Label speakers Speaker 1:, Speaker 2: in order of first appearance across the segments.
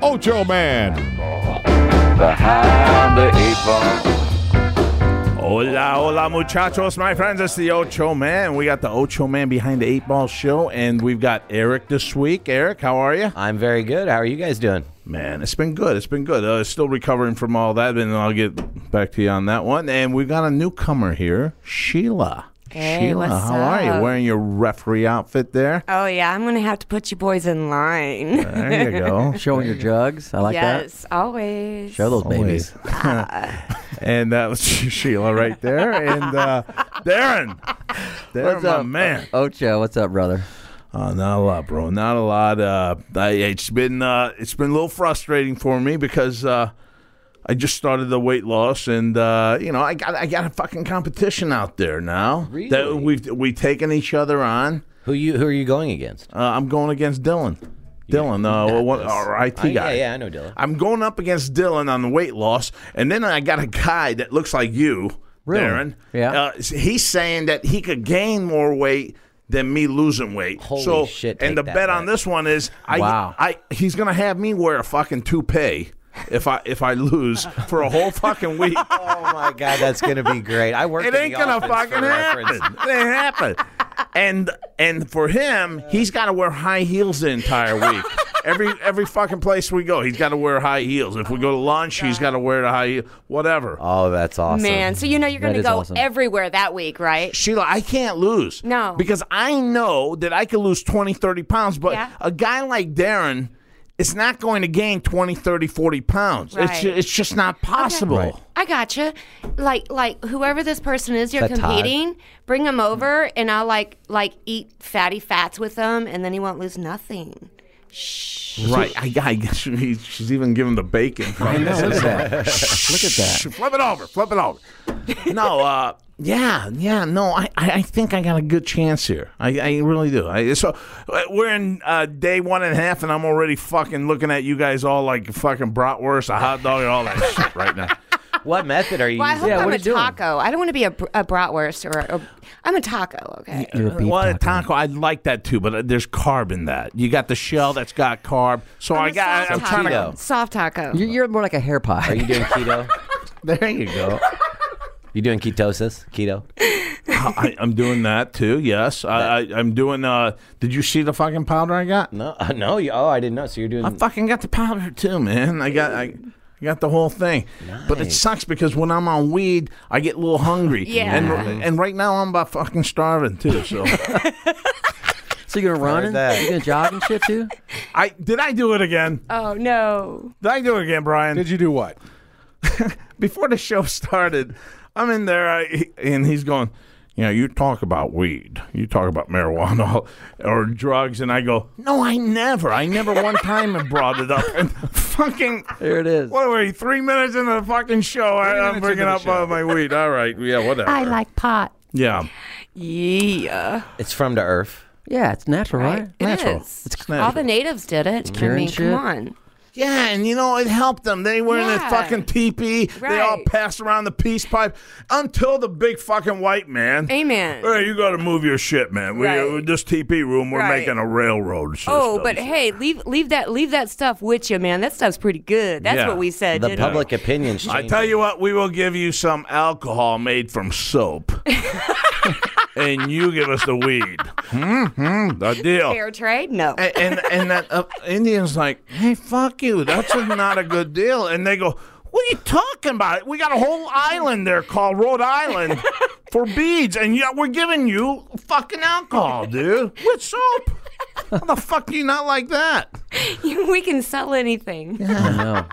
Speaker 1: Ocho Man.
Speaker 2: Behind the eight ball.
Speaker 3: Hola, hola, muchachos, my friends. It's the Ocho Man. We got the Ocho Man behind the eight ball show, and we've got Eric this week. Eric, how are you?
Speaker 4: I'm very good. How are you guys doing?
Speaker 3: Man, it's been good. It's been good. Uh, still recovering from all that, and I'll get back to you on that one. And we've got a newcomer here, Sheila.
Speaker 5: Hey,
Speaker 3: Sheila,
Speaker 5: what's
Speaker 3: how are you?
Speaker 5: up?
Speaker 3: Wearing your referee outfit there.
Speaker 5: Oh yeah, I'm gonna have to put you boys in line.
Speaker 3: There you go.
Speaker 4: Showing your jugs. I like
Speaker 5: yes, always.
Speaker 4: that. Show those
Speaker 3: Always.
Speaker 4: babies.
Speaker 3: and that was Sheila right there. And uh, Darren. Darren, my man.
Speaker 4: Ocho, what's up, brother?
Speaker 3: Uh, not a lot, bro. Not a lot. Uh, I, it's been uh, it's been a little frustrating for me because uh, I just started the weight loss, and uh, you know I got I got a fucking competition out there now that
Speaker 4: Really?
Speaker 3: we've we taken each other on.
Speaker 4: Who you? Who are you going against?
Speaker 3: Uh, I'm going against Dylan. Dylan, uh, one, our IT
Speaker 4: Uh,
Speaker 3: guy.
Speaker 4: yeah, yeah, I know Dylan.
Speaker 3: I'm going up against Dylan on the weight loss, and then I got a guy that looks like you,
Speaker 4: Really?
Speaker 3: Darren.
Speaker 4: Yeah.
Speaker 3: Uh, he's saying that he could gain more weight than me losing weight.
Speaker 4: Holy
Speaker 3: so,
Speaker 4: shit, take
Speaker 3: And the
Speaker 4: that
Speaker 3: bet on
Speaker 4: back.
Speaker 3: this one is, I,
Speaker 4: Wow.
Speaker 3: I, he's gonna have me wear a fucking toupee if I if I lose for a whole fucking week.
Speaker 4: Oh my god, that's gonna be great. I work.
Speaker 3: it ain't gonna fucking happen. It ain't happen. And and for him, he's got to wear high heels the entire week. Every every fucking place we go, he's got to wear high heels. If we go to lunch, he's got to wear the high heel. Whatever.
Speaker 4: Oh, that's awesome.
Speaker 5: Man, so you know you're
Speaker 4: That
Speaker 5: gonna
Speaker 4: is
Speaker 5: go
Speaker 4: awesome.
Speaker 5: everywhere that week, right?
Speaker 3: Sheila, I can't lose.
Speaker 5: No.
Speaker 3: Because I know that I could lose 20, 30 pounds, but
Speaker 5: Yeah.
Speaker 3: a guy like Darren is not going to gain 20, 30, 40 pounds. It's,
Speaker 5: Right.
Speaker 3: ju- it's just not possible.
Speaker 4: Right.
Speaker 5: I gotcha. Like like whoever this person is you're
Speaker 4: Is that Todd?
Speaker 5: competing, bring him over, and I'll like like eat fatty fats with him, and then he won't lose nothing. Shh.
Speaker 3: Right. I, I guess she- she's even giving the bacon. I
Speaker 4: No, look at that. look at that.
Speaker 3: Flip it over. Flip it over. No, uh, yeah, yeah, no, I, I I think I got a good chance here. I, I really do. I, so uh, we're in uh, day one and a half, and I'm already fucking looking at you guys all like fucking bratwurst, a hot dog, and all that shit right now.
Speaker 4: What method are you
Speaker 5: Well, I hope
Speaker 4: using?
Speaker 5: I'm a taco. I don't want to be a, br- a bratwurst or a, I'm a taco. Okay.
Speaker 3: well, a taco, I like that too, but uh, there's carb in that. You got the shell that's got carb. So
Speaker 5: I'm
Speaker 3: i
Speaker 5: a
Speaker 3: got,
Speaker 5: soft
Speaker 3: I'm trying to.
Speaker 5: taco. soft taco.
Speaker 6: You're, you're more like a hair pie.
Speaker 4: Are you doing keto?
Speaker 3: There you go.
Speaker 4: You doing ketosis? Keto?
Speaker 3: I, I'm doing that too. Yes, I, I, I'm doing. Uh, did you see the fucking powder I got?
Speaker 4: No, uh, no. You, oh, I didn't know. So you're doing.
Speaker 3: I fucking got the powder too, man. I got I, I got the whole thing. But it sucks because when I'm on weed, I get a little hungry.
Speaker 5: Yeah.
Speaker 3: And and right now I'm about fucking starving too. So
Speaker 6: so you're gonna run?
Speaker 4: Heard
Speaker 6: And,
Speaker 4: that.
Speaker 6: you gonna jog and shit too?
Speaker 3: I did I do it again?
Speaker 5: Oh no.
Speaker 3: Did I do it again, Brian?
Speaker 1: you do what?
Speaker 3: Before the show started, I'm in there I, and he's going, you know, you talk about weed, you talk about marijuana or drugs, and I go, no, I never, I never one time have brought it up. And fucking.
Speaker 6: There it is.
Speaker 3: What were you? Three minutes into the fucking show, I, I'm bringing up uh, my weed. All right, yeah, whatever.
Speaker 5: I like pot.
Speaker 3: yeah,
Speaker 5: Yeah.
Speaker 4: it's from the earth.
Speaker 6: Yeah, it's natural, right?
Speaker 5: Right? It
Speaker 3: Natural.
Speaker 5: is.
Speaker 3: It's
Speaker 5: All
Speaker 3: natural.
Speaker 5: the natives did it. I
Speaker 6: curing
Speaker 5: mean,
Speaker 6: shit.
Speaker 5: come on.
Speaker 3: yeah, and you know it helped them. They were in a
Speaker 5: Yeah.
Speaker 3: fucking teepee. They all
Speaker 5: Right.
Speaker 3: passed around the peace pipe until the big fucking white man.
Speaker 5: Amen.
Speaker 3: Hey, you got to move your shit, man. We uh,
Speaker 5: Right.
Speaker 3: this teepee room, we're
Speaker 5: Right.
Speaker 3: making a railroad system.
Speaker 5: Oh, but hey, leave leave that leave that stuff with you, man. That stuff's pretty good. That's
Speaker 3: Yeah.
Speaker 5: what we said.
Speaker 4: The
Speaker 5: didn't we?
Speaker 4: public opinions.
Speaker 3: I tell you what, we will give you some alcohol made from soap, and you give us the weed. Mm-hmm, the deal.
Speaker 5: fair trade? No.
Speaker 3: A- and and that uh, Indian's like, hey, fuck you, that's a- not a good deal. And they go, what are you talking about? We got a whole island there called Rhode Island for beads, and yet we're giving you fucking alcohol, dude, with soap. How the fuck do you not like that?
Speaker 5: we can sell anything.
Speaker 6: I know.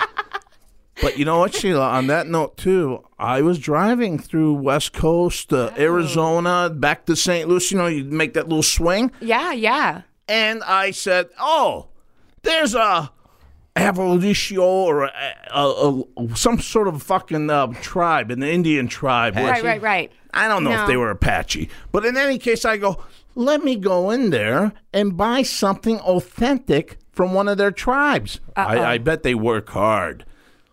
Speaker 3: But you know what, Sheila? On that note, too, I was driving through West Coast, uh, Arizona, back to St. Louis. You know, you make that little swing.
Speaker 5: Yeah, yeah.
Speaker 3: and I said, "Oh, there's a Aboriginal or a, a, a, some sort of fucking uh, tribe, an Indian tribe. where-
Speaker 5: Right, right, right.
Speaker 3: I don't know if
Speaker 5: No.
Speaker 3: they were Apache, but in any case, I go. Let me go in there and buy something authentic from one of their tribes. I, I bet they work hard.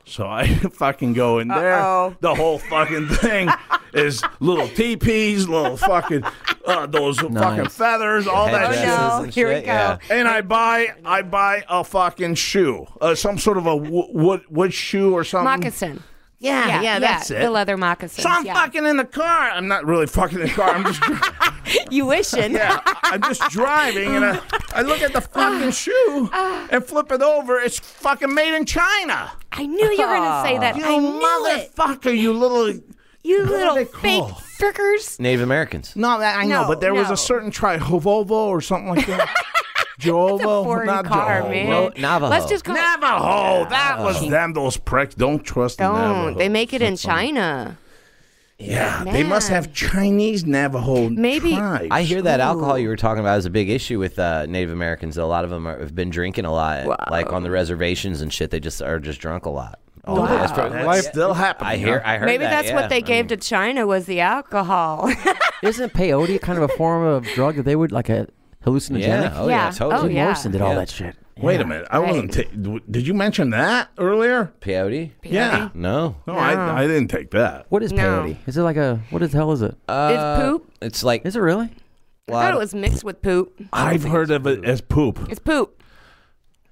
Speaker 3: So I fucking go in there.
Speaker 5: Uh-oh.
Speaker 3: The whole fucking thing is little teepees, little fucking uh, those fucking feathers, all that
Speaker 4: Headdresses
Speaker 3: shit.
Speaker 5: Oh, no.
Speaker 4: and
Speaker 5: Here we
Speaker 4: shit,
Speaker 5: go.
Speaker 4: yeah.
Speaker 3: And I buy I buy a fucking shoe, uh, some sort of a wo- wood wood shoe or something.
Speaker 5: Moccasin.
Speaker 3: Yeah, yeah, that's it.
Speaker 5: The leather moccasins.
Speaker 3: So I'm
Speaker 5: yeah.
Speaker 3: fucking in the car. I'm not really fucking in the car. I'm just dri-
Speaker 5: You wishing?
Speaker 3: yeah, I- I'm just driving, and I, I look at the fucking shoe and flip it over. It's fucking made in China.
Speaker 5: I knew you were gonna say that.
Speaker 3: Ah, You
Speaker 5: I knew it.
Speaker 3: motherfucker! You little
Speaker 5: You
Speaker 3: what are
Speaker 5: little
Speaker 3: they
Speaker 5: fake
Speaker 3: called?
Speaker 5: frickers.
Speaker 4: Native Americans.
Speaker 3: No, that I know,
Speaker 5: No,
Speaker 3: but there was
Speaker 5: no.
Speaker 3: a certain tribe, Hovovo or something like that. Jovo,
Speaker 5: Foreign
Speaker 3: not
Speaker 5: car,
Speaker 3: Jovo.
Speaker 5: man.
Speaker 4: No, Navajo.
Speaker 5: Let's just call it-
Speaker 3: Navajo, that was them. Those pricks. Don't trust the Navajo.
Speaker 5: Don't. They make it in China.
Speaker 3: yeah, they must
Speaker 5: Man.
Speaker 3: have Chinese Navajo.
Speaker 5: Maybe-
Speaker 3: tribes.
Speaker 4: I hear that alcohol you were talking about is a big issue with uh, Native Americans. A lot of them are, have been drinking a lot, like on the reservations and shit. They just are just drunk a lot. Oh, that's probably-
Speaker 3: That's still happening.
Speaker 4: I hear.
Speaker 3: huh?
Speaker 4: I heard.
Speaker 5: Maybe
Speaker 4: that,
Speaker 5: that's
Speaker 4: yeah. Um,
Speaker 5: what they gave to China was the alcohol.
Speaker 6: Isn't peyote kind of a form of drug that they would like a hallucinogenic?
Speaker 4: Yeah. Oh yeah.
Speaker 5: Yeah.
Speaker 4: Totally.
Speaker 5: Oh,
Speaker 6: Jim
Speaker 5: yeah.
Speaker 6: Morrison did all
Speaker 4: Yeah.
Speaker 6: that shit.
Speaker 3: Wait a minute. I wasn't. Ta- did you mention that earlier?
Speaker 4: Peyote?
Speaker 3: Yeah.
Speaker 4: No.
Speaker 3: No, I, I didn't take that.
Speaker 6: What is
Speaker 5: No.
Speaker 6: peyote? Is it like a what the hell is it? Is
Speaker 4: Uh,
Speaker 5: poop?
Speaker 4: It's like
Speaker 6: it really?
Speaker 5: I thought it was mixed with poop.
Speaker 3: I've heard of it as poop.
Speaker 5: It's poop.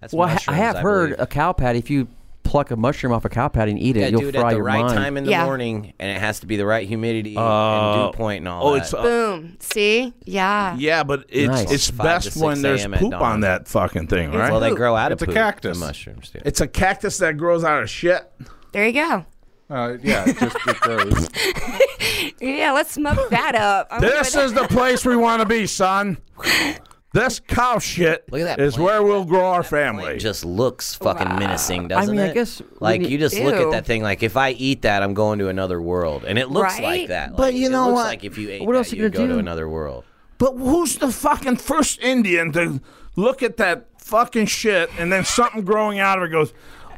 Speaker 4: that's
Speaker 6: Well, I ha- I
Speaker 4: mushrooms,
Speaker 6: have heard
Speaker 4: believe.
Speaker 6: a cow patty. If you pluck a mushroom off a cow patty and eat
Speaker 4: You gotta
Speaker 6: it, you'll
Speaker 4: do it
Speaker 6: fry
Speaker 4: at the
Speaker 6: your
Speaker 4: right
Speaker 6: mind. Uh,
Speaker 4: time in the
Speaker 5: Yeah.
Speaker 4: morning, and it has to be the right humidity and dew point and all
Speaker 3: Oh,
Speaker 4: that.
Speaker 3: it's uh,
Speaker 5: Boom. See? Yeah.
Speaker 3: yeah, but it's
Speaker 6: Nice.
Speaker 3: it's
Speaker 4: Five to
Speaker 3: best
Speaker 4: six
Speaker 3: when there's
Speaker 4: a.m. at
Speaker 3: poop
Speaker 4: dawn.
Speaker 3: on that fucking thing, right?
Speaker 4: well, they grow out
Speaker 1: It's a
Speaker 4: of poop,
Speaker 1: cactus.
Speaker 4: The mushrooms. Yeah.
Speaker 3: It's a cactus that grows out of shit.
Speaker 5: There you go.
Speaker 1: Uh, yeah, it just it grows.
Speaker 5: Yeah, let's smoke that up. I'm
Speaker 3: This
Speaker 5: with
Speaker 3: is the place we want to be, son. This cow shit
Speaker 4: Look at that
Speaker 3: is
Speaker 4: plant.
Speaker 3: where we'll grow our
Speaker 4: It
Speaker 3: family.
Speaker 4: just looks fucking menacing, doesn't
Speaker 6: mean, I
Speaker 4: it?
Speaker 6: guess when
Speaker 4: like
Speaker 6: you-
Speaker 4: you just look at
Speaker 5: Ew.
Speaker 4: that thing. Like if I eat that, I'm going to another world, and it looks like
Speaker 5: Right?
Speaker 4: that. Like,
Speaker 3: But you know
Speaker 4: it looks
Speaker 3: what?
Speaker 4: Like if you ate
Speaker 6: What
Speaker 4: that,
Speaker 6: else you
Speaker 4: you'd
Speaker 6: gonna
Speaker 4: go to
Speaker 6: do?
Speaker 4: another world.
Speaker 3: But who's the fucking first Indian to look at that fucking shit and then something growing out of it goes,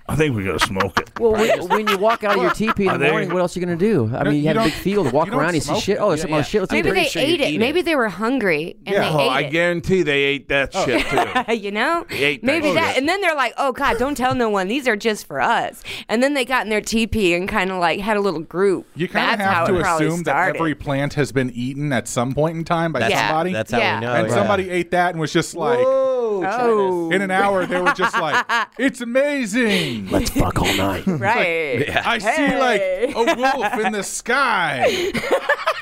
Speaker 3: I think we gotta smoke it.
Speaker 6: Well, when, when you walk out of your teepee
Speaker 3: Are
Speaker 6: in the
Speaker 3: they-
Speaker 6: morning, what else are you gonna do? I mean, you,
Speaker 1: you
Speaker 6: have a
Speaker 1: don't-
Speaker 6: big field, walk
Speaker 1: you don't
Speaker 6: around, you see
Speaker 1: smoke
Speaker 6: shit.
Speaker 1: it.
Speaker 6: Oh, there's some
Speaker 4: Yeah.
Speaker 6: other shit. Let's
Speaker 5: Maybe
Speaker 6: eat
Speaker 5: they
Speaker 6: it.
Speaker 5: ate it.
Speaker 4: eat
Speaker 5: Maybe they were hungry and
Speaker 1: Yeah.
Speaker 5: they
Speaker 3: Oh,
Speaker 5: ate
Speaker 3: I
Speaker 5: it.
Speaker 3: guarantee they ate that shit too.
Speaker 5: you know,
Speaker 3: ate that
Speaker 5: maybe
Speaker 3: shit.
Speaker 5: that, and then they're like, "Oh God, don't tell no one. These are just for us." And then they got in their teepee and kind of like had a little group.
Speaker 1: You kind of
Speaker 5: That's how
Speaker 1: have to
Speaker 5: it probably
Speaker 1: assume that
Speaker 5: started.
Speaker 1: every plant has been eaten at some point in time by
Speaker 5: Yeah.
Speaker 1: somebody.
Speaker 4: That's how
Speaker 5: Yeah.
Speaker 4: we know.
Speaker 1: and
Speaker 4: yeah.
Speaker 1: somebody ate that and was just like,
Speaker 5: oh,
Speaker 1: in an hour, they were just like, it's amazing.
Speaker 6: Let's fuck all night.
Speaker 5: right.
Speaker 1: I see like a wolf in the sky.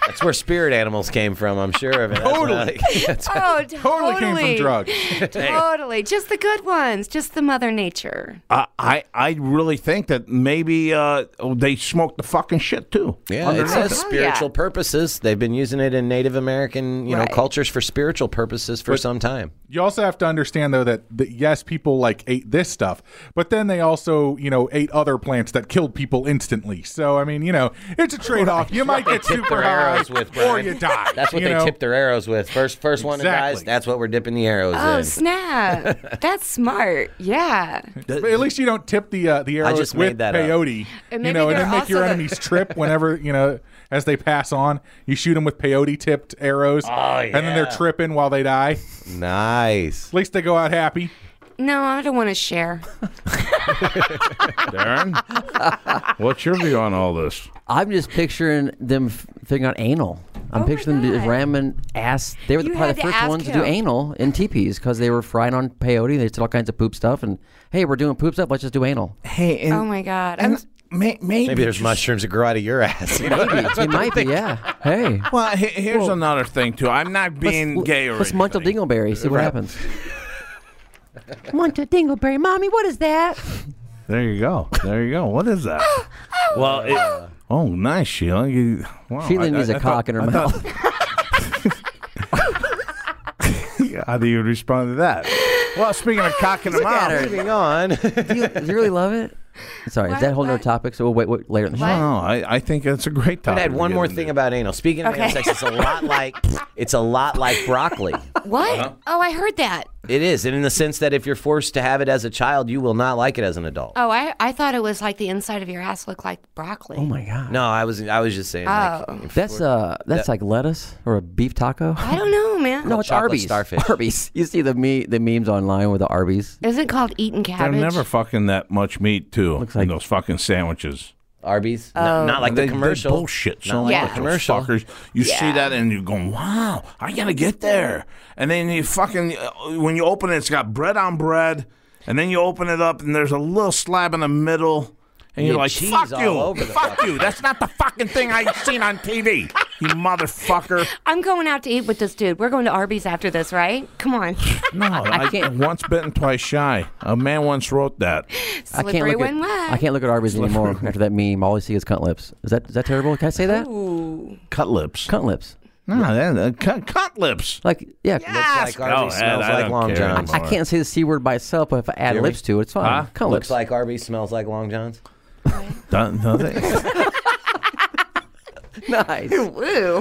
Speaker 4: That's where spirit animals came from. I'm sure of it. That's
Speaker 1: Totally.
Speaker 4: what I- that's-
Speaker 5: Oh,
Speaker 1: Totally,
Speaker 5: totally.
Speaker 1: came from drugs.
Speaker 5: Totally. Just the good ones. Just the mother nature.
Speaker 3: I, I I really think that maybe uh, oh, they smoked the fucking shit too.
Speaker 4: Yeah, it
Speaker 3: Underneath
Speaker 4: says
Speaker 5: Oh, yeah.
Speaker 4: spiritual purposes. They've been using it in Native American, you
Speaker 5: Right.
Speaker 4: know, cultures for spiritual purposes for some time.
Speaker 1: You also have to understand though that, that yes, people like ate this stuff, but then they also you know ate other plants that killed people instantly. So I mean, you know, it's a trade off. You might get
Speaker 4: Tip
Speaker 1: super
Speaker 4: their
Speaker 1: high
Speaker 4: arrows with,
Speaker 1: or
Speaker 4: Brian.
Speaker 1: you die.
Speaker 4: That's what
Speaker 1: you
Speaker 4: they
Speaker 1: know?
Speaker 4: tip their arrows with. First, first one that dies.
Speaker 1: Exactly.
Speaker 4: That's what we're dipping the arrows
Speaker 5: Oh,
Speaker 4: in.
Speaker 5: snap. That's smart. Yeah.
Speaker 1: But at least you don't tip the uh, the arrows
Speaker 4: just
Speaker 1: with
Speaker 4: made that up.
Speaker 1: peyote. you
Speaker 5: And maybe
Speaker 1: know, and
Speaker 5: they're
Speaker 1: then make your
Speaker 5: also the-
Speaker 1: enemies trip whenever you know as they pass on. You shoot them with peyote tipped
Speaker 4: Oh,
Speaker 1: arrows, and then they're tripping while they die. At
Speaker 4: nice.
Speaker 1: least they go out happy.
Speaker 5: No, I don't want to share.
Speaker 3: Darren, what's your view on all this?
Speaker 6: I'm just picturing them f- figuring out anal. I'm
Speaker 5: Oh my
Speaker 6: picturing them
Speaker 5: God.
Speaker 6: ramming ass. They were the-
Speaker 5: You
Speaker 6: probably
Speaker 5: had
Speaker 6: the
Speaker 5: to
Speaker 6: first
Speaker 5: ask
Speaker 6: ones to do
Speaker 5: him.
Speaker 6: anal in teepees because they were frying on peyote. They did all kinds of poop stuff. And hey, we're doing poop stuff. Let's just do anal.
Speaker 3: Hey, and,
Speaker 5: Oh my God. I'm-
Speaker 3: and may, maybe,
Speaker 4: Maybe there's
Speaker 3: just-
Speaker 4: mushrooms that grow out of your ass. You know?
Speaker 6: it might be, yeah. Hey,
Speaker 3: Well, he- here's another thing too. I'm not being gay or
Speaker 6: let's munch a
Speaker 3: anything.
Speaker 6: dingleberry. See what happens. munch a dingleberry, mommy. What is that?
Speaker 3: There you go. There you go. What is that? well, it, oh, nice, Sheila. You, wow,
Speaker 6: Sheila
Speaker 3: I-
Speaker 6: needs
Speaker 3: I-
Speaker 6: a
Speaker 3: I
Speaker 6: cock
Speaker 3: thought-
Speaker 6: in her
Speaker 3: I thought-
Speaker 6: mouth.
Speaker 3: How do you respond to that? Well, speaking of cock in the mouth,
Speaker 4: Moving on.
Speaker 6: do, you, do you really love it? Sorry, is
Speaker 5: What?
Speaker 6: that a whole nother
Speaker 5: What?
Speaker 6: topic? So we'll wait, wait later in the show.
Speaker 5: What?
Speaker 3: No, I, I think that's a great
Speaker 4: I
Speaker 3: topic.
Speaker 4: had one
Speaker 3: to
Speaker 4: more
Speaker 3: get
Speaker 4: thing
Speaker 3: into.
Speaker 4: about anal. Speaking of anal
Speaker 5: Okay.
Speaker 4: sex, it's a lot like it's a lot like broccoli.
Speaker 5: What? Oh, I heard that.
Speaker 4: It is, and in the sense that if you're forced to have it as a child, you will not like it as an adult.
Speaker 5: Oh, I, I thought it was like the inside of your ass looked like broccoli.
Speaker 6: Oh my god.
Speaker 4: No, I was I was just saying. like,
Speaker 5: Oh.
Speaker 4: if
Speaker 6: That's
Speaker 4: we're-
Speaker 6: uh, that's like lettuce or a beef taco.
Speaker 5: I don't know, man.
Speaker 6: No, it's
Speaker 4: Chocolate
Speaker 6: Arby's.
Speaker 4: starfish.
Speaker 6: Arby's. You see the me the memes online with the Arby's.
Speaker 5: Is it called eating
Speaker 3: They're
Speaker 5: cabbage?
Speaker 3: never fucking that much meat too. Looks
Speaker 6: like-
Speaker 3: in those fucking sandwiches.
Speaker 4: Arby's. No, not like
Speaker 3: They-
Speaker 4: the
Speaker 3: they
Speaker 4: commercial.
Speaker 3: bullshit.
Speaker 4: Not
Speaker 3: So
Speaker 4: like
Speaker 5: Yeah.
Speaker 3: yeah.
Speaker 4: the commercial.
Speaker 3: Fuckers. You see that and you're going, wow, I gotta get there. And then you fucking uh, when you open it, it's got bread on bread. And then you open it up and there's a little slab in the middle. And you're
Speaker 4: Yeah,
Speaker 3: like,
Speaker 4: cheese
Speaker 3: fuck
Speaker 4: all
Speaker 3: you,
Speaker 4: over the
Speaker 3: fuck you. That's not the fucking thing I've seen on TV. You motherfucker.
Speaker 5: I'm going out to eat with this dude. We're going to Arby's after this, right? Come on.
Speaker 3: No, I,
Speaker 6: can't-
Speaker 3: Once bitten, twice shy. A man once wrote that.
Speaker 6: I
Speaker 5: Slippery
Speaker 6: can't look
Speaker 5: when
Speaker 6: at
Speaker 5: wet.
Speaker 6: I can't look at Arby's anymore after that meme. All I see is cunt lips. Is that is that terrible? Can I say that?
Speaker 3: Cut lips.
Speaker 6: Cunt lips.
Speaker 3: No, that, that- cut, cut lips.
Speaker 6: Like yeah.
Speaker 5: Ah.
Speaker 4: Looks like Arby's
Speaker 3: Oh, Ed,
Speaker 4: smells
Speaker 3: I
Speaker 4: like
Speaker 3: don't
Speaker 4: Long
Speaker 3: care
Speaker 4: John's.
Speaker 3: anymore.
Speaker 6: I can't say the c word by itself, but if I add
Speaker 4: Jeremy?
Speaker 6: lips to it, it's fine.
Speaker 3: Huh?
Speaker 6: Cunt
Speaker 4: Looks
Speaker 6: lips.
Speaker 4: like Arby's smells like Long John's.
Speaker 3: Dun- no, that-
Speaker 6: nice.
Speaker 5: Woo.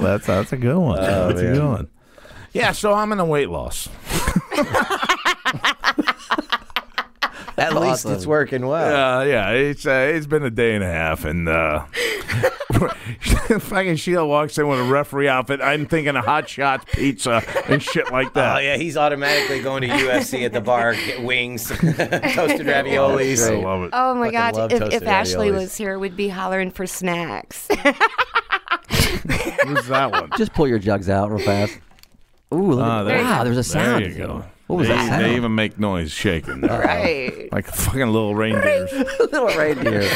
Speaker 3: that's that's a good one. that's
Speaker 4: man.
Speaker 3: a good one. Yeah, so I'm in a weight loss.
Speaker 4: At least it's working well.
Speaker 3: Uh, yeah, it's uh, it's been a day and a half, and uh, fucking Sheila walks in with a referee outfit. I'm thinking of hot shots, pizza, and shit like that.
Speaker 4: Oh yeah, he's automatically going to UFC at the bar, get wings, toasted raviolis.
Speaker 3: I love it.
Speaker 5: Oh my
Speaker 4: Fucking
Speaker 5: God.
Speaker 4: love
Speaker 5: If, if
Speaker 4: toasted
Speaker 5: Ashley
Speaker 4: raviolis.
Speaker 5: was here, we'd be hollering for snacks.
Speaker 3: Who's that one?
Speaker 6: Just pull your jugs out real fast. Ooh, look
Speaker 3: Ah,
Speaker 6: at,
Speaker 3: there-
Speaker 6: wow, there's
Speaker 3: There
Speaker 6: a sound.
Speaker 3: you go.
Speaker 6: What was
Speaker 3: they,
Speaker 6: that sound?
Speaker 3: They even make noise shaking. There.
Speaker 5: right.
Speaker 3: Like fucking little reindeers.
Speaker 6: Little reindeer.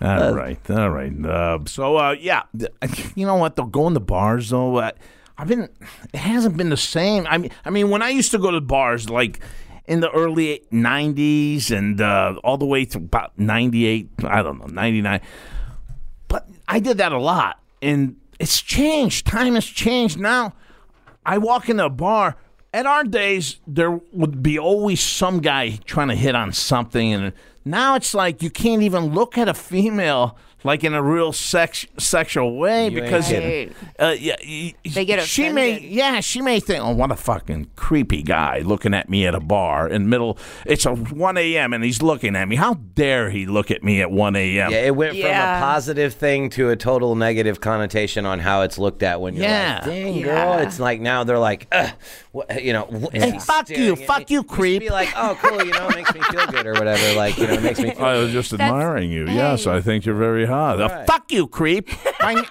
Speaker 3: All right, all right. Uh, so uh, yeah, th- you know what? Though going to bars though, uh, I've been it hasn't been the same. I mean, I mean, when I used to go to bars like in the early '90s and uh, all the way to about '98, I don't know, '99. But I did that a lot, and it's changed. Time has changed now. I walk into a bar. At our days, there would be always some guy trying to hit on something, and now it's like you can't even look at a female like in a real sex sexual way
Speaker 4: You ain't
Speaker 3: because
Speaker 5: kidding.
Speaker 3: uh, yeah, y- y-
Speaker 5: They get
Speaker 3: she may
Speaker 5: offended.
Speaker 3: yeah she may think oh what a fucking creepy guy looking at me at a bar in middle it's a 1 a.m. and he's looking at me how dare he look at me at 1 a.m.
Speaker 4: Yeah, it went
Speaker 5: Yeah.
Speaker 4: from a positive thing to a total negative connotation on how it's looked at when you're
Speaker 3: Yeah.
Speaker 4: like, dang
Speaker 5: Yeah.
Speaker 4: girl, it's like now they're like, Ugh, what, you know, wh- and he's
Speaker 3: fuck you,
Speaker 4: staring at
Speaker 3: fuck
Speaker 4: me.
Speaker 3: you,
Speaker 4: Just
Speaker 3: creep.
Speaker 4: Be like, oh cool, you know, it makes me feel good or whatever. Like you know, it makes me feel.
Speaker 3: I was just admiring you. Yes, I think you're very hot. Uh, fuck you, creep. I'm,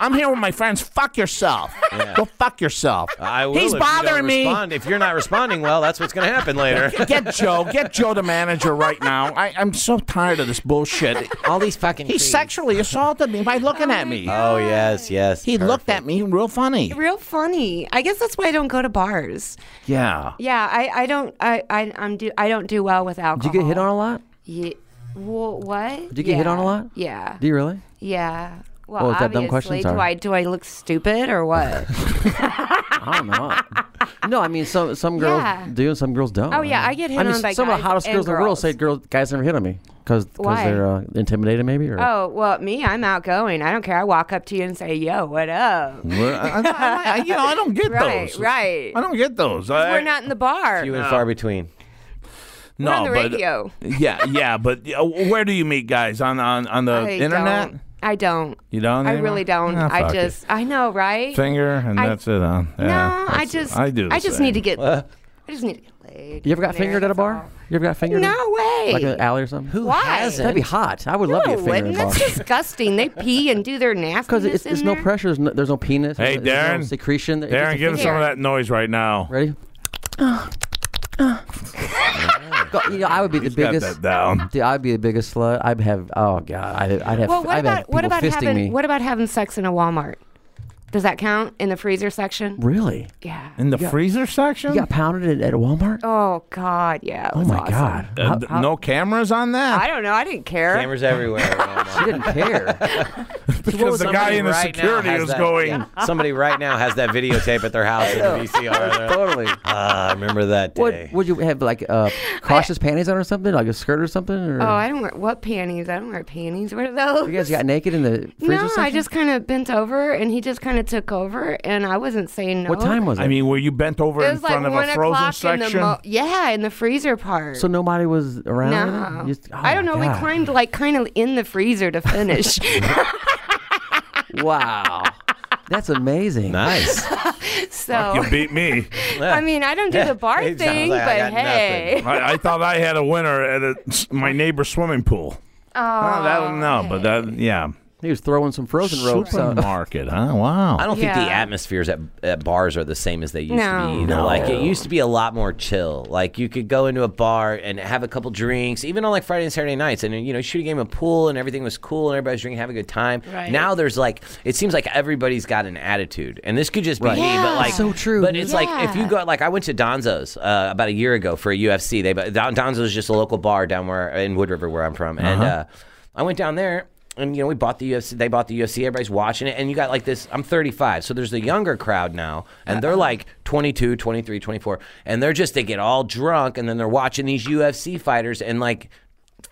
Speaker 3: I'm here with my friends. Fuck yourself. Go fuck yourself.
Speaker 4: I will
Speaker 3: He's
Speaker 4: if you don't
Speaker 3: bothering me.
Speaker 4: respond. If you're not responding well, that's what's going to happen later.
Speaker 3: Get Joe. Get Joe the manager right now. I, I'm so tired of this bullshit.
Speaker 4: All these fucking.
Speaker 3: He sexually assaulted me by looking at me.
Speaker 4: Oh yes, yes.
Speaker 3: He looked at me real funny.
Speaker 5: Real funny. I guess that's why I don't go to bars.
Speaker 3: Yeah.
Speaker 5: Yeah, I, I don't I, I I'm do I don't do well with
Speaker 6: Did you
Speaker 5: alcohol.
Speaker 6: get hit on a lot?
Speaker 5: Yeah. Wha- what? Did
Speaker 6: you get hit on a lot?
Speaker 5: Yeah.
Speaker 6: Do you really?
Speaker 5: yeah. Well,
Speaker 6: Oh, is that
Speaker 5: obviously,
Speaker 6: dumb question?
Speaker 5: do
Speaker 6: Sorry.
Speaker 5: I do I look stupid or what?
Speaker 6: I don't know. no, I mean some some girls
Speaker 5: Yeah.
Speaker 6: do and some girls don't.
Speaker 5: Oh, yeah, I get hit
Speaker 6: I mean,
Speaker 5: on by
Speaker 6: some of
Speaker 5: guys
Speaker 6: the hottest
Speaker 5: and
Speaker 6: girls in the world
Speaker 5: girls.
Speaker 6: say girls guys never hit on me because
Speaker 5: Why?
Speaker 6: they're uh, intimidated maybe or
Speaker 5: oh well, me I'm outgoing. I don't care. I walk up to you and say, "Yo, what up?"
Speaker 3: Well, I, I- I- you know, I don't get
Speaker 5: Right,
Speaker 3: those.
Speaker 5: right.
Speaker 3: I don't get those. I,
Speaker 5: We're not in the bar.
Speaker 4: few
Speaker 5: We're
Speaker 4: and far between.
Speaker 3: no,
Speaker 5: on the
Speaker 3: but-
Speaker 5: radio.
Speaker 3: yeah, yeah, but uh, where do you meet guys on on on the
Speaker 5: I
Speaker 3: internet?
Speaker 5: Don't. I don't.
Speaker 3: You don't
Speaker 5: I
Speaker 3: anymore?
Speaker 5: really don't.
Speaker 3: Ah,
Speaker 5: I
Speaker 3: fuck it.
Speaker 5: just. I know, right?
Speaker 3: finger, and
Speaker 5: I-
Speaker 3: that's it. Huh? Yeah,
Speaker 5: no,
Speaker 3: that's
Speaker 5: I
Speaker 3: it.
Speaker 5: just.
Speaker 3: I do. the
Speaker 5: I just
Speaker 3: same.
Speaker 5: need to get. I just need to get laid.
Speaker 6: You ever got
Speaker 5: There,
Speaker 6: fingered at a
Speaker 5: that's
Speaker 6: bar?
Speaker 5: all.
Speaker 6: You ever got fingered?
Speaker 5: No way.
Speaker 6: Like in an alley or something? Who
Speaker 5: Why? hasn't?
Speaker 6: That'd be hot. I would love to
Speaker 5: No,
Speaker 6: get fingered
Speaker 5: wouldn't.
Speaker 6: at a bar.
Speaker 5: That's disgusting. They pee and do their nastiness
Speaker 6: Because it's,
Speaker 5: in
Speaker 6: it's no
Speaker 5: there.
Speaker 6: pressure. There's no, there's no penis.
Speaker 3: Hey,
Speaker 6: there's no- there's no
Speaker 3: Darren.
Speaker 6: secretion. It's just
Speaker 3: Darren,
Speaker 6: a
Speaker 3: give us
Speaker 6: finger.
Speaker 3: some of that noise right now.
Speaker 6: Ready? Go- you know, I would be the
Speaker 3: He's got that
Speaker 6: biggest.
Speaker 3: down.
Speaker 6: Dude, I'd be the biggest slut. I'd have. Oh god, I'd, I'd have.
Speaker 5: Well, what
Speaker 6: I'd
Speaker 5: about
Speaker 6: have people
Speaker 5: what about
Speaker 6: fisting
Speaker 5: having
Speaker 6: me.
Speaker 5: what about having sex in a Walmart? Does that count in the freezer section?
Speaker 6: Really?
Speaker 5: Yeah.
Speaker 3: In the freezer section?
Speaker 6: You got pounded at, at Walmart?
Speaker 5: Oh God, yeah. it
Speaker 6: oh
Speaker 5: was
Speaker 6: my
Speaker 5: awesome.
Speaker 6: god.
Speaker 3: Uh, th- no cameras on
Speaker 5: I
Speaker 3: that.
Speaker 5: don't know. I didn't care.
Speaker 4: Cameras everywhere. Walmart.
Speaker 6: She didn't care.
Speaker 3: Because the guy
Speaker 4: Somebody
Speaker 3: in the
Speaker 4: right now
Speaker 3: security
Speaker 4: has
Speaker 3: is
Speaker 4: that-
Speaker 3: going.
Speaker 4: yeah, somebody right now has that videotape at their house in the VCR. They're like,
Speaker 6: totally.
Speaker 4: Ah, I remember that day.
Speaker 6: What would you have like uh, cautious panties on or something, like a skirt or something? Or
Speaker 5: Oh, I don't wear what panties? I don't wear panties. What are
Speaker 6: you
Speaker 5: those?
Speaker 6: guys got naked in the freezer
Speaker 5: No, I
Speaker 6: section?
Speaker 5: just kind of bent over, and he just kind of took over, and I wasn't saying no.
Speaker 6: What time was it?
Speaker 3: I mean, were you bent over
Speaker 5: It
Speaker 3: in
Speaker 5: was like
Speaker 3: front of
Speaker 5: one
Speaker 3: a frozen
Speaker 5: o'clock in the
Speaker 3: section?
Speaker 5: mo- yeah, in the freezer part.
Speaker 6: so nobody was around.
Speaker 5: no,
Speaker 6: You just- oh
Speaker 5: I don't
Speaker 6: my
Speaker 5: know.
Speaker 6: God.
Speaker 5: We climbed like kind of in the freezer to finish.
Speaker 6: Wow, that's amazing.
Speaker 4: Nice.
Speaker 5: so
Speaker 3: you beat me.
Speaker 5: I mean, I don't do the bar
Speaker 4: It sounds
Speaker 5: thing,
Speaker 4: like I
Speaker 5: but
Speaker 4: got nothing.
Speaker 5: hey,
Speaker 3: I, I thought I had a winner at a, my neighbor's swimming pool. Oh, that, no, but that, yeah.
Speaker 6: He was throwing some frozen ropes. out.
Speaker 3: Supermarket, huh? Wow.
Speaker 4: I don't think the
Speaker 5: Yeah.
Speaker 4: atmosphere at, at bars are the same as they used to
Speaker 5: No.
Speaker 4: be. Either. Like it used to be a lot more chill. Like you could go into a bar and have a couple drinks, even on like Friday and Saturday nights, and you know shoot a game of pool and everything was cool and everybody's drinking, having a good time.
Speaker 7: Right.
Speaker 4: Now there's like it seems like everybody's got an attitude, and this could just be me, but
Speaker 5: Yeah.
Speaker 4: like
Speaker 6: So true.
Speaker 4: But it's like if
Speaker 5: Yeah.
Speaker 4: you go like I went to Donzo's uh, about a year ago for a UFC. They but Don- Donzo's is just a local bar down where in Wood River where I'm from, and uh, I went down there. And you know we bought the UFC. They bought the UFC. Everybody's watching it, and you got like this. I'm 35, so there's the younger crowd now, and they're like 22, 23, 24, and they're just they get all drunk, and then they're watching these UFC fighters, and like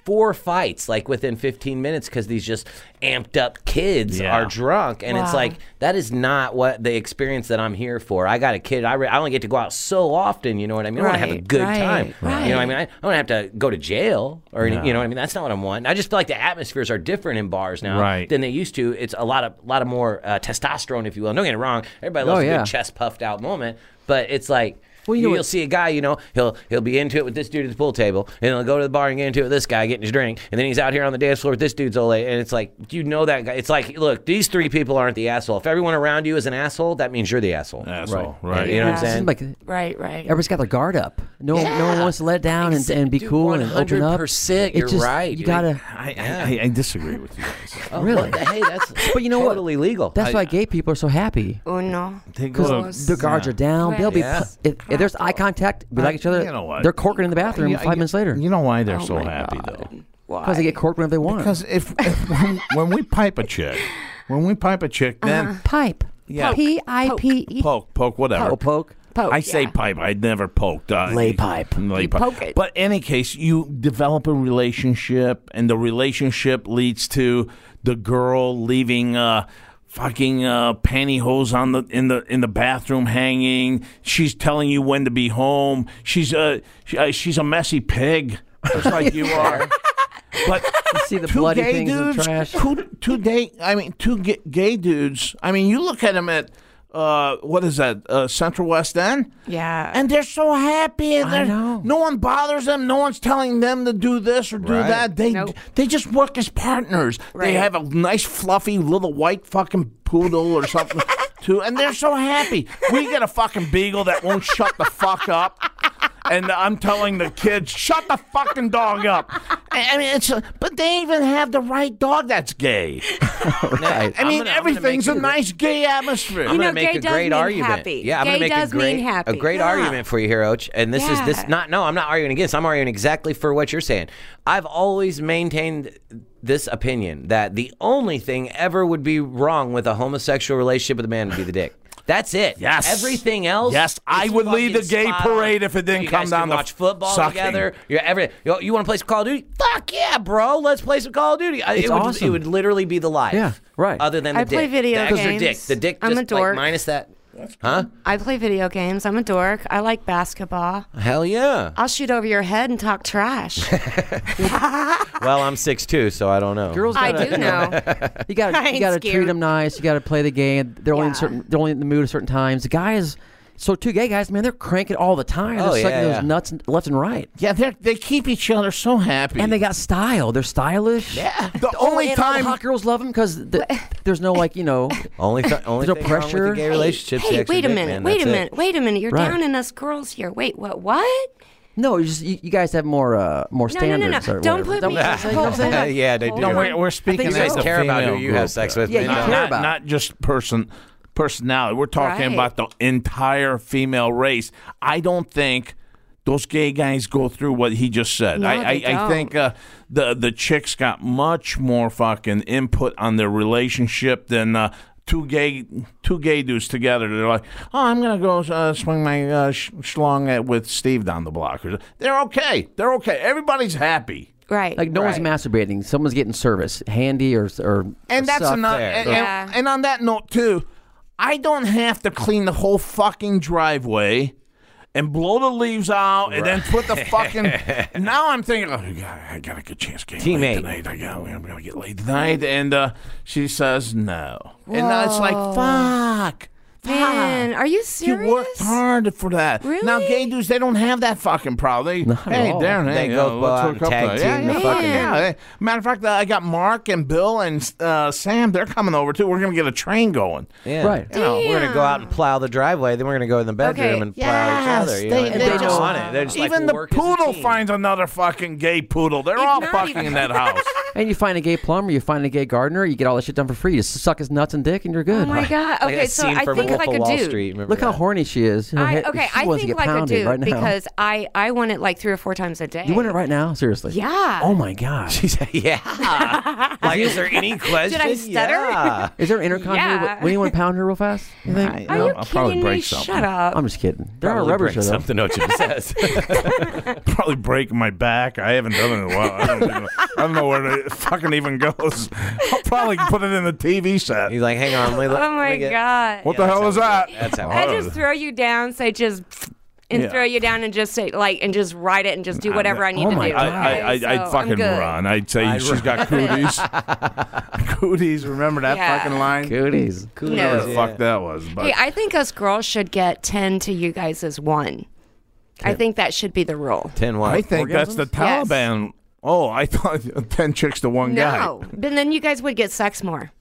Speaker 4: four fights like within 15 minutes because these just amped up kids
Speaker 3: Yeah.
Speaker 4: are drunk and it's like that is not what the experience that i'm here for i got a kid i, re- I only get to go out so often you know what i mean i want to have a
Speaker 5: Right,
Speaker 4: good
Speaker 5: right,
Speaker 4: time you know what i
Speaker 5: right.
Speaker 4: mean i, I don't have to go to jail or any, you know what i mean that's not what i'm wanting i just feel like the atmospheres are different in bars now
Speaker 3: Right.
Speaker 4: than they used to it's a lot of lot of more uh, testosterone if you will don't get it wrong everybody loves
Speaker 6: Oh,
Speaker 4: a
Speaker 6: yeah.
Speaker 4: good chest puffed out moment but it's like
Speaker 6: Well, you know
Speaker 4: you,
Speaker 6: what-
Speaker 4: will see a guy, you know, he'll he'll be into it with this dude at the pool table, and he'll go to the bar and get into it with this guy getting his drink, and then he's out here on the dance floor with this dude's old lady, and it's like you know that guy. It's like, look, these three people aren't the asshole. If everyone around you is an asshole, that means you're the asshole.
Speaker 3: Asshole, right.
Speaker 4: You know what I'm
Speaker 5: Yeah.
Speaker 4: saying?
Speaker 6: Seems like
Speaker 5: right, right.
Speaker 6: everybody's got their guard up. No, one, no one wants to let down and, and be
Speaker 4: Dude,
Speaker 6: cool and open up.
Speaker 4: 100%,
Speaker 6: It's
Speaker 4: you're
Speaker 6: just-
Speaker 4: right,
Speaker 6: You
Speaker 4: dude.
Speaker 6: gotta.
Speaker 3: I, I, I, I disagree with you guys.
Speaker 4: Oh,
Speaker 6: really?
Speaker 4: what the- hey, that's
Speaker 6: But you know what?
Speaker 4: totally legal.
Speaker 6: That's
Speaker 4: I-
Speaker 6: why gay people are so happy.
Speaker 5: Oh no.
Speaker 3: They go to-
Speaker 6: Because their guards are down. They'll be
Speaker 4: Yeah.
Speaker 6: if, if there's eye contact, we like each other.
Speaker 3: You know what?
Speaker 6: They're corking in the bathroom
Speaker 3: Yeah,
Speaker 6: five minutes later
Speaker 3: You know why they're so
Speaker 5: Oh my
Speaker 3: happy
Speaker 5: God.
Speaker 3: though?
Speaker 5: Why?
Speaker 6: because they get corked whenever they want.
Speaker 3: Because if, if when, when we pipe a chick, when we pipe a chick, then
Speaker 5: Uh-huh.
Speaker 6: pipe.
Speaker 3: Yeah.
Speaker 6: P I P E.
Speaker 3: poke, poke, whatever.
Speaker 6: Oh, poke.
Speaker 5: Poke,
Speaker 3: I say
Speaker 5: yeah.
Speaker 3: pipe. I never poked. Uh,
Speaker 6: Lay pipe.
Speaker 3: Lay
Speaker 5: You
Speaker 3: pipe.
Speaker 5: poke it.
Speaker 3: But any case, you develop a relationship, and the relationship leads to the girl leaving. Uh, Fucking uh, pantyhose on the in the in the bathroom hanging. She's telling you when to be home. She's a she, uh, she's a messy pig, just like you are. But
Speaker 6: See the
Speaker 3: two
Speaker 6: bloody
Speaker 3: gay
Speaker 6: things in the
Speaker 3: dudes,
Speaker 6: trash.
Speaker 3: Two, two gay. I mean, two gay, gay dudes. I mean, you look at them at uh, what is that? Uh, Central West End.
Speaker 7: Yeah.
Speaker 3: And they're so happy, and
Speaker 6: I
Speaker 3: they're-
Speaker 6: know.
Speaker 3: no one bothers them. No one's telling them to do this or do
Speaker 4: Right.
Speaker 3: that. They
Speaker 5: Nope.
Speaker 3: they just work as partners. They
Speaker 5: Right.
Speaker 3: have a nice fluffy little white fucking poodle or something too, and they're so happy. We get a fucking beagle that won't shut the fuck up. And I'm telling the kids, shut the fucking dog up. I I mean, it's a, but they even have the right dog that's gay.
Speaker 4: Now,
Speaker 3: I
Speaker 4: I'm
Speaker 3: mean,
Speaker 4: gonna- I'm gonna make
Speaker 3: everything's a
Speaker 4: you-
Speaker 3: nice gay atmosphere.
Speaker 4: I'm
Speaker 5: You
Speaker 4: gonna
Speaker 5: know,
Speaker 4: make
Speaker 5: gay
Speaker 4: a
Speaker 5: does
Speaker 4: great
Speaker 5: mean
Speaker 4: argument.
Speaker 5: happy.
Speaker 4: Yeah, I'm gonna
Speaker 5: Gay
Speaker 4: make
Speaker 5: does
Speaker 4: a great,
Speaker 5: mean happy.
Speaker 4: a great
Speaker 5: Yeah.
Speaker 4: argument for you here, Oach. And this is this
Speaker 5: Yeah.
Speaker 4: not no, I'm not arguing against. I'm arguing exactly for what you're saying. I've always maintained this opinion that the only thing ever would be wrong with a homosexual relationship with a man would be the dick. That's it.
Speaker 3: Yes.
Speaker 4: Everything else.
Speaker 3: Yes, I
Speaker 4: is
Speaker 3: would lead the
Speaker 4: fucking
Speaker 3: gay
Speaker 4: spot
Speaker 3: parade
Speaker 4: on.
Speaker 3: if it didn't
Speaker 4: you
Speaker 3: come
Speaker 4: guys
Speaker 3: down
Speaker 4: can
Speaker 3: to
Speaker 4: watch football
Speaker 3: sucking.
Speaker 4: together. You're every, you, want to play some Call of Duty? Fuck yeah, bro! Let's play some Call of Duty. I-
Speaker 6: It's
Speaker 4: it would, It
Speaker 6: awesome.
Speaker 4: would literally be the life.
Speaker 6: Yeah, right.
Speaker 4: Other than the
Speaker 5: I
Speaker 4: dick.
Speaker 5: play video
Speaker 4: the extra
Speaker 5: games.
Speaker 4: dick. The dick.
Speaker 5: I'm a
Speaker 4: just Like,
Speaker 5: dork.
Speaker 4: minus that. Huh?
Speaker 5: I play video games. I'm a dork. I like basketball.
Speaker 4: Hell yeah.
Speaker 5: I'll shoot over your head and talk trash.
Speaker 4: Well, I'm six two, so I don't know.
Speaker 6: Girls
Speaker 5: I
Speaker 6: gotta,
Speaker 5: do know.
Speaker 6: You gotta, you
Speaker 5: ain't
Speaker 6: gotta treat
Speaker 5: scared.
Speaker 6: them nice. You gotta play the game. They're only in
Speaker 5: Yeah.
Speaker 6: certain. They're only in the mood at certain times. The guys. So two gay guys, man, they're cranking all the time. They're
Speaker 4: Oh,
Speaker 6: sucking
Speaker 4: yeah,
Speaker 6: those
Speaker 4: yeah.
Speaker 6: nuts left and right,
Speaker 3: Yeah, they they keep each other so happy.
Speaker 6: and they got style. They're stylish.
Speaker 3: yeah. the only
Speaker 6: and all the
Speaker 3: time
Speaker 6: hot girls love them because there's no like you know.
Speaker 4: Only, th- only
Speaker 6: There's no
Speaker 4: thing wrong with the
Speaker 6: pressure.
Speaker 4: gay
Speaker 6: Hey,
Speaker 4: relationships. the
Speaker 5: hey,
Speaker 4: extra
Speaker 5: wait a
Speaker 4: dick,
Speaker 5: minute.
Speaker 4: man,
Speaker 5: wait a
Speaker 4: that's it.
Speaker 5: minute. Wait a minute. You're
Speaker 6: Right.
Speaker 5: downing us girls here. Wait, what? What?
Speaker 6: No, it's just you, you guys have more uh more
Speaker 5: No, no, no, no.
Speaker 6: standards. or
Speaker 5: Don't
Speaker 6: whatever.
Speaker 5: put me-
Speaker 6: you know what I'm saying?
Speaker 5: Hold on.
Speaker 4: yeah, they
Speaker 5: Hold
Speaker 4: do.
Speaker 5: on.
Speaker 3: we're, we're speaking
Speaker 6: I
Speaker 4: You
Speaker 6: think
Speaker 4: guys
Speaker 6: so.
Speaker 3: as a
Speaker 4: care about
Speaker 3: female
Speaker 4: who you
Speaker 3: group.
Speaker 4: have sex with.
Speaker 6: Yeah, you
Speaker 4: man.
Speaker 6: care
Speaker 3: not,
Speaker 6: about.
Speaker 3: not just person personality. We're talking
Speaker 5: Right.
Speaker 3: about the entire female race. I don't think those gay guys go through what he just said.
Speaker 5: No,
Speaker 3: I,
Speaker 5: they
Speaker 3: I, I
Speaker 5: don't.
Speaker 3: think uh, the the chicks got much more fucking input on their relationship than. Uh, Two gay, two gay dudes together. They're like, "Oh, I'm gonna go uh, swing my uh, sh- schlong at, with Steve down the block." They're okay. They're okay. Everybody's happy.
Speaker 5: Right.
Speaker 6: Like no
Speaker 5: right.
Speaker 6: one's masturbating. Someone's getting service, handy or or
Speaker 3: and that's
Speaker 6: sucked.
Speaker 3: enough.
Speaker 4: there.
Speaker 3: And,
Speaker 5: Yeah.
Speaker 3: and, and on that note too, I don't have to clean the whole fucking driveway and blow the leaves out and then put the fucking. now I'm thinking, oh, God, I got a good chance getting
Speaker 4: Teammate.
Speaker 3: late tonight. I got, I'm gonna get late tonight, and uh, she says no, and I was like, fuck.
Speaker 5: Man,
Speaker 3: fuck.
Speaker 5: are you
Speaker 3: You worked
Speaker 5: serious?
Speaker 3: hard for that. Now,
Speaker 5: Really?
Speaker 3: gay dudes, they don't have that fucking problem. They,
Speaker 6: Not at
Speaker 3: hey,
Speaker 6: all.
Speaker 3: Darren,
Speaker 4: They
Speaker 3: hey,
Speaker 4: go
Speaker 3: uh,
Speaker 4: go
Speaker 3: let's
Speaker 4: out
Speaker 3: hook
Speaker 4: and
Speaker 3: up
Speaker 4: tag
Speaker 3: uh,
Speaker 4: team
Speaker 3: yeah,
Speaker 4: the
Speaker 3: yeah,
Speaker 4: fucking-
Speaker 3: yeah. Hey, Matter of fact, uh, I got Mark and Bill and uh, Sam. They're coming over too. We're gonna get a train going.
Speaker 4: Yeah.
Speaker 6: Right.
Speaker 4: You know, we're gonna go out and plow the driveway. Then we're gonna go in the bedroom
Speaker 5: Okay.
Speaker 4: and plow each
Speaker 3: Yes,
Speaker 4: other.
Speaker 3: they-
Speaker 4: You know, and
Speaker 3: they
Speaker 4: they're
Speaker 3: just-
Speaker 4: just on it. They're just
Speaker 3: Even
Speaker 4: like,
Speaker 3: the
Speaker 4: work as a
Speaker 3: poodle
Speaker 4: team.
Speaker 3: finds another fucking gay poodle. They're all
Speaker 5: not
Speaker 3: fucking
Speaker 5: even-
Speaker 3: in that house.
Speaker 6: And you find a gay plumber, you find a gay gardener, you get all that shit done for free. You just suck his nuts and dick, and you're
Speaker 5: Oh
Speaker 6: good.
Speaker 5: my god.
Speaker 4: Like
Speaker 5: Okay,
Speaker 4: that
Speaker 5: so
Speaker 4: scene
Speaker 5: I
Speaker 4: from
Speaker 5: think
Speaker 4: Wolf
Speaker 5: like
Speaker 4: of
Speaker 5: a
Speaker 4: Wall
Speaker 5: dude.
Speaker 4: Street. Remember
Speaker 6: Look how
Speaker 4: that?
Speaker 6: horny she is. Her
Speaker 5: I,
Speaker 6: head-
Speaker 5: okay,
Speaker 6: she
Speaker 5: I
Speaker 6: wants to
Speaker 5: think
Speaker 6: get
Speaker 5: like a
Speaker 6: pounded
Speaker 5: dude
Speaker 6: right now.
Speaker 5: because I I want it like three or four times a day.
Speaker 6: you want it right now, seriously.
Speaker 5: Yeah.
Speaker 6: Oh my god.
Speaker 4: yeah. like, is there any question?
Speaker 5: stutter?
Speaker 4: Yeah.
Speaker 6: Is there an intercom here?
Speaker 5: Yeah.
Speaker 6: Would- Would anyone pound her real fast? You think?
Speaker 3: I-
Speaker 5: Are
Speaker 3: No,
Speaker 5: you
Speaker 3: I'll probably
Speaker 5: kidding me?
Speaker 3: break something.
Speaker 5: Shut up.
Speaker 6: I'm just kidding. There are
Speaker 4: Probably
Speaker 6: rubber
Speaker 4: break
Speaker 6: show though.
Speaker 4: something. What you says.
Speaker 3: Probably break my back. I haven't done it in a while. I don't, even, I don't know where it fucking even goes. I'll probably put it in the TV set.
Speaker 4: He's like, hang on. Let me,
Speaker 5: oh my god.
Speaker 3: What the hell is that?
Speaker 4: That's how.
Speaker 5: I just throw you down, say just and
Speaker 3: Yeah.
Speaker 5: throw you down and just say like and just write it and just do whatever I need
Speaker 6: oh
Speaker 5: to
Speaker 6: my
Speaker 5: do.
Speaker 6: God.
Speaker 3: I, I, I,
Speaker 5: okay?
Speaker 3: I'd
Speaker 5: So I'm
Speaker 3: fucking
Speaker 5: good.
Speaker 3: run. I'd say she's got cooties. cooties, remember that
Speaker 5: Yeah.
Speaker 3: fucking line?
Speaker 6: Cooties.
Speaker 3: Whatever
Speaker 5: No.
Speaker 3: the fuck that was. But
Speaker 5: Hey, I think us girls should get ten to you guys as one. I think that should be the rule.
Speaker 4: Ten one.
Speaker 3: I think that's the
Speaker 5: Orgasms?
Speaker 3: Taliban. Oh, I thought 10 chicks to one
Speaker 5: No,
Speaker 3: guy.
Speaker 5: but then you guys would get sex more.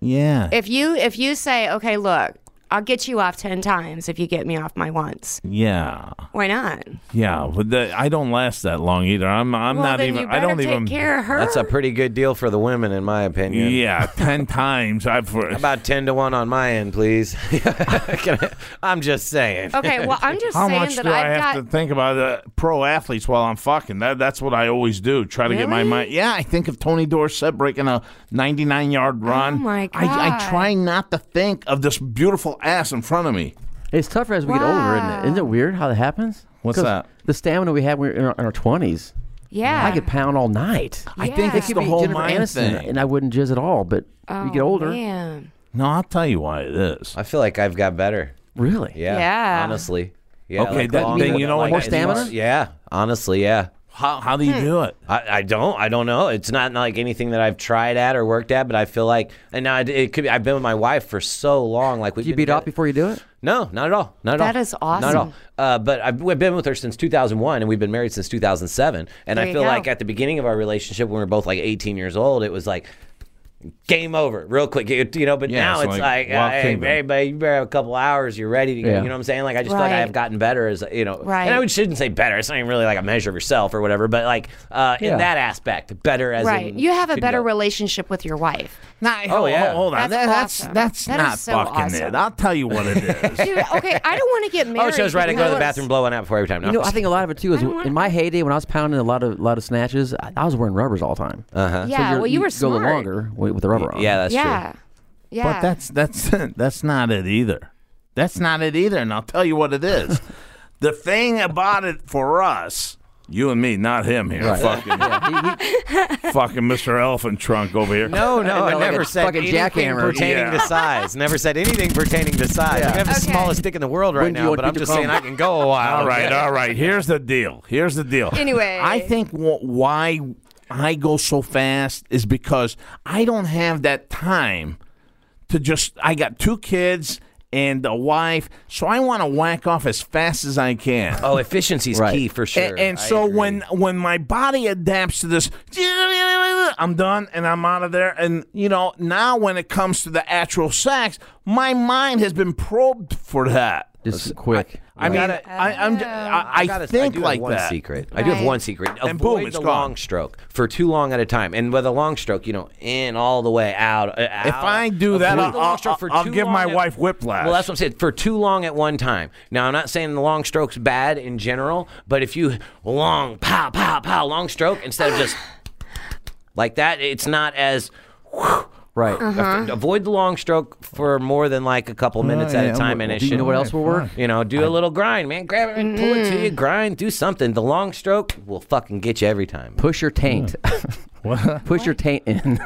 Speaker 3: Yeah.
Speaker 5: If you if you say, okay, look, I'll get you off ten times if you get me off my once.
Speaker 3: Yeah.
Speaker 5: Why not?
Speaker 3: Yeah, but the, I don't last that long either. I'm I'm
Speaker 5: well,
Speaker 3: not
Speaker 5: then
Speaker 3: even.
Speaker 5: you
Speaker 3: I
Speaker 5: better
Speaker 3: don't
Speaker 5: take
Speaker 3: even.
Speaker 5: care of her.
Speaker 4: That's a pretty good deal for the women, in my opinion.
Speaker 3: Yeah, ten times I've.
Speaker 4: About ten to one on my end, please. Can I- I'm just saying.
Speaker 5: okay. Well, I'm just
Speaker 3: How
Speaker 5: saying
Speaker 3: much
Speaker 5: that
Speaker 3: do I
Speaker 5: I've
Speaker 3: have
Speaker 5: got.
Speaker 3: to think about the pro athletes while I'm fucking? That that's what I always do. Try to get my
Speaker 5: Really?
Speaker 3: mind. Yeah, I think of Tony Dorsett breaking a 99 yard run.
Speaker 5: my
Speaker 3: I, I
Speaker 5: God.
Speaker 3: try not to think of this beautiful ass in front of me.
Speaker 6: It's tougher as we get older, isn't it? Isn't it weird how that happens?
Speaker 3: What's
Speaker 6: 'Cause
Speaker 3: that?
Speaker 6: The stamina we had when we were in our- in our twenties.
Speaker 5: yeah.
Speaker 6: I could pound all night.
Speaker 3: I think
Speaker 5: Yeah.
Speaker 3: it's
Speaker 5: It
Speaker 3: the
Speaker 6: Be
Speaker 3: whole
Speaker 6: Jennifer
Speaker 3: mind
Speaker 6: Aniston,
Speaker 3: thing.
Speaker 6: and I wouldn't jizz at all. But you get older,
Speaker 5: Oh, Man.
Speaker 3: No, I'll tell you why it is.
Speaker 4: I feel like I've got better.
Speaker 6: really?
Speaker 4: Yeah.
Speaker 5: Yeah.
Speaker 4: Honestly. Yeah.
Speaker 3: Okay, that- then you know what
Speaker 6: More
Speaker 4: it's
Speaker 6: stamina?
Speaker 4: more- Yeah. Honestly, yeah.
Speaker 3: How how do you do it?
Speaker 4: I, I don't I don't know. It's not, not like anything that I've tried at or worked at, but I feel like and now it, it could be I've been with my wife for so long. Like we
Speaker 6: Do you beat off before you do it?
Speaker 4: No, not at all. Not at all.
Speaker 5: That is
Speaker 4: Not at
Speaker 5: awesome.
Speaker 4: all. Uh, but I've we've been with her since 2001, and we've been married since 2007. And
Speaker 5: There
Speaker 4: I
Speaker 5: you
Speaker 4: feel
Speaker 5: go.
Speaker 4: like at the beginning of our relationship, when we were both like 18 years old, it was like game over real quick, you you know. But
Speaker 3: Yeah,
Speaker 4: now
Speaker 3: it's
Speaker 4: it's
Speaker 3: like
Speaker 4: like,
Speaker 3: Wild
Speaker 4: uh, hey,
Speaker 3: Kingdom.
Speaker 4: babe, babe, you better have a couple hours. You're ready to go.
Speaker 6: Yeah.
Speaker 4: You know what I'm saying? Like I just feel like I
Speaker 5: Right.
Speaker 4: have gotten better as you know.
Speaker 5: Right.
Speaker 4: And I shouldn't say better. It's not even really like a measure of yourself or whatever. But like uh,
Speaker 6: Yeah.
Speaker 4: in that aspect, better as
Speaker 5: Right.
Speaker 4: in-
Speaker 5: You have a
Speaker 4: to
Speaker 5: better
Speaker 4: go.
Speaker 5: relationship with your wife.
Speaker 3: Nah, hold,
Speaker 4: Oh, yeah.
Speaker 3: hold on.
Speaker 5: That's
Speaker 3: That- That's
Speaker 5: awesome.
Speaker 3: that's,
Speaker 5: That is
Speaker 3: not
Speaker 5: so
Speaker 3: fucking it.
Speaker 5: awesome.
Speaker 3: I'll tell you what it is.
Speaker 5: Dude, okay, I don't want to get married.
Speaker 4: Oh, she was right. I go to the
Speaker 5: because-
Speaker 4: bathroom, blow one out before every time. No.
Speaker 6: You know, I think a lot of it too is
Speaker 5: I don't want-
Speaker 6: in my heyday when I was pounding a lot of lot of snatches, I, I was wearing rubbers all the time. Uh-huh.
Speaker 5: Yeah, well, you were
Speaker 6: go the
Speaker 5: smart.
Speaker 6: longer with, with the rubber on.
Speaker 4: yeah, that's true.
Speaker 5: Yeah. Yeah.
Speaker 3: But that's that's that's not it either. That's not it either, and I'll tell you what it is. the thing about it for us, you and me, not him here, fucking, fucking Mr. Elephant Trunk over here.
Speaker 4: No, no,
Speaker 6: I
Speaker 4: Oh, I
Speaker 6: know, like
Speaker 4: never
Speaker 6: a
Speaker 4: said
Speaker 6: fucking
Speaker 4: anything
Speaker 6: jackhammer.
Speaker 4: pertaining
Speaker 3: Yeah.
Speaker 4: to size. Never said anything pertaining to size. I have the
Speaker 5: Okay.
Speaker 4: smallest dick in the world right
Speaker 6: When do you
Speaker 4: now,
Speaker 6: want
Speaker 4: but
Speaker 6: me
Speaker 4: I'm
Speaker 6: to
Speaker 4: just
Speaker 6: come?
Speaker 4: saying I can go a while.
Speaker 3: All right, all right. Here's the deal. Here's the deal.
Speaker 5: Anyway.
Speaker 3: I think wh- why I go so fast is because I don't have that time to just. I got two kids and a wife, so I want to whack off as fast as I can.
Speaker 4: Oh, efficiency is
Speaker 6: Right.
Speaker 4: key for sure.
Speaker 3: A- And,
Speaker 4: I
Speaker 3: so
Speaker 4: agree.
Speaker 3: when when my body adapts to this, I'm done and I'm out of there. And you know now when it comes to the actual sex, my mind has been probed for that.
Speaker 6: just quick.
Speaker 3: I mean, I, I'm j- I, I
Speaker 4: gotta-
Speaker 3: think
Speaker 4: do have
Speaker 3: like
Speaker 4: one
Speaker 3: that.
Speaker 4: secret. I do have
Speaker 5: Right.
Speaker 4: one secret. Avoid
Speaker 3: And boom, it's
Speaker 4: the
Speaker 3: gone.
Speaker 4: long stroke for too long at a time. And with a long stroke, you know, in all the way out. uh, out.
Speaker 3: If I do that,
Speaker 4: Avoid
Speaker 3: I'll-
Speaker 4: the long
Speaker 3: I'll-
Speaker 4: stroke for
Speaker 3: I'll
Speaker 4: too
Speaker 3: give my
Speaker 4: long at-
Speaker 3: wife whiplash.
Speaker 4: Well, that's what I'm saying. For too long at one time. Now, I'm not saying the long stroke's bad in general, but if you long pow pow pow long stroke instead of just like that, it's not as
Speaker 6: Right.
Speaker 4: Uh-huh. avoid the long stroke for more than like a couple minutes at
Speaker 3: Uh, yeah,
Speaker 4: a time, and it
Speaker 6: Do you know
Speaker 4: shouldn't-
Speaker 6: what else will work?
Speaker 4: you know, do a little grind, man. Grab it and pull it to you.
Speaker 5: Mm-hmm.
Speaker 4: Grind, do something. The long stroke will fucking get you every time.
Speaker 6: Push your taint. Push your taint in.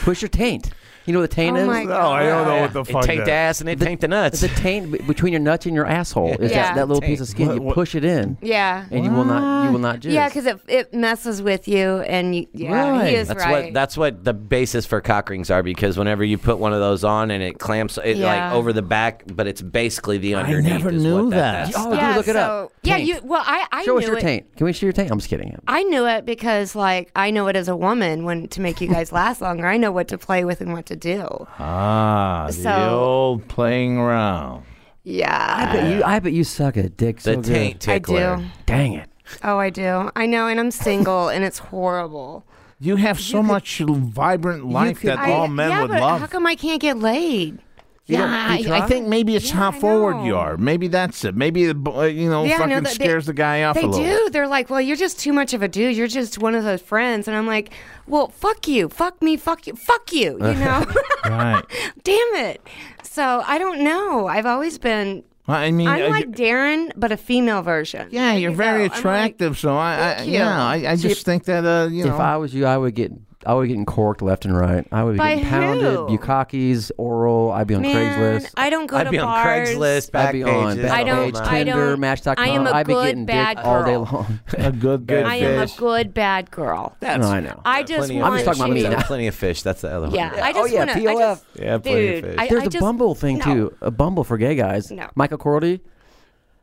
Speaker 6: Push your taint. You know what the taint
Speaker 5: Oh
Speaker 6: is?
Speaker 5: my
Speaker 3: No, I don't know what the
Speaker 4: It
Speaker 3: fuck.
Speaker 4: tanked the
Speaker 3: that-
Speaker 4: ass and it tanked the nuts.
Speaker 6: It's a taint be- between your nuts and your asshole. Is
Speaker 5: Yeah.
Speaker 6: that, that little piece of skin?
Speaker 3: What-
Speaker 6: You
Speaker 3: what-
Speaker 6: push it in,
Speaker 5: Yeah.
Speaker 6: and you will not. You will not jizz.
Speaker 5: Yeah, because it, it messes with you, and you, yeah,
Speaker 6: Right.
Speaker 5: he is
Speaker 4: That's
Speaker 5: right.
Speaker 4: what that's what the basis for cock rings are because whenever you put one of those on and it clamps it
Speaker 5: Yeah.
Speaker 4: like over the back, but it's basically the underneath.
Speaker 3: never
Speaker 4: is
Speaker 3: knew
Speaker 4: what
Speaker 3: that.
Speaker 4: that's.
Speaker 6: oh, dude,
Speaker 5: yeah,
Speaker 6: look it up.
Speaker 5: so- Yeah,
Speaker 6: Taint.
Speaker 5: you. Well, I I
Speaker 6: Show
Speaker 5: knew
Speaker 6: us your
Speaker 5: it.
Speaker 6: taint. Can we see your taint? I'm just kidding.
Speaker 5: I knew it because, like, I know it as a woman when to make you guys last longer. I know what to play with and what to do.
Speaker 3: Ah, the
Speaker 5: So-
Speaker 3: old playing around.
Speaker 6: I
Speaker 5: Yeah,
Speaker 6: bet you. I bet you suck at dick
Speaker 4: The
Speaker 6: so good.
Speaker 4: taint
Speaker 5: I
Speaker 4: tickler.
Speaker 5: do.
Speaker 6: Dang it.
Speaker 5: Oh, I do. I know, and I'm single, and it's horrible.
Speaker 3: You have so much vibrant life
Speaker 6: could-
Speaker 3: that
Speaker 5: I,
Speaker 3: all men
Speaker 5: yeah,
Speaker 3: would
Speaker 5: but
Speaker 3: love.
Speaker 5: How come I can't get laid?
Speaker 3: You don't-
Speaker 5: yeah,
Speaker 3: you
Speaker 5: I- I
Speaker 3: try? think maybe it's
Speaker 5: Yeah,
Speaker 3: how
Speaker 5: I
Speaker 3: forward you
Speaker 5: know.
Speaker 3: are. Maybe that's it. Maybe the bo- uh, you know
Speaker 5: Yeah, I know
Speaker 3: fucking
Speaker 5: that they-
Speaker 3: scares the guy off
Speaker 5: They
Speaker 3: a little.
Speaker 5: do. They're like, well, you're just too much of a dude. You're just one of those friends. And I'm like, well, fuck you. Fuck me. Fuck you. Fuck you. You know?
Speaker 3: Right.
Speaker 5: Damn it. So I don't know. I've always been.
Speaker 3: Well, I mean, uh,
Speaker 5: I'm like
Speaker 3: you-
Speaker 5: Darren, but a female version.
Speaker 3: yeah,
Speaker 5: There
Speaker 3: you're
Speaker 5: you
Speaker 3: very
Speaker 5: go. I'm
Speaker 3: attractive. so I, I
Speaker 5: thank you.
Speaker 3: yeah, I, I just think that uh, you know.
Speaker 6: If I was you, I would get. I would be getting corked left and right. I would be
Speaker 5: By
Speaker 6: getting pounded,
Speaker 5: who?
Speaker 6: bukkakis, oral. I'd be on
Speaker 5: Like, Man,
Speaker 6: Craigslist.
Speaker 5: I don't go
Speaker 4: I'd
Speaker 5: to
Speaker 4: be on
Speaker 5: bars.
Speaker 4: Craigslist,
Speaker 6: I'd be on
Speaker 4: Backpages,
Speaker 6: Backpage,
Speaker 5: I don't-
Speaker 4: all that.
Speaker 5: I
Speaker 6: Tinder,
Speaker 5: don't-
Speaker 6: Match.com.
Speaker 5: I am a
Speaker 6: I'd be
Speaker 5: good,
Speaker 6: getting
Speaker 5: bad
Speaker 6: dick all day
Speaker 5: girl.
Speaker 6: long.
Speaker 3: a good bad
Speaker 5: I am a
Speaker 3: bitch.
Speaker 5: good bad girl.
Speaker 6: That's, no, I know.
Speaker 5: I just
Speaker 4: Plenty
Speaker 5: want
Speaker 4: of
Speaker 6: I'm just talking
Speaker 5: you.
Speaker 6: about me.
Speaker 4: plenty of fish. That's the other one.
Speaker 5: Yeah, I just
Speaker 6: Oh, yeah,
Speaker 5: want to. I
Speaker 6: PLF.
Speaker 5: just,
Speaker 3: Yeah, plenty of
Speaker 5: dude,
Speaker 3: fish.
Speaker 5: I,
Speaker 6: There's
Speaker 5: I
Speaker 6: a
Speaker 5: just,
Speaker 6: Bumble thing
Speaker 5: no.
Speaker 6: too. A Bumble for gay guys.
Speaker 5: No.
Speaker 6: Michael Cordy.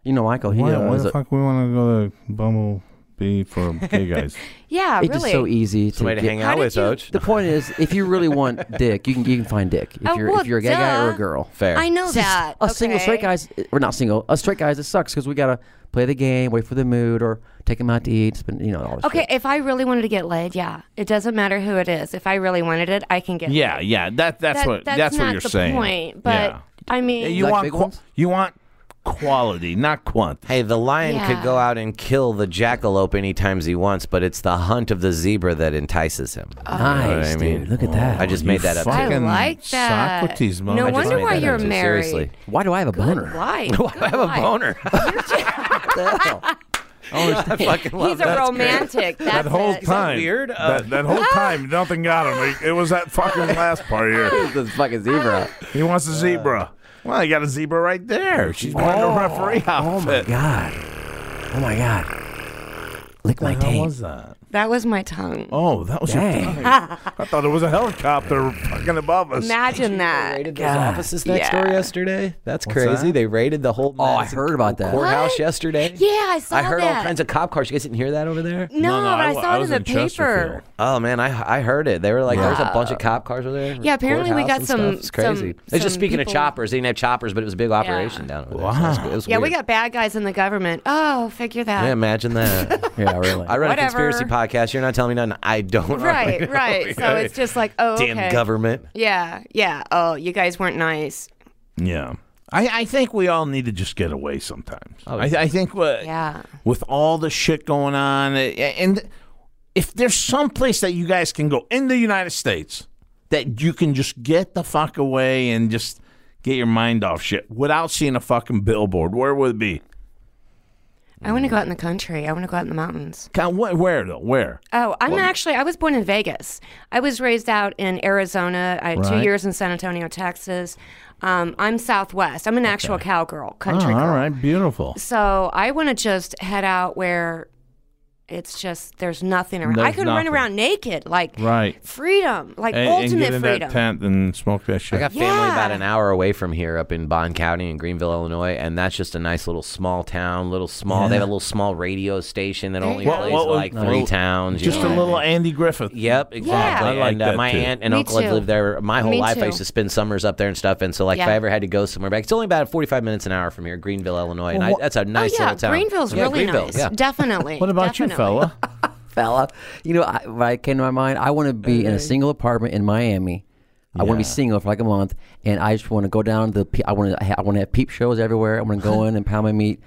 Speaker 6: You know Michael. He
Speaker 7: Why,
Speaker 6: uh,
Speaker 7: why
Speaker 6: is
Speaker 7: the
Speaker 6: a-
Speaker 7: fuck we want to go to Bumblebee for gay guys?
Speaker 5: Yeah,
Speaker 6: it's
Speaker 5: really.
Speaker 6: just so easy to,
Speaker 4: Somebody to
Speaker 6: get-
Speaker 4: hang
Speaker 5: How
Speaker 4: out
Speaker 5: did
Speaker 4: with,
Speaker 5: you-
Speaker 4: Oach.
Speaker 6: The point is, if you really want dick, you can you can find dick. If
Speaker 5: Oh,
Speaker 6: you're
Speaker 5: well,
Speaker 6: if you're a gay guy or a
Speaker 5: duh.
Speaker 6: girl,
Speaker 4: Fair.
Speaker 5: I know that.
Speaker 6: us single
Speaker 5: okay?
Speaker 6: straight guys, we're not single. Us straight guys, it sucks because we gotta play the game, wait for the mood, or take them out to eat. Spend, you know all this.
Speaker 5: Okay,
Speaker 6: shit.
Speaker 5: if I really wanted to get laid, yeah, it doesn't matter who it is. If I really wanted it, I can get.
Speaker 3: Yeah,
Speaker 5: laid.
Speaker 3: yeah. That that's
Speaker 5: That-
Speaker 3: what
Speaker 5: that's,
Speaker 3: that's, what
Speaker 5: not
Speaker 3: you're
Speaker 5: the
Speaker 3: saying.
Speaker 5: point. But
Speaker 3: yeah.
Speaker 5: I
Speaker 3: Yeah,
Speaker 5: mean,
Speaker 3: you
Speaker 6: like
Speaker 3: want
Speaker 6: big
Speaker 3: qu-
Speaker 6: ones?
Speaker 3: you want quality, not quant.
Speaker 4: Hey, the lion could
Speaker 5: Yeah.
Speaker 4: go out and kill the jackalope any times he wants, but it's the hunt of the zebra that entices him. You know
Speaker 5: Oh.
Speaker 4: what
Speaker 6: nice,
Speaker 4: I mean?
Speaker 6: dude. Look at that.
Speaker 4: I just made that up.
Speaker 5: I
Speaker 4: too.
Speaker 3: fucking
Speaker 5: like that.
Speaker 3: Socrates moment.
Speaker 5: No
Speaker 3: I just
Speaker 5: wonder
Speaker 3: made
Speaker 5: why
Speaker 3: that
Speaker 5: you're
Speaker 3: up, too.
Speaker 5: married.
Speaker 4: Seriously.
Speaker 6: Why do I have a
Speaker 5: Good
Speaker 6: boner?
Speaker 5: life.
Speaker 4: I have a
Speaker 5: Good
Speaker 4: boner. I fucking
Speaker 5: life.
Speaker 4: love
Speaker 5: He's
Speaker 4: that.
Speaker 5: a romantic. That's
Speaker 7: that whole
Speaker 5: it.
Speaker 7: time,
Speaker 4: weird?
Speaker 5: Uh,
Speaker 7: That, that whole time, nothing got him. Like, It was that fucking last part here.
Speaker 6: This fucking zebra. Uh,
Speaker 7: He wants a zebra.
Speaker 3: Well, you got a zebra right there. She's wearing a referee
Speaker 6: Oh
Speaker 3: outfit.
Speaker 6: my god. Oh my god. Lick my
Speaker 3: What
Speaker 6: taint.
Speaker 3: was that?
Speaker 5: That was my tongue.
Speaker 3: Oh, that was your
Speaker 6: Dang.
Speaker 7: I thought it was a helicopter fucking above us.
Speaker 5: Imagine that.
Speaker 4: raided those offices next door
Speaker 5: Yeah.
Speaker 4: yesterday. That's crazy. They raided the whole.
Speaker 6: Oh, I
Speaker 4: Madison
Speaker 6: heard about that.
Speaker 4: courthouse
Speaker 5: What?
Speaker 4: yesterday.
Speaker 5: Yeah, I saw
Speaker 4: I heard
Speaker 5: that.
Speaker 4: all kinds of cop cars. You guys didn't hear that over there?
Speaker 5: No,
Speaker 3: No, no,
Speaker 5: but
Speaker 3: I
Speaker 5: I,
Speaker 3: wa-
Speaker 5: saw
Speaker 3: I
Speaker 5: it
Speaker 3: was
Speaker 5: in the
Speaker 3: in Chesterfield.
Speaker 5: paper.
Speaker 4: Oh man, I I heard it. They were like, there's a bunch of cop cars over there.
Speaker 5: Oh. Yeah, apparently we
Speaker 4: courthouse
Speaker 5: got
Speaker 4: and
Speaker 5: some-
Speaker 4: stuff. It's crazy.
Speaker 5: some-
Speaker 4: it's just
Speaker 5: some
Speaker 4: speaking
Speaker 5: people-
Speaker 4: of choppers. They didn't have choppers, but it was a big operation down over there. Wow.
Speaker 5: Yeah, we got bad guys in the government. Oh, figure that.
Speaker 4: Yeah, imagine that.
Speaker 6: Yeah, Oh, really.
Speaker 4: I run a
Speaker 5: Whatever.
Speaker 4: conspiracy podcast. You're not telling me nothing. I don't. already
Speaker 5: right,
Speaker 4: know.
Speaker 5: right. So it's just like, oh,
Speaker 4: Damn
Speaker 5: okay.
Speaker 4: government.
Speaker 5: Yeah, yeah. Oh, you guys weren't nice.
Speaker 3: Yeah. I, I think we all need to just get away sometimes. I, I think what,
Speaker 5: Yeah.
Speaker 3: with all the shit going on, uh, and if there's some place that you guys can go in the United States that you can just get the fuck away and just get your mind off shit without seeing a fucking billboard, where would it be?
Speaker 5: I want to go out in the country. I want to go out in the mountains.
Speaker 3: Kind of, wh- where though? Where?
Speaker 5: Oh, I'm actually, I was born in Vegas. I was raised out in Arizona. I had two
Speaker 3: Right.
Speaker 5: years in San Antonio, Texas. Um, I'm Southwest. I'm an actual cowgirl,
Speaker 3: Oh,
Speaker 5: country girl.
Speaker 3: all right, beautiful.
Speaker 5: So I want to just head out where it's just, there's nothing around. I
Speaker 3: There's
Speaker 5: could run
Speaker 3: nothing.
Speaker 5: around naked. Like,
Speaker 3: Right.
Speaker 5: freedom. Like,
Speaker 7: And, and
Speaker 5: ultimate
Speaker 7: get in
Speaker 5: freedom.
Speaker 7: that tent and smoke that shit.
Speaker 4: I got family
Speaker 5: Yeah.
Speaker 4: about an hour away from here up in Bond County in Greenville, Illinois, and that's just a nice little small town, little small. They have a little small radio station that only
Speaker 5: you go.
Speaker 4: plays
Speaker 3: What- what-
Speaker 4: like three
Speaker 3: what-
Speaker 4: towns. you
Speaker 3: Just
Speaker 4: know
Speaker 3: a
Speaker 4: what I
Speaker 3: little
Speaker 4: mean?
Speaker 3: Andy Griffith.
Speaker 4: Yep, exactly.
Speaker 5: I
Speaker 3: like
Speaker 4: and uh,
Speaker 3: that,
Speaker 4: my
Speaker 3: too.
Speaker 4: aunt and
Speaker 5: Me
Speaker 4: uncle have
Speaker 5: too.
Speaker 4: lived there my whole
Speaker 5: Me
Speaker 4: life. I
Speaker 5: too.
Speaker 4: used to spend summers up there and stuff. And so, like, if
Speaker 5: Yeah.
Speaker 4: I ever had to go somewhere back, it's only about 45 minutes an hour from here, Greenville, Illinois. And I, that's a nice
Speaker 5: oh, yeah,
Speaker 4: little town.
Speaker 5: Greenville's
Speaker 4: Yeah,
Speaker 5: really
Speaker 4: Greenville,
Speaker 5: nice.
Speaker 4: Yeah.
Speaker 5: Definitely.
Speaker 3: What about you,
Speaker 5: Definitely.
Speaker 3: fella?
Speaker 6: fella. You know, I, when I came to my mind, I want to be
Speaker 5: Mm-hmm.
Speaker 6: in a single apartment in Miami. I want to be single for like a month, and I just want to go down to the. pe- I want to. I want to have peep shows everywhere. I want to go in and pound my meat.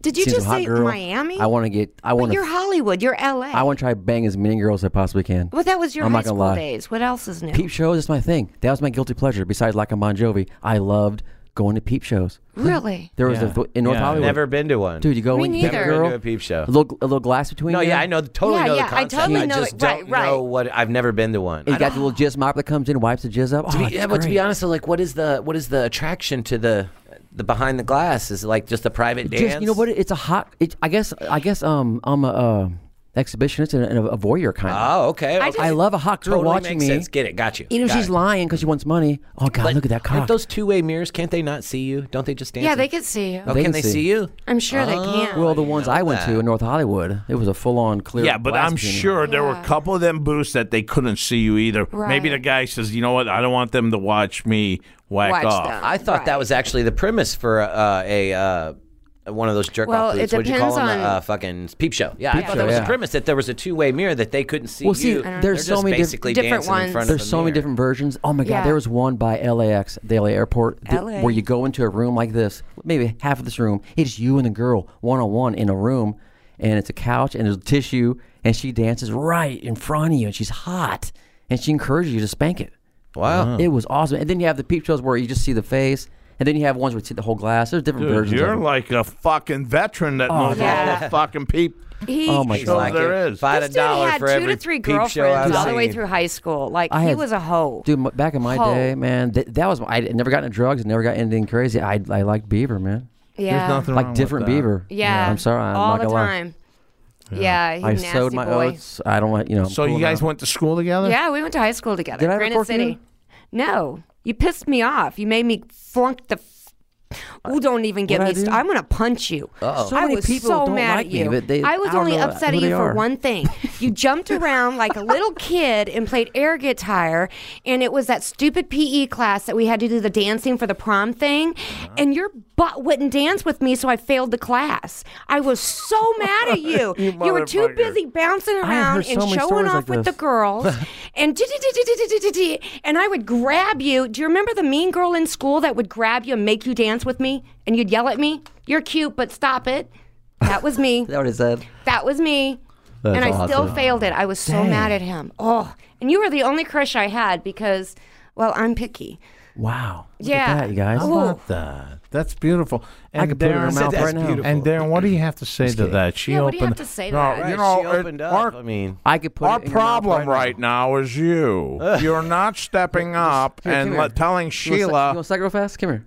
Speaker 5: Did you
Speaker 6: see some
Speaker 5: just
Speaker 6: hot
Speaker 5: say
Speaker 6: girl.
Speaker 5: Miami?
Speaker 6: I want to get. I want
Speaker 5: But you're
Speaker 6: to.
Speaker 5: Hollywood. You're LA.
Speaker 6: I want to try to bang as many girls as I possibly can.
Speaker 5: Well, that was your
Speaker 6: I'm
Speaker 5: high
Speaker 6: not gonna
Speaker 5: school
Speaker 6: lie.
Speaker 5: days. What else is new?
Speaker 6: Peep shows is my thing. That was my guilty pleasure. Besides, like a Bon Jovi, I loved going to peep shows.
Speaker 5: Really?
Speaker 6: There was
Speaker 8: Yeah.
Speaker 6: a, in North
Speaker 8: Yeah.
Speaker 6: Hollywood.
Speaker 4: Never been to one.
Speaker 6: Dude, you go
Speaker 5: Me
Speaker 6: in, you get a
Speaker 5: neither.
Speaker 4: Never
Speaker 6: girl,
Speaker 4: been to a peep show.
Speaker 6: A little, a little glass between
Speaker 4: No,
Speaker 6: you.
Speaker 4: yeah, I know, totally
Speaker 5: Yeah,
Speaker 4: know
Speaker 5: yeah,
Speaker 4: the
Speaker 5: I
Speaker 4: concept.
Speaker 5: totally know
Speaker 4: just
Speaker 5: it.
Speaker 4: don't
Speaker 5: Right,
Speaker 4: know
Speaker 5: right.
Speaker 4: what. I've never been to one.
Speaker 6: You got the little jizz mop that comes in, wipes the jizz up.
Speaker 4: To
Speaker 6: oh,
Speaker 4: be,
Speaker 6: it's
Speaker 4: yeah, but to be
Speaker 6: great.
Speaker 4: honest, though, like, what is the what is the attraction to the the behind the glass? Is it like just a private dance?
Speaker 6: Just, you know what? It's a hot. It, I guess. I guess. Um, I'm a uh, exhibitionist and a, a voyeur kind of.
Speaker 4: Oh,
Speaker 5: I
Speaker 4: okay. okay.
Speaker 5: just-
Speaker 6: I love a hot girl
Speaker 4: totally
Speaker 6: watching
Speaker 4: makes
Speaker 6: me.
Speaker 4: Sense. Get it? Got you.
Speaker 6: You know
Speaker 4: Got
Speaker 6: she's
Speaker 4: it.
Speaker 6: lying because she wants money. Oh God,
Speaker 4: But
Speaker 6: look at that
Speaker 4: aren't
Speaker 6: cock.
Speaker 4: Those two way mirrors, can't they not see you? Don't they just dance?
Speaker 5: Yeah,
Speaker 4: in-
Speaker 5: they could see you.
Speaker 4: Oh,
Speaker 6: They
Speaker 4: can
Speaker 6: can
Speaker 4: they
Speaker 6: see.
Speaker 4: see you?
Speaker 5: I'm sure they can.
Speaker 6: well, the ones I went
Speaker 4: that.
Speaker 6: to in North Hollywood, it was a full-on clear.
Speaker 3: Yeah, but
Speaker 6: glass
Speaker 3: I'm
Speaker 6: beam.
Speaker 3: sure there were a
Speaker 5: Yeah.
Speaker 3: couple of them booths that they couldn't see you either. Maybe
Speaker 5: Right.
Speaker 3: the guy says, you know what, I don't want them to watch me whack
Speaker 5: Watch
Speaker 3: off.
Speaker 5: them.
Speaker 4: I thought that
Speaker 5: Right.
Speaker 4: was actually the premise for uh, a uh, one of those jerk
Speaker 5: Well,
Speaker 4: off booths.
Speaker 5: it
Speaker 4: What did you call them?
Speaker 5: depends
Speaker 4: a,
Speaker 5: on-
Speaker 4: uh, fucking peep show. Yeah, I
Speaker 6: Peep
Speaker 4: thought
Speaker 6: show,
Speaker 4: that was the
Speaker 6: yeah.
Speaker 4: premise that there was a two way mirror that they couldn't see
Speaker 6: Well, see,
Speaker 4: you.
Speaker 6: I don't
Speaker 4: They're
Speaker 6: know.
Speaker 4: just
Speaker 6: so many diff-
Speaker 4: basically
Speaker 5: Different
Speaker 4: dancing in
Speaker 5: ones.
Speaker 4: front of
Speaker 6: There's
Speaker 4: a
Speaker 6: so many
Speaker 4: mirror.
Speaker 6: different versions. Oh my God,
Speaker 5: Yeah.
Speaker 6: there was one by LAX, the LA airport, th-
Speaker 5: LA.
Speaker 6: where you go into a room like this, maybe half of this room. It's you and the girl one on one in a room, and it's a couch and there's tissue, and she dances right in front of you, and she's hot, and she encourages you to spank it.
Speaker 4: Wow.
Speaker 6: It was awesome. And then you have the peep shows where you just see the face, and then you have ones where you see the whole glass. There's different
Speaker 3: Dude,
Speaker 6: versions. of
Speaker 3: you're
Speaker 6: it.
Speaker 3: like a fucking veteran that knows all
Speaker 5: yeah.
Speaker 3: the fucking people.
Speaker 5: He,
Speaker 6: Oh my
Speaker 4: He's
Speaker 6: God.
Speaker 4: like
Speaker 3: There
Speaker 4: it.
Speaker 3: is.
Speaker 4: If I had
Speaker 5: this
Speaker 4: a
Speaker 5: dude
Speaker 4: dollar
Speaker 5: had
Speaker 4: for
Speaker 5: two
Speaker 4: every
Speaker 5: to three
Speaker 4: peep show I've
Speaker 5: girlfriends all the way
Speaker 4: seen.
Speaker 5: through high school. Like
Speaker 6: I
Speaker 5: he
Speaker 6: had-
Speaker 5: was a hoe.
Speaker 6: Dude, m- back in my
Speaker 5: Hoe.
Speaker 6: day, man, th- that was I never got into drugs, never got anything crazy. I I liked Bieber, man,
Speaker 5: yeah.
Speaker 6: like different Bieber.
Speaker 5: yeah.
Speaker 6: I'm sorry, I'm
Speaker 5: all
Speaker 6: not
Speaker 5: the
Speaker 6: gonna lie.
Speaker 5: time. Yeah, he's
Speaker 6: I
Speaker 5: nasty
Speaker 6: sowed my
Speaker 5: boy.
Speaker 6: oats. I don't want you know. I'm
Speaker 3: So
Speaker 6: cool
Speaker 3: you guys
Speaker 6: now.
Speaker 3: went to school together?
Speaker 5: Yeah, we went to high school together.
Speaker 6: Did I ever
Speaker 5: Granite
Speaker 6: fork you?
Speaker 5: City. No, you pissed me off. You made me flunk the. F- Ooh, don't even get
Speaker 6: Uh, What'd
Speaker 5: me.
Speaker 6: I do?
Speaker 5: St- I'm gonna punch you.
Speaker 6: Uh-oh. So
Speaker 5: I
Speaker 6: many
Speaker 5: was
Speaker 6: people
Speaker 5: so
Speaker 6: don't
Speaker 5: mad
Speaker 6: like
Speaker 5: at
Speaker 6: me,
Speaker 5: you.
Speaker 6: but they-
Speaker 5: I was
Speaker 6: I don't
Speaker 5: only
Speaker 6: know
Speaker 5: upset
Speaker 6: who
Speaker 5: at you
Speaker 6: they
Speaker 5: for
Speaker 6: are.
Speaker 5: one thing. You jumped around like a little kid and played air guitar, and it was that stupid PE class that we had to do the dancing for the prom thing,
Speaker 6: Uh-huh.
Speaker 5: and your butt wouldn't dance with me, so I failed the class. I was so mad at you. you, were too
Speaker 3: motherfucker.
Speaker 5: busy bouncing
Speaker 6: I have heard
Speaker 5: around
Speaker 6: so
Speaker 5: and
Speaker 6: many
Speaker 5: showing
Speaker 6: stories
Speaker 5: off
Speaker 6: like
Speaker 5: with the
Speaker 6: this.
Speaker 5: girl girls and di-di-di-di-di-di-di-di-di, and I would grab you. Do you remember the mean girl in school that would grab you and make you dance with me and you'd yell at me? You're cute, but stop it. That was me.
Speaker 6: Is that what it said?
Speaker 5: that was me.
Speaker 6: That's
Speaker 5: and I still
Speaker 6: awesome.
Speaker 5: failed it. I was so mad at him. Oh, and you were the only crush I had because well, I'm picky.
Speaker 6: Wow. Look at
Speaker 5: Yeah.
Speaker 6: that, you guys.
Speaker 5: Oh.
Speaker 3: that. That's beautiful. And
Speaker 6: could put it in her
Speaker 3: Darren-
Speaker 6: mouth That's right now. beautiful.
Speaker 3: And Darren, what do you have to say to that? She
Speaker 5: Yeah, what do
Speaker 3: opened.
Speaker 5: you have to say to
Speaker 3: no,
Speaker 5: that?
Speaker 3: You
Speaker 4: Right,
Speaker 3: know,
Speaker 4: she
Speaker 3: it-
Speaker 4: opened up.
Speaker 3: our,
Speaker 4: I mean,
Speaker 6: I could put
Speaker 3: our
Speaker 6: it in your mouth
Speaker 3: problem right now. is you. You're not stepping up
Speaker 6: Here,
Speaker 3: and
Speaker 6: come
Speaker 3: let-
Speaker 6: here.
Speaker 3: telling
Speaker 6: You wanna suck- You
Speaker 3: Sheila.
Speaker 6: want to suck real fast? Come here.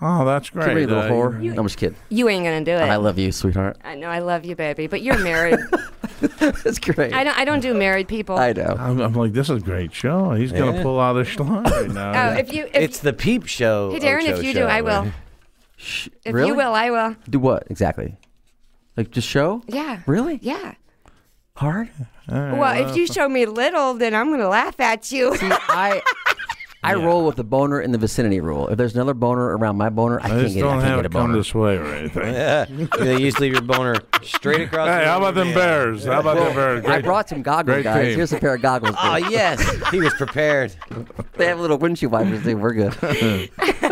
Speaker 3: Oh, that's great.
Speaker 6: Come here, you
Speaker 3: Uh,
Speaker 6: little
Speaker 3: you-
Speaker 6: whore. No, I'm just kidding.
Speaker 5: You ain't gonna do it.
Speaker 6: I love you, sweetheart.
Speaker 5: I know I love you, baby, but you're married.
Speaker 6: That's great.
Speaker 5: I don't I don't do married people.
Speaker 6: I know.
Speaker 3: I'm, I'm like, this is a great show. He's gonna pull out his line right now.
Speaker 5: Oh, if you if
Speaker 4: it's the peep show.
Speaker 5: Hey Darren,
Speaker 4: Ocho
Speaker 5: if you do,
Speaker 4: show,
Speaker 5: I will.
Speaker 4: and-
Speaker 6: Shh,
Speaker 5: If
Speaker 6: really?
Speaker 5: you will, I will.
Speaker 6: Do what exactly? Like just show?
Speaker 5: Yeah.
Speaker 6: Really?
Speaker 5: Yeah.
Speaker 6: Hard?
Speaker 5: Well, if you show me little, then I'm going to laugh at you.
Speaker 6: See, I I roll with the boner in the vicinity rule. If there's another boner around my boner, I,
Speaker 3: I
Speaker 6: can't
Speaker 3: just
Speaker 6: get it. I
Speaker 3: don't
Speaker 6: can't
Speaker 3: have
Speaker 6: get a
Speaker 3: it come
Speaker 6: boner.
Speaker 3: this way or anything.
Speaker 4: Yeah. they just leave your boner straight across.
Speaker 3: Hey,
Speaker 4: the
Speaker 3: how about
Speaker 4: room,
Speaker 3: them
Speaker 4: man.
Speaker 3: Bears? How about them Bears?
Speaker 6: I
Speaker 3: Great.
Speaker 6: brought some goggles,
Speaker 3: Great
Speaker 6: guys.
Speaker 3: team.
Speaker 6: Here's a pair of goggles.
Speaker 4: Oh yes, he was prepared.
Speaker 6: They have little windshield wipers. They we're good.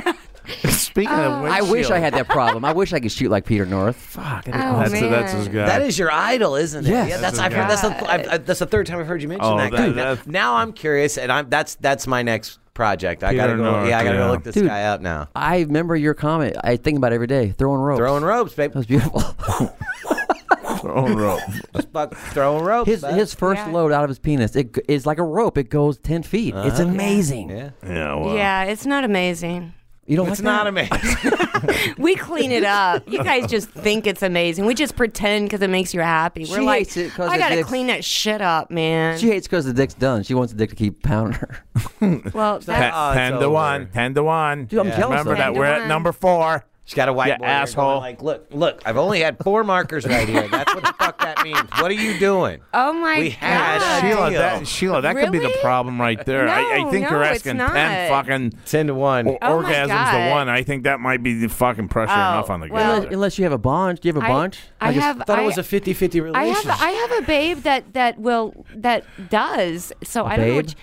Speaker 3: Speaking of
Speaker 6: I wish I
Speaker 3: windshield-
Speaker 6: had that problem. I wish I could shoot like Peter North. Fuck. that'd be
Speaker 5: Oh,
Speaker 3: That's,
Speaker 6: awesome.
Speaker 3: that's his
Speaker 5: man.
Speaker 3: guy.
Speaker 4: That is your idol, isn't it?
Speaker 6: Yes.
Speaker 4: Yeah, that's
Speaker 3: That's
Speaker 4: I've
Speaker 3: his
Speaker 4: heard. That's
Speaker 5: guy.
Speaker 4: the, I've, I, that's the third time I've heard you mention
Speaker 3: Oh,
Speaker 4: that.
Speaker 3: that-
Speaker 4: guy.
Speaker 3: that's-
Speaker 4: now I'm curious, and I'm that's that's my next project. I
Speaker 3: Peter
Speaker 4: gotta go.
Speaker 3: North,
Speaker 4: yeah, I gotta
Speaker 3: yeah.
Speaker 4: go look this
Speaker 6: Dude.
Speaker 4: guy up now.
Speaker 6: I remember your comment. I think about it every day. Throwing ropes.
Speaker 4: Throwing ropes,
Speaker 6: That
Speaker 4: baby.
Speaker 6: was beautiful.
Speaker 3: own rope.
Speaker 4: Fuck, throwing ropes.
Speaker 6: his
Speaker 4: bud.
Speaker 6: his first
Speaker 5: Yeah.
Speaker 6: load out of his penis it g- is like a rope. It goes ten feet. It's amazing.
Speaker 4: Uh-huh. Yeah.
Speaker 3: Yeah, well.
Speaker 5: yeah, it's not amazing.
Speaker 6: You don't
Speaker 4: It's
Speaker 6: like that?
Speaker 4: not amazing.
Speaker 5: We clean it up. You guys just think it's amazing. We just pretend because it makes you happy. We're
Speaker 6: She
Speaker 5: like,
Speaker 6: hates it 'cause
Speaker 5: I
Speaker 6: it
Speaker 5: got to
Speaker 6: dicks-
Speaker 5: clean that shit up, man.
Speaker 6: She hates because the dick's done. She wants the dick to keep pounding her.
Speaker 5: well,
Speaker 3: Ten,
Speaker 5: that,
Speaker 4: Oh, it's
Speaker 3: ten to
Speaker 4: over.
Speaker 3: one. Ten to one.
Speaker 6: Dude, I'm jealous
Speaker 3: Remember
Speaker 6: of
Speaker 3: that
Speaker 5: Ten to
Speaker 3: we're at
Speaker 5: one.
Speaker 3: number four.
Speaker 4: She's got a white
Speaker 3: You
Speaker 4: boy here going
Speaker 3: asshole.
Speaker 4: Like, look, look. I've only had four markers right here. That's what the fuck that means. What are you doing?
Speaker 5: oh my
Speaker 4: We had
Speaker 5: God.
Speaker 3: Sheila, that, Sheila, that could be the
Speaker 5: Really?
Speaker 3: problem right there. I, I
Speaker 5: No,
Speaker 3: think you're
Speaker 5: no, it's
Speaker 3: asking ten
Speaker 5: not.
Speaker 3: fucking
Speaker 4: Ten to one.
Speaker 3: o-
Speaker 5: Oh my
Speaker 3: orgasms
Speaker 5: God.
Speaker 3: to one. I think that might be the fucking pressure
Speaker 5: Oh,
Speaker 3: enough on the
Speaker 5: well-
Speaker 3: guy.
Speaker 6: Unless, unless you have a bond. Do you have a
Speaker 5: I-
Speaker 6: bunch?
Speaker 5: I,
Speaker 6: just-
Speaker 5: have.
Speaker 4: thought
Speaker 5: I,
Speaker 4: it was a 50-50 relationship.
Speaker 5: I have. I have a babe that that will that does. So I don't know.
Speaker 6: babe?
Speaker 5: Which,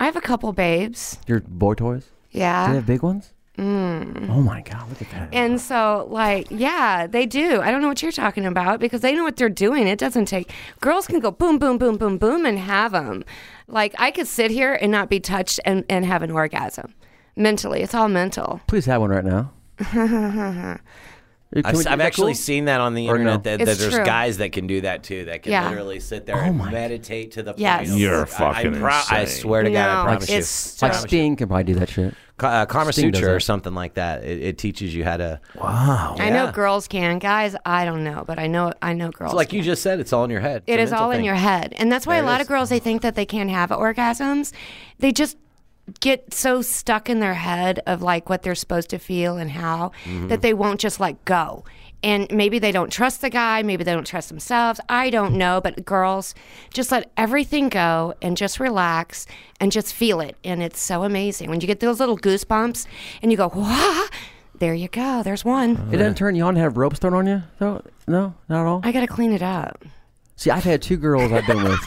Speaker 5: I have a couple babes.
Speaker 6: Your boy toys? Do they
Speaker 5: Yeah.
Speaker 6: have big ones? Mm. Oh my god, look at that.
Speaker 5: Uh, And so, like, yeah, they do. I don't know what you're talking about because they know what they're doing. It doesn't take. Girls can go boom, boom, boom, boom, boom, and have them. Like, I could sit here and not be touched and, and have an orgasm. mentally. It's all mental.
Speaker 6: Please have one right now. Can
Speaker 4: I've,
Speaker 6: we-
Speaker 4: s-
Speaker 6: is
Speaker 4: I've
Speaker 6: that
Speaker 4: actually
Speaker 6: cool?
Speaker 4: seen that on the
Speaker 6: Or no?
Speaker 4: internet that, that
Speaker 5: It's
Speaker 4: there's
Speaker 5: true.
Speaker 4: guys that can do that too that can
Speaker 5: Yeah. Oh
Speaker 4: literally sit there and meditate to the
Speaker 5: Yes.
Speaker 4: final.
Speaker 5: You're
Speaker 4: Look, I-
Speaker 3: fucking
Speaker 4: I, pro- I
Speaker 3: insane.
Speaker 4: swear to God, I
Speaker 5: No,
Speaker 4: promise
Speaker 5: it's so-
Speaker 4: you.
Speaker 6: Like Sting can probably do that shit.
Speaker 4: Ka- uh, Karma
Speaker 6: Sting does
Speaker 4: Sutra or
Speaker 6: that.
Speaker 4: something like that. It, it teaches you how to.
Speaker 5: I
Speaker 4: Yeah.
Speaker 5: know girls can, guys. I don't know, but I know I know girls.
Speaker 4: It's like
Speaker 5: can.
Speaker 4: you just said, it's all in your head.
Speaker 5: It is all in your head, and that's why
Speaker 4: There
Speaker 5: a
Speaker 4: it
Speaker 5: lot
Speaker 4: is.
Speaker 5: of girls they think that they can't have orgasms. They just get so stuck in their head of like what they're supposed to feel and how
Speaker 4: Mm-hmm.
Speaker 5: that they won't just let go. And maybe they don't trust the guy, maybe they don't trust themselves. I don't know, but girls just let everything go and just relax and just feel it. And it's so amazing when you get those little goosebumps and you go, "Wah!" There you go. There's one.
Speaker 4: Uh-huh.
Speaker 6: It doesn't turn you on to have ropes thrown on you, though? No, not at all.
Speaker 5: I got to clean it up.
Speaker 6: See, I've had two girls I've been with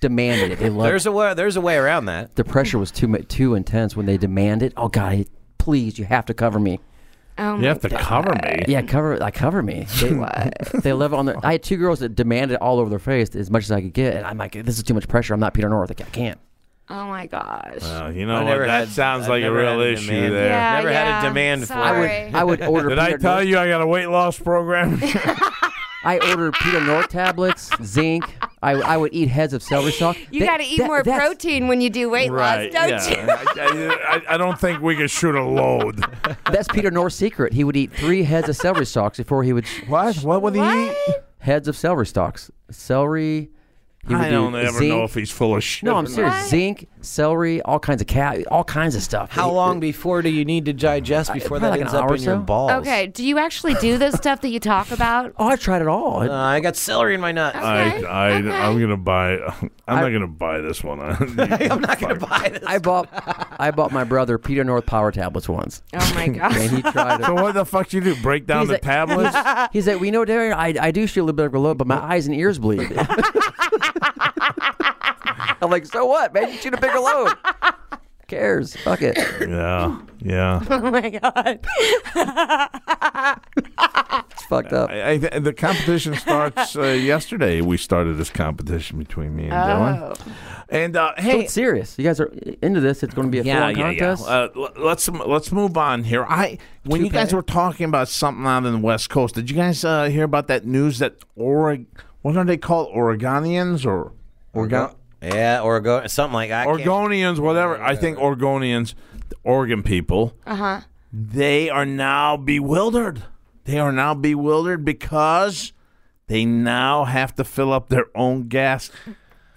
Speaker 6: demanded it. They loved
Speaker 4: There's a way. There's a way around that.
Speaker 6: the pressure was too mu- too intense when they demanded. Oh God, please, you have to cover me.
Speaker 5: Oh
Speaker 3: You
Speaker 5: my
Speaker 3: have to cover me.
Speaker 6: Yeah, cover like cover me. They, they love it on their. I had two girls that demanded it all over their face as much as I could get, and I'm like, this is too much pressure. I'm not Peter North. I ca- I can't.
Speaker 5: Oh my gosh.
Speaker 3: Uh, you know
Speaker 4: I
Speaker 3: what?
Speaker 4: never
Speaker 3: That
Speaker 4: had-
Speaker 3: sounds
Speaker 4: I
Speaker 3: like a
Speaker 4: never had
Speaker 3: real
Speaker 4: a
Speaker 3: issue
Speaker 4: demand.
Speaker 3: there.
Speaker 5: Yeah,
Speaker 4: Never had a
Speaker 5: yeah,
Speaker 4: demand for it.
Speaker 6: I
Speaker 5: sorry.
Speaker 6: would. I would order.
Speaker 3: Did
Speaker 6: Peter
Speaker 3: I tell
Speaker 6: North-
Speaker 3: you I got a weight loss program?
Speaker 6: I ordered Peter North tablets, zinc. I, I would eat heads of celery stalk.
Speaker 5: You
Speaker 6: That-
Speaker 5: got to eat
Speaker 6: that-
Speaker 5: more
Speaker 6: that's-
Speaker 5: protein when you do weight loss, don't you?
Speaker 3: yeah. I, I, I don't think we could shoot a load.
Speaker 6: That's Peter North's secret. He would eat three heads of celery stalks before he would
Speaker 3: What? What would he eat?
Speaker 5: What?
Speaker 6: heads of celery stalks. Celery. He would
Speaker 3: I don't
Speaker 6: do
Speaker 3: ever
Speaker 6: zinc.
Speaker 3: know if he's full of shit.
Speaker 6: No, I'm
Speaker 3: or not.
Speaker 6: serious.
Speaker 5: What?
Speaker 6: Zinc, celery, all kinds of cat, all kinds of stuff.
Speaker 4: How
Speaker 6: He-
Speaker 4: long before do you need to digest before that
Speaker 6: probably like
Speaker 4: ends
Speaker 6: an
Speaker 4: up
Speaker 6: hour
Speaker 4: in
Speaker 6: or
Speaker 4: your
Speaker 6: so.
Speaker 4: balls?
Speaker 5: Okay, do you actually do the stuff that you talk about?
Speaker 6: Oh, I tried it all.
Speaker 4: Uh, I got celery in my nuts.
Speaker 3: I,
Speaker 5: Okay,
Speaker 3: I,
Speaker 5: okay.
Speaker 3: I'm gonna buy. I'm not gonna buy this one. I'm not gonna buy.
Speaker 6: I bought, I bought my brother Peter North power tablets once,
Speaker 5: Oh my
Speaker 6: and
Speaker 5: gosh.
Speaker 6: he tried
Speaker 3: So
Speaker 6: it.
Speaker 3: what the fuck do you do? Break down
Speaker 6: He's
Speaker 3: the
Speaker 6: like-
Speaker 3: tablets?
Speaker 6: He said, "We know, Darren, I, I do shoot a little bit of a load, but my eyes and ears bleed." I'm like, "So what, man? You shoot a bigger load." Cares? Fuck it.
Speaker 3: yeah, yeah.
Speaker 5: Oh my god.
Speaker 6: It's fucked up.
Speaker 3: I, I, the competition starts uh, yesterday. We started this competition between me and Dylan. And uh,
Speaker 6: So
Speaker 3: hey,
Speaker 6: it's serious. You guys are into this. It's going to be a
Speaker 3: yeah,
Speaker 6: full
Speaker 3: yeah,
Speaker 6: contest.
Speaker 3: yeah. Uh, l- let's let's move on here. I when you guys were talking about something out on the West Coast, did you guys uh, hear about that news that Oregon? What are they called? Oregonians or Oregon?
Speaker 4: Yeah, Oregon, something like that. I can't-
Speaker 3: Oregonians, whatever. I think Oregonians, the Oregon people, uh-huh. they are now bewildered. They are now bewildered because they now have to fill up their own gas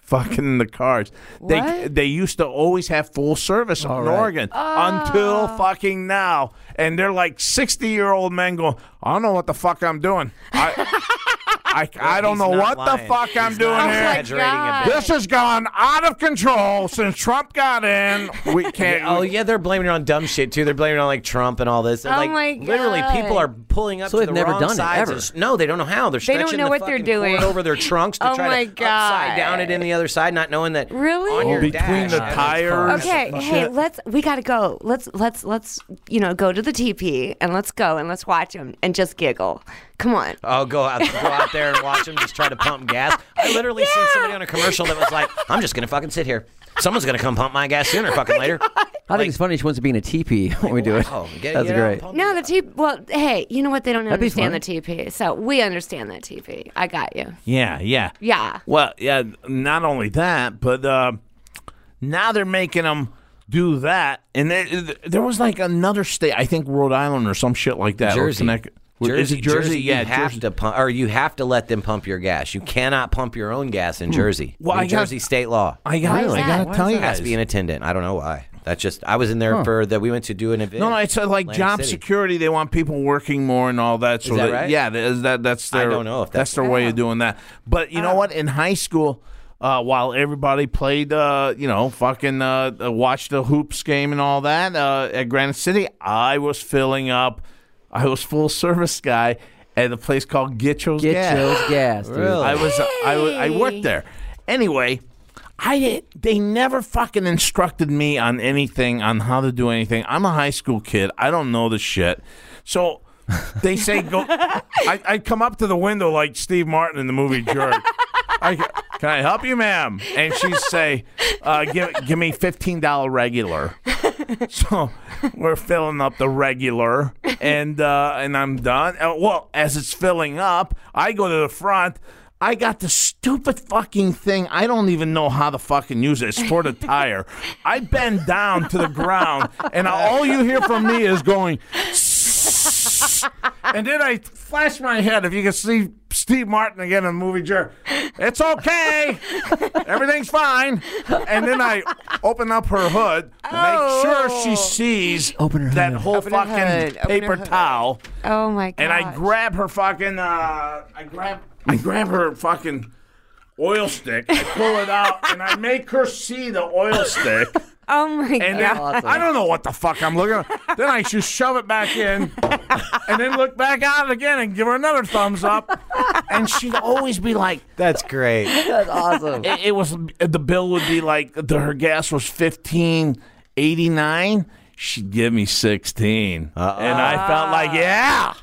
Speaker 3: fucking in the cars. They
Speaker 5: What?
Speaker 3: they used to always have full service in Oregon until fucking now. And they're like 60-year-old men going, "I don't know what the fuck I'm doing." I I, I don't
Speaker 4: He's
Speaker 3: know
Speaker 4: not
Speaker 3: what the
Speaker 4: lying.
Speaker 3: fuck I'm
Speaker 4: He's
Speaker 3: doing
Speaker 4: not
Speaker 3: here.
Speaker 5: Oh my
Speaker 4: exaggerating a bit.
Speaker 3: This has gone out of control since Trump got in. We can't.
Speaker 4: Oh yeah, they're blaming it on dumb shit too. They're blaming it on like Trump and all this. And,
Speaker 5: Oh
Speaker 4: like,
Speaker 5: my
Speaker 4: Literally,
Speaker 5: God.
Speaker 4: people are pulling up
Speaker 6: So
Speaker 4: to
Speaker 6: they've
Speaker 4: the
Speaker 6: never
Speaker 4: wrong
Speaker 6: done it,
Speaker 4: sides.
Speaker 6: ever.
Speaker 4: and s- no, they don't know how. They're stretching
Speaker 5: don't know
Speaker 4: the
Speaker 5: what they're
Speaker 4: fucking cord
Speaker 5: doing.
Speaker 4: over their trunks to
Speaker 5: Oh
Speaker 4: try
Speaker 5: my
Speaker 4: to upside down it in the other side, not knowing that
Speaker 5: Really?
Speaker 4: on your
Speaker 3: Between
Speaker 4: dash,
Speaker 3: the
Speaker 4: and it's
Speaker 3: tires.
Speaker 4: fucked.
Speaker 5: Okay, hey, let's we got to go. Let's let's let's you know, go to the TP and let's go and let's watch him and just giggle. Come on.
Speaker 6: Uh,
Speaker 4: Oh, go out, go out there and watch them just try to pump gas. I literally seen somebody on a commercial that was like, "I'm just gonna fucking sit here. Someone's gonna come pump my gas sooner, or fucking later."
Speaker 6: I think it's funny. She wants to be in a teepee when we do it.
Speaker 4: Wow, get-
Speaker 6: That's
Speaker 4: get out and
Speaker 6: great.
Speaker 4: pump
Speaker 5: No, the TP. Well, hey, you know what? They don't
Speaker 6: be
Speaker 5: understand the
Speaker 6: fun.
Speaker 5: TP, so we understand that TP. I got you.
Speaker 3: yeah, yeah,
Speaker 5: Yeah.
Speaker 3: Well, Uh, yeah. Not only that, but uh, now they're making them do that. And there, there was like another state, I think Rhode Island or some shit like that. or
Speaker 4: Jersey.
Speaker 3: Connecticut. Is it Jersey? yeah,
Speaker 4: you have
Speaker 3: Jersey.
Speaker 4: to pump, or you have to let them pump your gas. You cannot pump your own gas in Jersey.
Speaker 3: Hmm. Well,
Speaker 4: New
Speaker 3: I got-
Speaker 4: Jersey state law.
Speaker 3: I got.
Speaker 5: Why is
Speaker 3: I
Speaker 5: that?
Speaker 3: gotta
Speaker 5: Why
Speaker 3: tell
Speaker 5: is
Speaker 3: you
Speaker 4: It has
Speaker 3: guys.
Speaker 4: to be an attendant. I don't know why. That's just I was in there for that. We went to do an event.
Speaker 3: no, no, it's uh, like
Speaker 4: Atlantic
Speaker 3: job
Speaker 4: City.
Speaker 3: security. They want people working more and all that. So
Speaker 4: that
Speaker 3: they-
Speaker 4: right?
Speaker 3: yeah, that is that that's
Speaker 4: I
Speaker 3: their.
Speaker 4: don't know if
Speaker 3: that's,
Speaker 4: that's Uh.
Speaker 3: their way of doing that. But you know what? In high school, uh, while everybody played, uh, you know, fucking uh, uh, watched the hoops game and all that uh, at Granite City, I was filling up. I was full service guy at a place called Gitcho's
Speaker 6: Get
Speaker 3: Gas.
Speaker 6: Joe's gas, dude.
Speaker 4: Really?
Speaker 3: I was I, wa- I worked there. Anyway, I did, they never fucking instructed me on anything on how to do anything. I'm a high school kid. I don't know the shit. So they say go. I, I come up to the window like Steve Martin in the movie Jerk. I, can I help you, ma'am? And she say, uh, "Give give me fifteen dollar regular." so we're filling up the regular, and uh, and I'm done. Uh, well, as it's filling up, I go to the front. I got the stupid fucking thing. I don't even know how to fucking use it. It's for the tire. I bend down to the ground, and all you hear from me is going. And then I flash my head. If you can see Steve Martin again in the movie Jerk, it's okay. Everything's fine. And then I open up her hood, make sure she sees
Speaker 6: Open her
Speaker 3: that
Speaker 6: hood.
Speaker 3: whole
Speaker 8: Oh. Open her
Speaker 3: fucking
Speaker 8: hood. Open her
Speaker 3: paper
Speaker 8: hood.
Speaker 3: towel.
Speaker 8: Oh my god.
Speaker 3: And I grab her fucking. Uh, I grab. I grab her fucking oil stick. I pull it out, and I make her see the oil stick.
Speaker 5: Oh my
Speaker 3: And
Speaker 5: god!
Speaker 3: then I don't know what the fuck I'm looking at. then I just shove it back in and then look back out again and give her another thumbs up. And she'd always be like,
Speaker 9: That's great.
Speaker 6: That's awesome.
Speaker 3: it, it was, the bill would be like, the, her gas was fifteen eighty nine. She'd give me 16. And I felt like, yeah.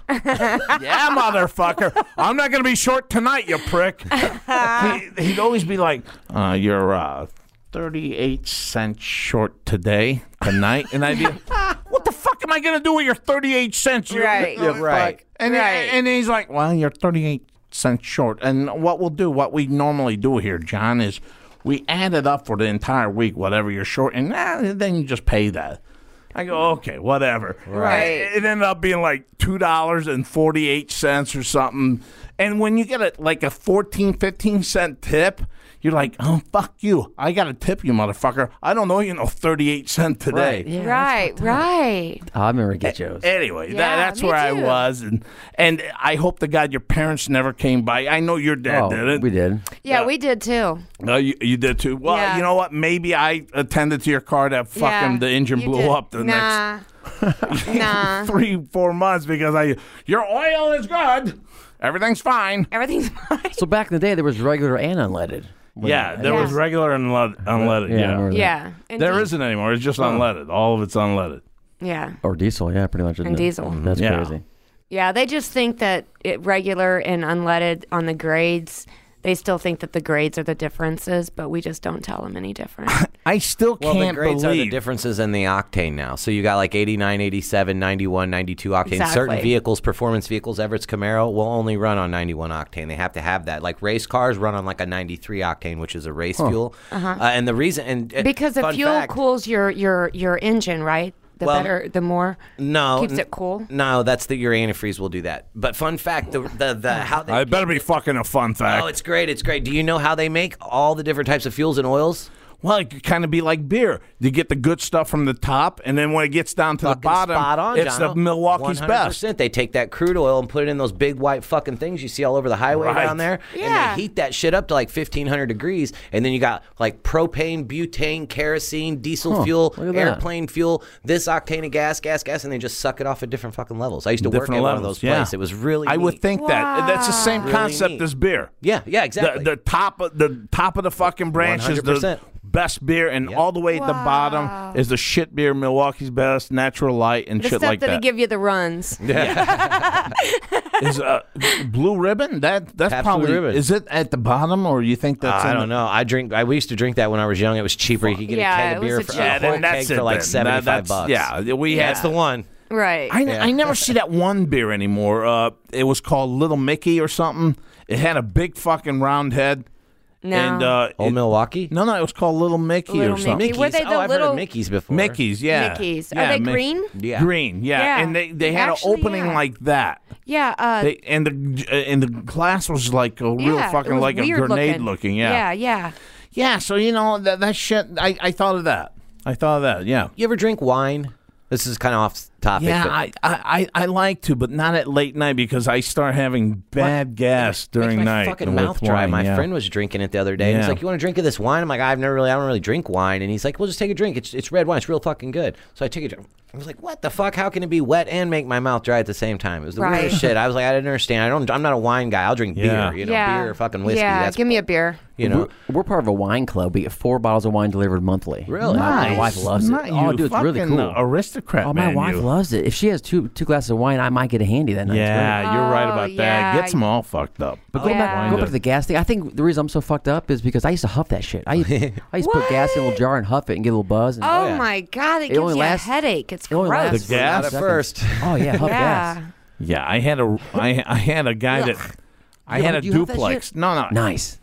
Speaker 3: yeah, motherfucker. I'm not going to be short tonight, you prick. he, he'd always be like, uh, you're uh, 38 cents short today, tonight. And I'd be like, what the fuck am I going to do with your 38 cents? You-
Speaker 8: Right.
Speaker 3: you-
Speaker 9: right.
Speaker 3: fuck." And, he-
Speaker 8: Right.
Speaker 3: and he's like, well, you're 38 cents short. And what we'll do, what we normally do here, John, is we add it up for the entire week, whatever you're short, and uh, then you just pay that. I go, okay, whatever.
Speaker 8: Right.
Speaker 3: It ended up being like two dollars and forty eight cents or something. And when you get a like a 14, 15 cent tip, you're like, oh fuck you. I gotta tip you, motherfucker. I don't know you know thirty eight cent today.
Speaker 6: Right. Yeah.
Speaker 8: Right, right.
Speaker 6: Oh, I remember Get
Speaker 4: Eh,
Speaker 6: Joe's.
Speaker 3: Anyway, that,
Speaker 8: Yeah,
Speaker 3: that's
Speaker 8: me
Speaker 3: where I
Speaker 8: too.
Speaker 3: was, and and I hope to God your parents never came by. I know your
Speaker 4: eh,
Speaker 3: dad
Speaker 6: Oh,
Speaker 3: didn't.
Speaker 6: we did.
Speaker 8: Yeah, we did too.
Speaker 3: No, you, you did too. Well,
Speaker 8: Yeah.
Speaker 3: you know what? Maybe I attended to your car that fucking
Speaker 8: Yeah,
Speaker 3: the engine
Speaker 8: you
Speaker 3: blew
Speaker 8: did.
Speaker 3: up the next
Speaker 8: nah. nah.
Speaker 3: three, four months because I your oil is good. Everything's fine.
Speaker 8: Everything's fine.
Speaker 6: So back in the day, there was regular and unleaded.
Speaker 3: Yeah, there
Speaker 8: Yeah.
Speaker 3: was regular and unle- unleaded.
Speaker 6: Yeah, I
Speaker 3: Yeah.
Speaker 6: remember that.
Speaker 8: Yeah. And
Speaker 3: There
Speaker 8: di-
Speaker 3: isn't anymore. It's just unleaded. All of it's unleaded.
Speaker 8: Yeah.
Speaker 6: Or diesel, yeah, pretty much. isn't
Speaker 8: And
Speaker 6: it? Mm-hmm.
Speaker 8: diesel.
Speaker 6: That's
Speaker 3: Yeah.
Speaker 6: crazy.
Speaker 8: Yeah, they just think that it, regular and unleaded on the grades, they still think that the grades are the differences, but we just don't tell them any different.
Speaker 3: I still
Speaker 4: Well,
Speaker 3: can't
Speaker 4: the grades
Speaker 3: believe.
Speaker 4: are the differences in the octane now. So you got like 89, 87, 91, 92 octane.
Speaker 8: Exactly.
Speaker 4: Certain vehicles, performance vehicles, Everett's Camaro will only run on 91 octane. They have to have that. Like race cars run on like a 93 octane, which is a race fuel. Uh-huh. and the reason and uh,
Speaker 8: because the
Speaker 4: fun
Speaker 8: fuel
Speaker 4: fact-
Speaker 8: cools your your your engine, right? The
Speaker 4: Well,
Speaker 8: better, the more.
Speaker 4: No,
Speaker 8: keeps
Speaker 4: n-
Speaker 8: it cool.
Speaker 4: No, that's the your antifreeze will do that. But fun fact, the the, the how they
Speaker 3: I better be fucking a fun fact.
Speaker 4: Oh, it's great, it's great. Do you know how they make all the different types of fuels and oils?
Speaker 3: well, it could kind of be like beer. You get the good stuff from the top, and then when it gets down to the
Speaker 4: fucking
Speaker 3: bottom,
Speaker 4: spot on,
Speaker 3: it's the
Speaker 4: Jono.
Speaker 3: Milwaukee's
Speaker 4: 100%.
Speaker 3: best.
Speaker 4: They take that crude oil and put it in those big white fucking things you see all over the highway
Speaker 3: Right.
Speaker 4: down there,
Speaker 8: Yeah.
Speaker 4: and they heat that shit up to like fifteen hundred degrees, and then you got like propane, butane, kerosene, diesel fuel,
Speaker 6: look at that.
Speaker 4: airplane fuel, this octane of gas, gas, gas, and they just suck it off at different fucking levels. I used to work
Speaker 3: Different
Speaker 4: at one
Speaker 3: levels.
Speaker 4: of those
Speaker 3: yeah.
Speaker 4: places. It was really.
Speaker 3: I would
Speaker 4: neat.
Speaker 3: think that that's the same
Speaker 4: Really
Speaker 3: concept
Speaker 4: neat.
Speaker 3: as beer.
Speaker 4: Yeah, yeah, exactly.
Speaker 3: The, the top of the top of the fucking branch is the
Speaker 4: 100%.
Speaker 3: best beer, and all the way at the bottom is the shit beer, Milwaukee's best, natural light, and
Speaker 8: The
Speaker 3: shit
Speaker 8: stuff
Speaker 3: like
Speaker 8: that'll
Speaker 3: that.
Speaker 8: give you the runs.
Speaker 3: is uh, blue ribbon? That that's
Speaker 4: Pabst Blue
Speaker 3: probably
Speaker 4: Ribbon.
Speaker 3: is it at the bottom, or you think that's?
Speaker 4: Ah, I
Speaker 3: in
Speaker 4: don't
Speaker 3: the-
Speaker 4: know. I drink. I we used to drink that when I was young. It was cheaper. You could get
Speaker 8: Yeah,
Speaker 4: a keg
Speaker 8: it
Speaker 4: of
Speaker 8: was
Speaker 4: beer
Speaker 8: a
Speaker 4: for
Speaker 8: cheap-
Speaker 4: a
Speaker 3: Yeah,
Speaker 4: whole
Speaker 3: then that's
Speaker 4: keg
Speaker 3: it
Speaker 4: for like
Speaker 3: then. That-
Speaker 4: seventy five
Speaker 3: that's-
Speaker 4: bucks.
Speaker 3: yeah, we had-
Speaker 4: that's the one.
Speaker 8: Right.
Speaker 3: I, I never see that one beer anymore. Uh, it was called Little Mickey or something. It had a big fucking round head.
Speaker 8: no.
Speaker 3: And uh,
Speaker 4: Old
Speaker 3: it-
Speaker 4: Milwaukee.
Speaker 3: no, no, it was called Little Mickey
Speaker 8: Little
Speaker 3: or something.
Speaker 8: Mickey. Were they
Speaker 4: oh,
Speaker 8: the
Speaker 4: I've heard
Speaker 8: little-
Speaker 4: of Mickey's before.
Speaker 3: Mickey's, yeah.
Speaker 8: Mickey's. Are
Speaker 3: Yeah,
Speaker 8: they
Speaker 3: Mick-
Speaker 8: green?
Speaker 4: Yeah.
Speaker 3: Green, yeah.
Speaker 8: Yeah.
Speaker 3: And they, they had
Speaker 8: Actually,
Speaker 3: an opening
Speaker 8: yeah.
Speaker 3: like that.
Speaker 8: yeah. Uh,
Speaker 3: They and the and the glass was like a real
Speaker 8: yeah, it
Speaker 3: fucking
Speaker 8: was
Speaker 3: like a
Speaker 8: weird
Speaker 3: grenade looking,
Speaker 8: Yeah.
Speaker 3: yeah.
Speaker 8: Yeah.
Speaker 3: Yeah, so you know that that shit I, I thought of that. I thought of that, yeah.
Speaker 4: You ever drink wine? This is kind of off topic.
Speaker 3: Yeah,
Speaker 4: but-
Speaker 3: I, I, I I like to, but not at late night because I start having bad gas during
Speaker 4: Makes my
Speaker 3: night.
Speaker 4: fucking
Speaker 3: with
Speaker 4: mouth dry.
Speaker 3: wine,
Speaker 4: my
Speaker 3: yeah.
Speaker 4: friend was drinking it the other day, and he's
Speaker 3: Yeah.
Speaker 4: like, "You want a drink of this wine?" I'm like, "I've never really, I don't really drink wine." And he's like, "Well, just take a drink. It's it's red wine. It's real fucking good." So I took a drink. I was like, "What the fuck? How can it be wet and make my mouth dry at the same time?" It was the
Speaker 8: Right.
Speaker 4: weirdest shit. I was like, "I didn't understand. I don't. I'm not a wine guy. I'll drink
Speaker 3: Yeah.
Speaker 4: beer. You know,
Speaker 8: yeah.
Speaker 4: beer or fucking whiskey.
Speaker 8: Yeah.
Speaker 4: That's
Speaker 8: Give me a beer.
Speaker 4: you know."
Speaker 6: we're, we're part of a wine club. We get four bottles of wine delivered monthly.
Speaker 4: Really?
Speaker 6: My, my wife loves it.
Speaker 3: Not
Speaker 6: oh,
Speaker 3: you
Speaker 6: dude, it's really
Speaker 3: fucking
Speaker 6: cool.
Speaker 3: Aristocrat.
Speaker 6: Oh, my
Speaker 3: man,
Speaker 6: wife
Speaker 3: you.
Speaker 6: loves it. If she has two two glasses of wine, I might get a handy that night. too.
Speaker 10: Yeah, you're right
Speaker 5: Oh,
Speaker 10: about that.
Speaker 5: yeah.
Speaker 10: Gets them all fucked up.
Speaker 6: But go back,
Speaker 5: yeah.
Speaker 6: go back to the gas thing. I think the reason I'm so fucked up is because I used to huff that shit. I used, I used to put gas in a little jar and huff it and get a little buzz. And,
Speaker 5: Oh
Speaker 4: yeah.
Speaker 5: my god, it, gives
Speaker 6: only
Speaker 5: you
Speaker 6: lasts-
Speaker 5: a headache. It's
Speaker 6: it only
Speaker 5: gross.
Speaker 6: lasts
Speaker 10: The gas
Speaker 6: for about a
Speaker 4: first.
Speaker 6: second. Oh yeah, huff
Speaker 5: yeah.
Speaker 6: gas.
Speaker 10: Yeah, I had a I, I had a guy that I
Speaker 6: You
Speaker 10: had a
Speaker 6: have- you have that
Speaker 10: duplex.
Speaker 6: shit?
Speaker 10: No, no.
Speaker 6: Nice.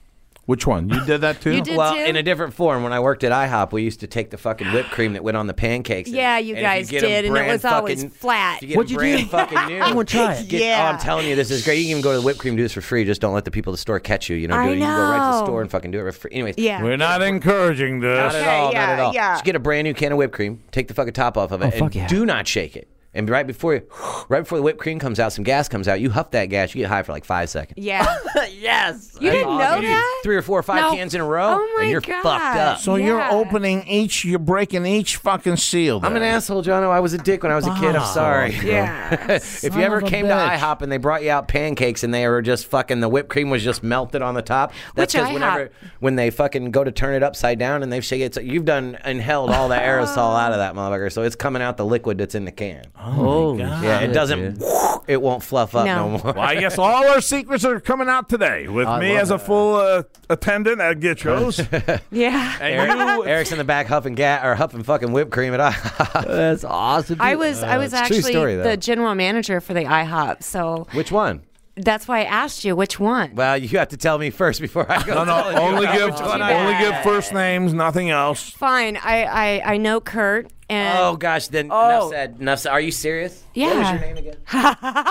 Speaker 10: Which one? You did that too?
Speaker 5: You did
Speaker 4: well,
Speaker 5: too?
Speaker 4: in a different form. When I worked at IHOP, we used to take the fucking whipped cream that went on the pancakes. and-
Speaker 5: Yeah, you
Speaker 4: and if
Speaker 5: guys
Speaker 4: get 'em
Speaker 5: did, and it
Speaker 4: brand
Speaker 5: was always
Speaker 4: fucking-
Speaker 5: flat.
Speaker 4: If you get 'em
Speaker 6: What'd you
Speaker 4: brand
Speaker 6: do?
Speaker 4: fucking new,
Speaker 6: I wanna try it.
Speaker 4: Get,
Speaker 5: Yeah.
Speaker 4: oh, I'm telling you, this is great. You can go to the whipped cream, do this for free. Just don't let the people at the store catch you. You know, do
Speaker 5: I
Speaker 4: it. You can go right to the
Speaker 5: know.
Speaker 4: store and fucking do it. for free. Anyways,
Speaker 5: Yeah.
Speaker 10: We're not encouraging
Speaker 4: Not
Speaker 10: this.
Speaker 4: at all. not
Speaker 5: yeah,
Speaker 4: at all.
Speaker 5: yeah.
Speaker 4: Just get a brand new can of whipped cream. Take the fucking top off of it. and
Speaker 6: Oh, fuck yeah.
Speaker 4: Do not shake it. And right before, right before the whipped cream comes out, some gas comes out. You huff that gas, you get high for like five seconds.
Speaker 5: Yeah.
Speaker 6: yes.
Speaker 5: You didn't know
Speaker 4: You
Speaker 5: that?
Speaker 4: three or four or five
Speaker 5: No.
Speaker 4: cans in a
Speaker 5: Oh
Speaker 4: row,
Speaker 5: my
Speaker 4: and you're
Speaker 5: God.
Speaker 4: fucked up.
Speaker 10: So you're
Speaker 5: Yeah.
Speaker 10: opening each, you're breaking each fucking seal.
Speaker 4: I'm an
Speaker 10: there.
Speaker 4: asshole, Jono. I was a dick when I was a kid. I'm sorry.
Speaker 5: Yeah.
Speaker 4: if you ever
Speaker 10: of a
Speaker 4: came
Speaker 10: bitch.
Speaker 4: to IHOP and they brought you out pancakes and they were just fucking the whipped cream was just melted on the top, that's
Speaker 5: Which
Speaker 4: because
Speaker 5: IHOP?
Speaker 4: whenever when they fucking go to turn it upside down and they've shaken it, so you've done inhaled all the aerosol out of that motherfucker, so it's coming out the liquid that's in the can.
Speaker 6: Oh
Speaker 4: yeah, it doesn't. It won't fluff up no,
Speaker 5: No.
Speaker 4: more.
Speaker 3: Well, I guess all our secrets are coming out today with
Speaker 6: I
Speaker 3: me
Speaker 6: love
Speaker 3: as a
Speaker 6: that.
Speaker 3: full uh, attendant at Get Yours.
Speaker 5: yeah.
Speaker 4: Eric, Eric's in the back huffing gas or huffing fucking whipped cream at IHOP.
Speaker 6: That's awesome.
Speaker 5: I
Speaker 6: dude.
Speaker 5: was I was
Speaker 4: it's a uh, true
Speaker 5: actually
Speaker 4: story, though.
Speaker 5: the general manager for the IHOP, so
Speaker 4: Which one?
Speaker 5: that's why I asked you which one.
Speaker 4: Well, you have to tell me first before I go.
Speaker 3: no, no,
Speaker 4: telling you
Speaker 3: only
Speaker 4: which
Speaker 3: give
Speaker 4: one I-
Speaker 3: only give first names, nothing else.
Speaker 5: Fine, I I, I know Kurt and
Speaker 4: Oh gosh, then enough said. Enough said. Are you serious? What was
Speaker 5: Yeah.
Speaker 4: your name again?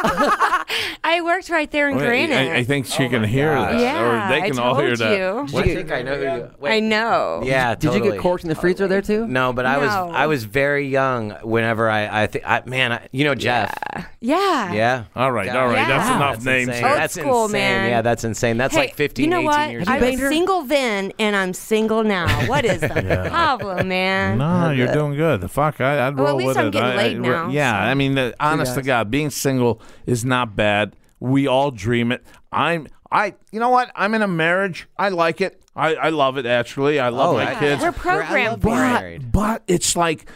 Speaker 5: I worked right there in Granite.
Speaker 3: I, I think
Speaker 6: Oh
Speaker 3: she can hear
Speaker 4: God.
Speaker 3: that,
Speaker 5: yeah,
Speaker 3: or they can
Speaker 5: I
Speaker 3: all
Speaker 5: told
Speaker 3: hear that.
Speaker 5: you.
Speaker 4: I think I know who you. Wait.
Speaker 5: I know.
Speaker 4: Yeah,
Speaker 6: Did you
Speaker 4: totally.
Speaker 6: get corked in the freezer there too?
Speaker 4: No, but I was
Speaker 5: No.
Speaker 4: I was very young whenever I I think I man I, you know Jeff
Speaker 5: Yeah.
Speaker 4: yeah,
Speaker 3: All right, all right,
Speaker 5: Yeah.
Speaker 3: that's
Speaker 5: Wow,
Speaker 3: enough
Speaker 4: that's
Speaker 3: names.
Speaker 4: insane.
Speaker 5: Old
Speaker 4: that's
Speaker 5: school,
Speaker 4: insane
Speaker 5: man.
Speaker 4: yeah that's insane that's
Speaker 5: Hey,
Speaker 4: like 15
Speaker 5: you know
Speaker 4: 18
Speaker 5: what?
Speaker 4: years
Speaker 5: I
Speaker 4: old.
Speaker 5: was single then, and I'm single now. What is the problem, man?
Speaker 3: No, you're doing good. The fuck, I, I'd
Speaker 5: Well, at
Speaker 3: roll
Speaker 5: least
Speaker 3: with
Speaker 5: I'm
Speaker 3: it.
Speaker 5: getting
Speaker 3: I- I-
Speaker 5: laid now,
Speaker 3: yeah,
Speaker 5: so.
Speaker 3: I mean, the, honest to God, being single is not bad. We all dream it. I'm, I, you know what? I'm in a marriage. I like it. I, I love it. Actually, I love
Speaker 4: Oh,
Speaker 3: my
Speaker 4: yeah.
Speaker 3: kids.
Speaker 5: We're
Speaker 4: I love
Speaker 5: programmed
Speaker 4: being
Speaker 5: for it.
Speaker 4: married.
Speaker 3: But it's like,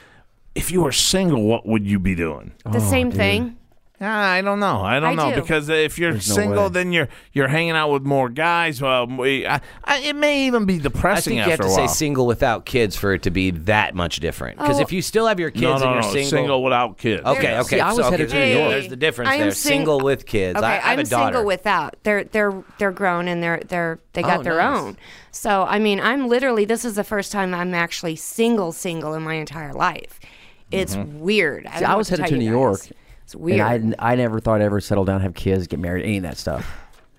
Speaker 3: if you were single, what would you be doing?
Speaker 5: the
Speaker 4: Oh,
Speaker 5: same thing.
Speaker 3: Ah, I don't know. I don't
Speaker 5: I
Speaker 3: know
Speaker 5: do.
Speaker 3: because if you're
Speaker 6: no
Speaker 3: single,
Speaker 6: way.
Speaker 3: then you're you're hanging out with more guys. Well, we, I, I, it may even be
Speaker 4: I
Speaker 3: depressing
Speaker 4: think you have
Speaker 3: after
Speaker 4: to
Speaker 3: a
Speaker 4: say
Speaker 3: while.
Speaker 4: single without kids for it to be that much different because
Speaker 5: Oh.
Speaker 4: if you still have your kids
Speaker 3: no, no,
Speaker 4: and
Speaker 3: no,
Speaker 4: you're
Speaker 3: single. without kids.
Speaker 4: okay okay
Speaker 6: See, I
Speaker 4: so,
Speaker 6: was
Speaker 4: okay,
Speaker 6: headed to
Speaker 4: there
Speaker 5: New
Speaker 4: you go.
Speaker 5: York.
Speaker 4: there's the difference
Speaker 5: I am
Speaker 4: there
Speaker 5: sing-
Speaker 4: single with kids
Speaker 5: Okay,
Speaker 4: I, I
Speaker 5: am
Speaker 4: have a daughter
Speaker 5: single without. They're they're they're grown and they're they're they got
Speaker 6: Oh,
Speaker 5: their
Speaker 6: nice.
Speaker 5: own. So I mean, I'm literally this is the first time I'm actually single single in my entire life. It's weird.
Speaker 6: Mm-hmm. See, I was headed to New York.
Speaker 5: It's weird.
Speaker 6: And I, I never thought I'd ever settle down, have kids, get married, any of that stuff.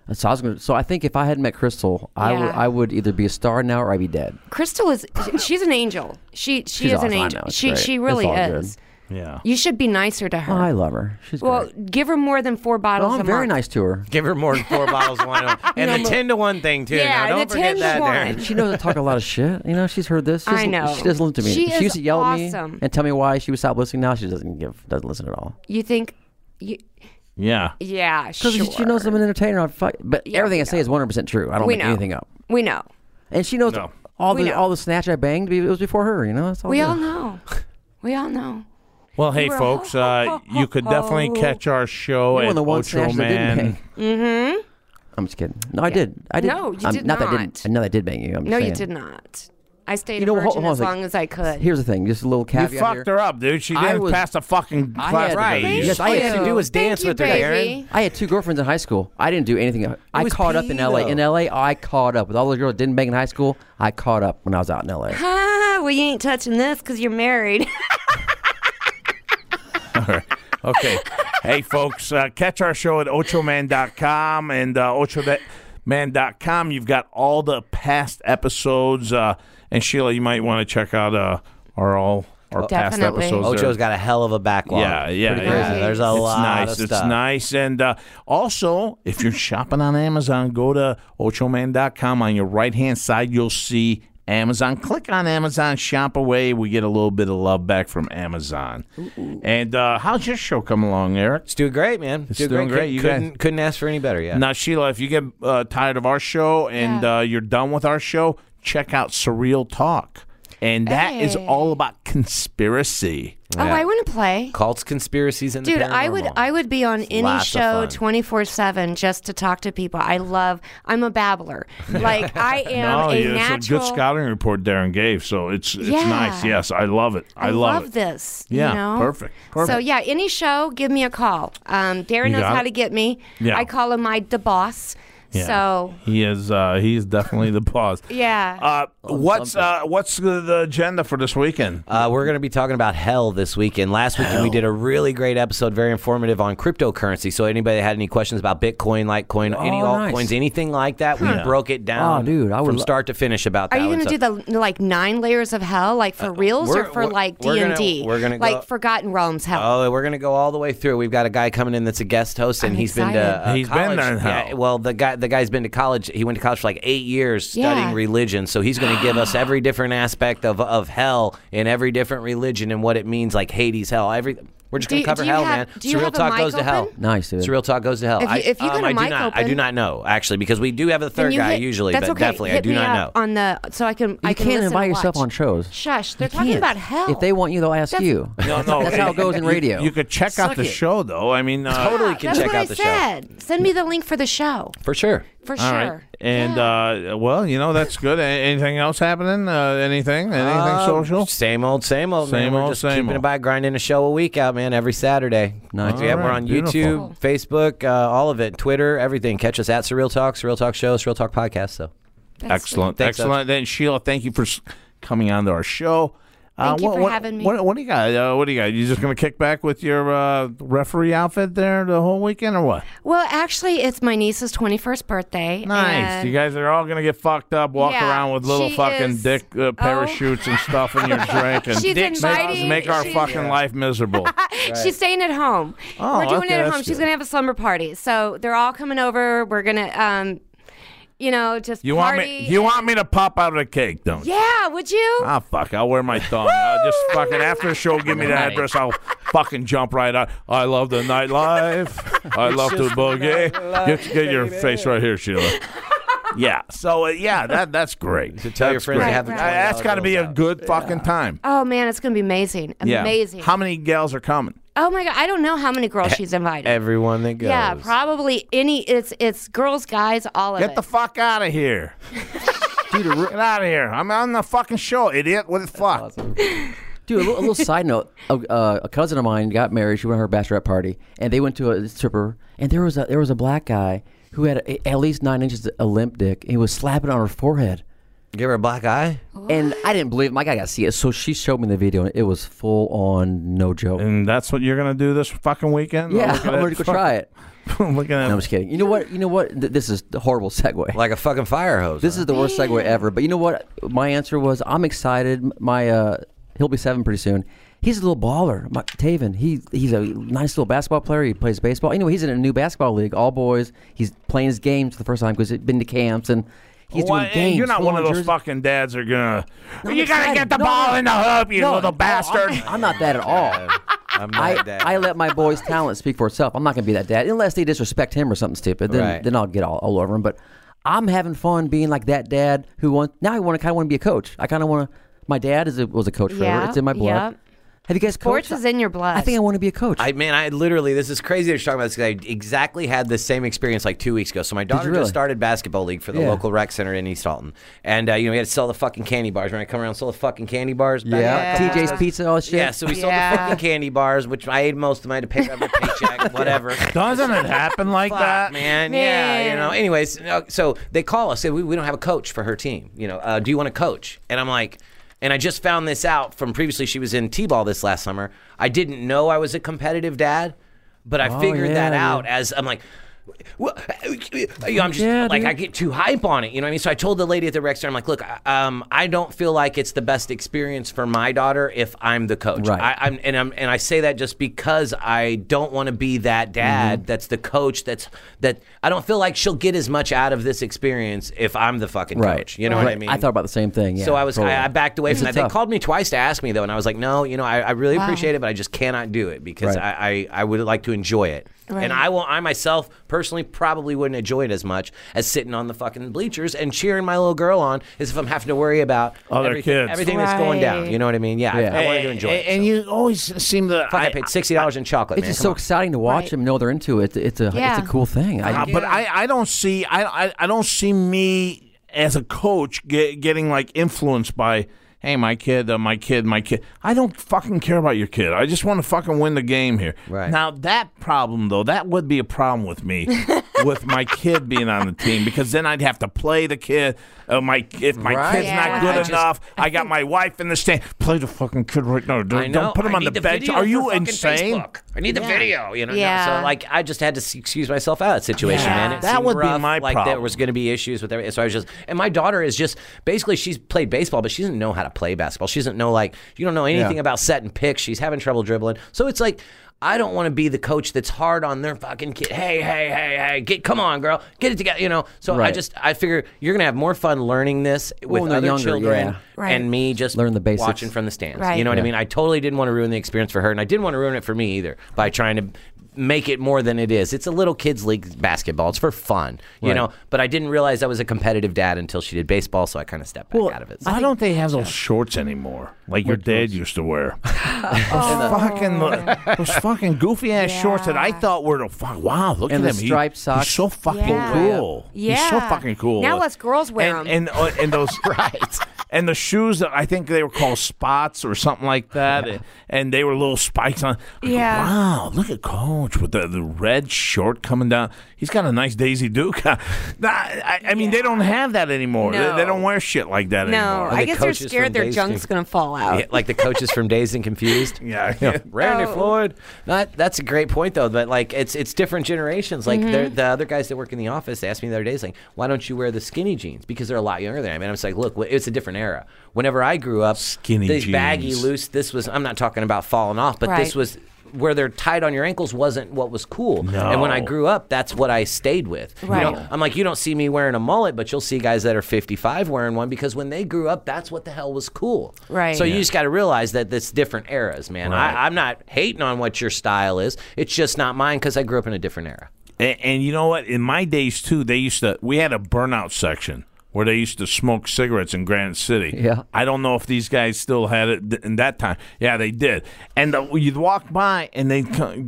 Speaker 6: And So I was gonna, so I think if I had met Crystal, I would
Speaker 5: Yeah.
Speaker 6: I would either be a star now or I'd be dead.
Speaker 5: Crystal is she's an angel. She she
Speaker 6: She's
Speaker 5: is
Speaker 6: awesome.
Speaker 5: an
Speaker 6: I
Speaker 5: angel.
Speaker 6: know. It's
Speaker 5: she
Speaker 6: great.
Speaker 5: she
Speaker 6: It's
Speaker 5: really
Speaker 6: all good. Oh,
Speaker 5: is.
Speaker 3: Yeah.
Speaker 5: You should be nicer to her.
Speaker 6: I love her. She's
Speaker 5: well,
Speaker 6: great.
Speaker 5: give her more than four bottles
Speaker 6: Well,
Speaker 5: a
Speaker 6: I'm very
Speaker 5: month.
Speaker 6: nice to her.
Speaker 4: give her more than four bottles of wine and the 10 to 1 thing too
Speaker 5: Yeah,
Speaker 4: now don't
Speaker 5: the
Speaker 4: forget
Speaker 5: 10 to
Speaker 4: that there.
Speaker 5: one.
Speaker 6: She knows I talk a lot of shit. You know, she's heard this. She
Speaker 5: I
Speaker 6: doesn't-
Speaker 5: know.
Speaker 6: She doesn't listen to me.
Speaker 5: She
Speaker 6: She,
Speaker 5: is
Speaker 6: used to yell at me
Speaker 5: awesome.
Speaker 6: and tell me why she would stop listening. Now she doesn't give, doesn't listen at all.
Speaker 5: You think? You,
Speaker 3: Yeah.
Speaker 5: yeah, sure.
Speaker 6: Because she knows I'm an entertainer. I'm fuck, but
Speaker 5: Yeah,
Speaker 6: everything
Speaker 5: we
Speaker 6: I say is 100 percent true. I don't
Speaker 5: We
Speaker 6: make
Speaker 5: know.
Speaker 6: anything up.
Speaker 5: We know.
Speaker 6: And she knows
Speaker 3: No.
Speaker 6: all
Speaker 5: We
Speaker 6: the
Speaker 5: know.
Speaker 6: all the snatch I banged. It was before her. You know, that's all.
Speaker 5: We
Speaker 6: good.
Speaker 5: all know. We all know.
Speaker 3: Well, hey,
Speaker 5: were-
Speaker 3: folks, uh, you could definitely catch our show
Speaker 6: You were
Speaker 3: at
Speaker 6: the one
Speaker 3: Ocho
Speaker 6: snatch that didn't
Speaker 3: Man.
Speaker 6: bang. Mm-hmm. I'm just kidding. No, I did. I did.
Speaker 5: No, you
Speaker 6: I'm-
Speaker 5: did
Speaker 6: that I didn't.
Speaker 5: not.
Speaker 6: No, that did bang you. I'm just
Speaker 5: No, you
Speaker 6: saying.
Speaker 5: did not. I stayed
Speaker 6: You know,
Speaker 5: a
Speaker 6: hold-
Speaker 5: virgin
Speaker 6: hold on a
Speaker 5: as
Speaker 6: second.
Speaker 5: long as I could.
Speaker 6: Here's the thing. Just a little
Speaker 3: You
Speaker 6: caveat here.
Speaker 3: fucked her up, dude. She
Speaker 6: I
Speaker 3: didn't
Speaker 6: was-
Speaker 3: pass the fucking
Speaker 6: I
Speaker 3: class.
Speaker 6: had- Right.
Speaker 3: together.
Speaker 6: You
Speaker 4: Yes,
Speaker 6: Yes,
Speaker 4: all you had to
Speaker 5: you.
Speaker 4: do was
Speaker 5: Thank
Speaker 4: dance
Speaker 5: you,
Speaker 4: with her, Aaron.
Speaker 5: baby.
Speaker 6: I had two girlfriends in high school. I didn't do anything. I
Speaker 4: was
Speaker 6: caught up in LA. In
Speaker 4: pedo.
Speaker 6: LA, I caught up with all the girls that didn't bang in high school. I caught up when I was out in LA.
Speaker 5: Ah, well, you ain't touching this because you're married.
Speaker 3: Okay. hey, folks, uh, catch our show at ochoman.com and uh, ochoman.com. You've got all the past episodes. Uh, and Sheila, you might want to check out uh, our all our past
Speaker 5: Definitely.
Speaker 3: episodes. there.
Speaker 4: Ocho's got a hell of a backlog.
Speaker 3: Yeah, yeah,
Speaker 4: Pretty
Speaker 3: yeah.
Speaker 4: crazy. There's a
Speaker 3: it's
Speaker 4: lot
Speaker 3: nice.
Speaker 4: of stuff.
Speaker 3: It's nice. And uh, also, if you're shopping on Amazon, go to ochoman.com. On your right hand side, you'll see Amazon. Click on Amazon, shop away. We get a little bit of love back from Amazon. And uh, how's your show come along, Eric?
Speaker 4: It's doing great, man. It's
Speaker 3: doing great. You
Speaker 4: couldn't,
Speaker 3: guys-
Speaker 4: couldn't ask for any better. Yeah.
Speaker 3: Now, Sheila, if you get uh, tired of our show and uh, you're done with our show, check out Surreal Talk. And that is all about conspiracy.
Speaker 5: Oh, I want to play.
Speaker 4: Cults, conspiracies, and
Speaker 5: Dude,
Speaker 4: the
Speaker 5: I would
Speaker 4: paranormal.
Speaker 5: I would be on any
Speaker 3: lots of
Speaker 5: show
Speaker 3: fun.
Speaker 5: twenty four seven just to talk to people. I love. I'm a babbler. Like I am
Speaker 3: Oh,
Speaker 5: a
Speaker 3: yeah,
Speaker 5: natural.
Speaker 3: it's a good scouting report Darren gave, so it's it's
Speaker 5: Yeah.
Speaker 3: nice. Yes, I love it. I,
Speaker 5: I
Speaker 3: love, it.
Speaker 5: this.
Speaker 3: Yeah,
Speaker 5: you know?
Speaker 3: perfect,
Speaker 5: So
Speaker 3: perfect.
Speaker 5: yeah, any show, give me a call. Um, Darren
Speaker 3: You
Speaker 5: knows
Speaker 3: got
Speaker 5: how
Speaker 3: it.
Speaker 5: to get me.
Speaker 3: Yeah.
Speaker 5: I call him my the boss. So
Speaker 3: He is uh he is definitely the boss.
Speaker 5: yeah,
Speaker 3: Uh, what's uh, what's the, the agenda for this weekend?
Speaker 4: Uh, we're going to be talking about hell this weekend. Last weekend we did a really great episode, very informative on cryptocurrency. So anybody that had any questions about Bitcoin, Litecoin, any
Speaker 6: Oh,
Speaker 4: altcoins,
Speaker 6: nice.
Speaker 4: anything like that, we broke it down.
Speaker 6: Oh, dude, I would
Speaker 4: from
Speaker 6: lo-
Speaker 4: start to finish about
Speaker 5: are
Speaker 4: that.
Speaker 5: you
Speaker 4: one.
Speaker 5: going
Speaker 4: So-
Speaker 5: to do the like nine layers of hell, like for reals or
Speaker 4: Uh, we're-
Speaker 5: for
Speaker 4: we're-
Speaker 5: like
Speaker 4: we're
Speaker 5: D
Speaker 4: gonna-
Speaker 5: and D?
Speaker 4: we're gonna
Speaker 5: like
Speaker 4: go-
Speaker 5: Forgotten Realms hell.
Speaker 4: Oh, we're gonna go all the way through. We've got a guy coming in that's a guest host, and
Speaker 5: I'm
Speaker 4: he's been
Speaker 5: excited.
Speaker 4: to uh,
Speaker 3: He's been
Speaker 4: college.
Speaker 3: there now.
Speaker 4: Yeah, well, the guy the guy's been to college. He went to college for like eight years
Speaker 5: Yeah.
Speaker 4: studying religion, so he's gonna give us every different aspect of of hell in every different religion and what it means, like Hades, hell, every. We're just
Speaker 5: Do
Speaker 4: gonna
Speaker 5: you-
Speaker 4: cover
Speaker 5: do you
Speaker 4: hell,
Speaker 5: have-
Speaker 4: man.
Speaker 5: do you
Speaker 4: Surreal
Speaker 5: have a
Speaker 4: talk
Speaker 5: mic
Speaker 4: goes to hell.
Speaker 5: open?
Speaker 6: Nice, dude.
Speaker 4: Surreal talk goes to hell.
Speaker 5: If you- if you got
Speaker 4: um,
Speaker 5: a
Speaker 4: I do
Speaker 5: mic
Speaker 4: not. I do
Speaker 5: open-
Speaker 4: not know actually because we do have a
Speaker 5: Then
Speaker 4: third
Speaker 5: you
Speaker 4: guy
Speaker 5: hit-
Speaker 4: usually,
Speaker 5: that's
Speaker 4: but
Speaker 5: okay.
Speaker 4: definitely
Speaker 5: hit
Speaker 4: I do
Speaker 5: me
Speaker 4: not
Speaker 5: up
Speaker 4: know.
Speaker 5: on the so I can I can
Speaker 6: You can't
Speaker 5: listen
Speaker 6: invite
Speaker 5: and
Speaker 6: yourself
Speaker 5: watch.
Speaker 6: on shows.
Speaker 5: Shush, they're
Speaker 6: You
Speaker 5: talking
Speaker 6: can't.
Speaker 5: about hell.
Speaker 6: If they want you, they'll ask
Speaker 5: That's-
Speaker 6: you.
Speaker 3: No, no,
Speaker 6: That's how it goes in radio.
Speaker 3: You could check out
Speaker 6: Suck
Speaker 3: the
Speaker 6: it.
Speaker 3: show though. I mean, uh,
Speaker 4: Totally can
Speaker 5: That's
Speaker 4: check
Speaker 5: what
Speaker 4: out
Speaker 5: I
Speaker 4: the show
Speaker 5: said. Send me the link for the show
Speaker 4: for sure.
Speaker 5: for
Speaker 3: All
Speaker 5: sure.
Speaker 3: right. And uh, well, you know that's good. A- anything else happening? Uh, anything? Anything
Speaker 6: Um,
Speaker 4: Uh,
Speaker 3: social?
Speaker 4: Same old, same old.
Speaker 3: Same
Speaker 4: man. We're
Speaker 3: old,
Speaker 4: just
Speaker 3: same
Speaker 4: keeping
Speaker 3: old.
Speaker 4: it by grinding a show a week out, man. Every Saturday.
Speaker 6: Nice.
Speaker 4: Yeah, we're
Speaker 3: Alright,
Speaker 4: on
Speaker 3: beautiful.
Speaker 4: YouTube, Facebook, uh, all of it, Twitter, everything. Catch us at Surreal Talk, Surreal Talk Show, Surreal Talk Podcast. So
Speaker 3: Excellent,
Speaker 4: Thanks,
Speaker 3: excellent. Then Sheila, thank you for s- coming on to our show. Uh,
Speaker 5: Thank you
Speaker 3: what,
Speaker 5: for
Speaker 3: what-
Speaker 5: having me.
Speaker 3: What, what do you got? Uh, what do you got? You just gonna kick back with your uh, referee outfit there the whole weekend, or what?
Speaker 5: Well, actually, it's my niece's 21st birthday.
Speaker 3: Nice.
Speaker 5: and-
Speaker 3: You guys are all gonna get fucked up, walk
Speaker 5: Yeah,
Speaker 3: around with little
Speaker 5: she
Speaker 3: fucking
Speaker 5: is-
Speaker 3: dick uh,
Speaker 5: Oh.
Speaker 3: parachutes and stuff in your drink, and
Speaker 5: She's
Speaker 3: make-
Speaker 5: inviting-
Speaker 3: make, our
Speaker 5: she's-
Speaker 3: fucking life miserable.
Speaker 5: She's staying at home.
Speaker 3: Oh,
Speaker 5: we're doing
Speaker 3: okay,
Speaker 5: it at
Speaker 3: that's
Speaker 5: home. She's
Speaker 3: good.
Speaker 5: gonna have a slumber party. So they're all coming over. We're gonna, um, you know, just
Speaker 3: You want
Speaker 5: party.
Speaker 3: me? You want me to pop out of the cake, don't you?
Speaker 5: yeah, would you?
Speaker 3: Ah, fuck. I'll wear my thumb. I'll just fucking, after the show, give me the address. I'll fucking jump right out. I love the nightlife. I love to boogie. Get, get your face right here, Sheila. Yeah. So, uh, yeah, that that's great. Uh,
Speaker 4: to tell your friends
Speaker 5: great.
Speaker 4: to have
Speaker 5: Right,
Speaker 4: the
Speaker 5: right.
Speaker 4: $20
Speaker 3: that's got to be a
Speaker 4: bills out.
Speaker 3: good fucking time.
Speaker 5: oh man, it's gonna be amazing.
Speaker 3: Yeah.
Speaker 5: Amazing.
Speaker 3: How many gals are coming?
Speaker 5: oh my god, I don't know how many girls
Speaker 3: Eh,
Speaker 5: she's invited.
Speaker 4: everyone that goes.
Speaker 5: yeah, probably any. It's it's girls, guys, all of
Speaker 3: Get
Speaker 5: it.
Speaker 3: the fuck out of here. Dude, get out of here. I'm on the fucking show, idiot. What the fuck?
Speaker 6: Dude, a little, a little side note. A, uh, a cousin of mine got married. She went to her bachelorette party, and they went to a stripper, and there was a there was a black guy who had a, at least nine inches of limp dick, and he was slapping it on her forehead.
Speaker 4: Give her a black eye.
Speaker 6: And I didn't believe my guy got to see it, so she showed me the video, and it was full on no joke.
Speaker 3: And that's what you're going to do this fucking weekend?
Speaker 6: yeah, I'm ready to go try it.
Speaker 3: I'm looking at
Speaker 6: No, I'm just kidding. You know what? You know what? Th- this is a horrible segue.
Speaker 4: Like a fucking fire hose.
Speaker 6: This is the worst segue ever. But you know what? My answer was I'm excited. My uh, he'll be seven pretty soon. He's a little baller, my, Taven. He he's a nice little basketball player. He plays baseball. Anyway, he's in a new basketball league, all boys. He's playing his games for the first time because he's been to camps and he's
Speaker 3: Why-
Speaker 6: doing games.
Speaker 3: You're not one of
Speaker 6: full-on
Speaker 3: those
Speaker 6: jerseys.
Speaker 3: fucking dads that are gonna.
Speaker 6: I'm
Speaker 3: you gotta
Speaker 6: excited.
Speaker 3: get the
Speaker 6: No,
Speaker 3: ball
Speaker 6: no.
Speaker 3: in the hoop, you
Speaker 6: No,
Speaker 3: little
Speaker 6: no,
Speaker 3: bastard.
Speaker 6: I'm, I'm not that at all.
Speaker 4: I'm not
Speaker 6: I,
Speaker 4: that.
Speaker 6: I let my boy's talent speak for itself. I'm not gonna be that dad unless they disrespect him or something stupid. Then
Speaker 4: Right.
Speaker 6: then I'll get all, all over him. But I'm having fun being like that dad who wants. Now I want to kind of want to be a coach. I kind of want to. My dad is a, was a coach forever.
Speaker 5: Yeah,
Speaker 6: It's in my blood.
Speaker 5: yeah.
Speaker 6: Have you guys
Speaker 5: Sports
Speaker 6: coached?
Speaker 5: is in your blood.
Speaker 6: I think I want to be a coach.
Speaker 4: I man, I literally this is crazy. that you're talking about this 'cause I exactly had the same experience like two weeks ago. So my daughter
Speaker 6: really?
Speaker 4: just started basketball league for the
Speaker 6: Yeah.
Speaker 4: local rec center in East Alton, and uh, you know we had to sell the fucking candy bars. When I come around, and sell the fucking candy bars. back
Speaker 6: yeah.
Speaker 4: in a couple
Speaker 6: TJ's Pizza, all that shit.
Speaker 4: Yeah, so we sold the
Speaker 5: Yeah.
Speaker 4: fucking candy bars, which I ate most of them. I had to pay up my paycheck, whatever.
Speaker 3: Doesn't it happen like
Speaker 4: Fuck,
Speaker 3: that?
Speaker 4: man. Yeah, you
Speaker 5: Man.
Speaker 4: know. Anyways, no, so they call us. Say we, we don't have a coach for her team. You know, uh, do you want a coach? And I'm like, and I just found this out from previously. She was in t-ball this last summer. I didn't know I was a competitive dad, but I figured that
Speaker 6: Oh, yeah,
Speaker 4: out as I'm like. Well, I'm just
Speaker 6: Yeah,
Speaker 4: like
Speaker 6: dude.
Speaker 4: I get too hype on it, you know what I mean. So I told the lady at the rec center, I'm like, look, I- um, I don't feel like it's the best experience for my daughter if I'm the coach.
Speaker 6: Right.
Speaker 4: I, I'm and I'm and I say that just because I don't want to be that dad
Speaker 6: Mm-hmm.
Speaker 4: that's the coach that's that I don't feel like she'll get as much out of this experience if I'm the fucking
Speaker 6: Right.
Speaker 4: coach. You know what I
Speaker 6: Right.
Speaker 4: mean?
Speaker 6: I thought about the same thing. Yeah,
Speaker 4: so I was
Speaker 6: totally.
Speaker 4: I, I backed away
Speaker 6: This
Speaker 4: from that.
Speaker 6: is
Speaker 4: They
Speaker 6: tough.
Speaker 4: called me twice to ask me though, and I was like, no, you know, I, I really appreciate it, but I just cannot do it because
Speaker 6: Right.
Speaker 4: I, I I would like to enjoy it. And I will, I myself personally probably wouldn't enjoy it as much as sitting on the fucking bleachers and cheering my little girl on as if I'm having to worry about
Speaker 11: Other
Speaker 4: everything,
Speaker 11: kids.
Speaker 4: everything that's going down.
Speaker 5: Right.
Speaker 4: You know what I mean? Yeah, I- I, wanted to enjoy
Speaker 11: and,
Speaker 4: it.
Speaker 11: and
Speaker 4: so.
Speaker 11: you always seem to.
Speaker 4: Fuck, I, paid sixty dollars in chocolate.
Speaker 6: It's
Speaker 4: man.
Speaker 6: just
Speaker 4: Come
Speaker 6: so
Speaker 4: on.
Speaker 6: exciting to watch
Speaker 5: Right.
Speaker 6: them know they're into it. It's, it's a
Speaker 5: Yeah.
Speaker 6: it's a cool thing. I,
Speaker 11: Uh, but I, I don't see I, I I don't see me as a coach get, getting like influenced by hey my kid uh, my kid my kid I don't fucking care about your kid I just want to fucking win the game here
Speaker 4: Right.
Speaker 11: now
Speaker 3: Now that problem though, that would be a problem with me, with my kid being on the team because then I'd have to play the kid. Uh, my if my
Speaker 4: Right.
Speaker 3: kid's
Speaker 5: Yeah.
Speaker 3: not good
Speaker 5: I
Speaker 4: just-
Speaker 3: enough, I got my wife in the stand. Play the fucking kid right now.
Speaker 4: I
Speaker 3: Don't,
Speaker 4: know.
Speaker 3: don't put him
Speaker 4: I
Speaker 3: on the,
Speaker 4: need
Speaker 3: bench.
Speaker 4: video
Speaker 3: Are
Speaker 4: for
Speaker 3: you
Speaker 4: fucking
Speaker 3: insane?
Speaker 4: Facebook. I need the video. You know. no,
Speaker 5: Yeah.
Speaker 4: So like, I just had to s- excuse myself out of that situation, man. It
Speaker 3: That
Speaker 4: seemed
Speaker 3: would be
Speaker 4: rough,
Speaker 3: my
Speaker 4: Like there
Speaker 3: problem.
Speaker 4: was going to be issues with everything. So I was just, and my daughter is just basically she's played baseball, but she doesn't know how to play basketball. She doesn't know like you don't know anything about setting picks. She's having trouble dribbling. So it's like. I don't want to be the coach that's hard on their fucking kid. Hey, hey, hey, hey, get come on, girl, get it together. You know. So I
Speaker 6: Right.
Speaker 4: just I figure you're gonna have more fun learning this with
Speaker 6: when they're
Speaker 4: other
Speaker 6: younger,
Speaker 4: children
Speaker 6: yeah.
Speaker 5: Right.
Speaker 4: and me just
Speaker 6: Learn the basics.
Speaker 4: watching from the stands.
Speaker 5: Right.
Speaker 4: You know what I
Speaker 6: Yeah.
Speaker 4: mean? I totally didn't want to ruin the experience for her, and I didn't want to ruin it for me either by trying to make it more than it is. It's a little kids' league basketball. It's for fun, you know. But I didn't realize I was a competitive dad until she did baseball, so I kind of stepped back out of it. So-
Speaker 3: Why don't they have those shorts anymore? Like your dad used to wear. those fucking those fucking goofy ass shorts that I
Speaker 5: Yeah.
Speaker 3: thought were the fuck. Wow, look
Speaker 6: And
Speaker 3: at
Speaker 6: the
Speaker 3: him. He-
Speaker 6: striped socks.
Speaker 3: He's so fucking
Speaker 5: Yeah.
Speaker 3: cool.
Speaker 5: Yeah.
Speaker 3: He's so fucking cool.
Speaker 5: Now us girls wear
Speaker 3: and,
Speaker 5: 'em.
Speaker 3: And uh, and those right. And the shoes that I think they were called spots or something like that, and, and they were little spikes on. I go,
Speaker 5: Yeah.
Speaker 3: wow, look at Coach with the, the red short coming down. He's got a nice Daisy Duke. Nah, I, I mean, they don't have that anymore. They- They,
Speaker 5: No.
Speaker 3: don't wear shit like that
Speaker 5: No,
Speaker 3: anymore.
Speaker 5: I
Speaker 4: the
Speaker 5: guess they're
Speaker 4: coaches from
Speaker 5: scared their
Speaker 4: Days
Speaker 5: junk's
Speaker 4: Duke.
Speaker 5: going to fall out.
Speaker 4: Yeah, like the coaches from Dazed and Confused.
Speaker 3: Yeah.
Speaker 4: Randy
Speaker 5: Oh.
Speaker 4: Floyd. Not that's a great point though. But like it's it's different generations. Like they're
Speaker 5: Mm-hmm.
Speaker 4: the other guys that work in the office they asked me the other day, it's like, why don't you wear the skinny jeans? Because they're a lot younger than I am. And I was like, look, wh- it's a different era. Whenever I grew up,
Speaker 3: Skinny
Speaker 4: these baggy
Speaker 3: jeans.
Speaker 4: loose. This was I'm not talking about falling off, but this
Speaker 5: Right.
Speaker 4: was. Where they're tied on your ankles wasn't what was cool, and when I
Speaker 3: No.
Speaker 4: grew up, that's what I stayed with. You know,
Speaker 5: Right.
Speaker 4: I'm like, you don't see me wearing a mullet, but you'll see guys that are 55 wearing one because when they grew up, that's what the hell was cool.
Speaker 5: Right.
Speaker 4: So you just got to realize that it's different eras, man. I, I'm not hating on what your style is. It's just not mine because I grew up in a different era.
Speaker 3: And, and you know what? In my days too, they used to. We had a burnout section where they used to smoke cigarettes in Granite City.
Speaker 6: Yeah.
Speaker 3: I don't know if these guys still had it th- in that time. Yeah, they did. And the, you'd walk by, and they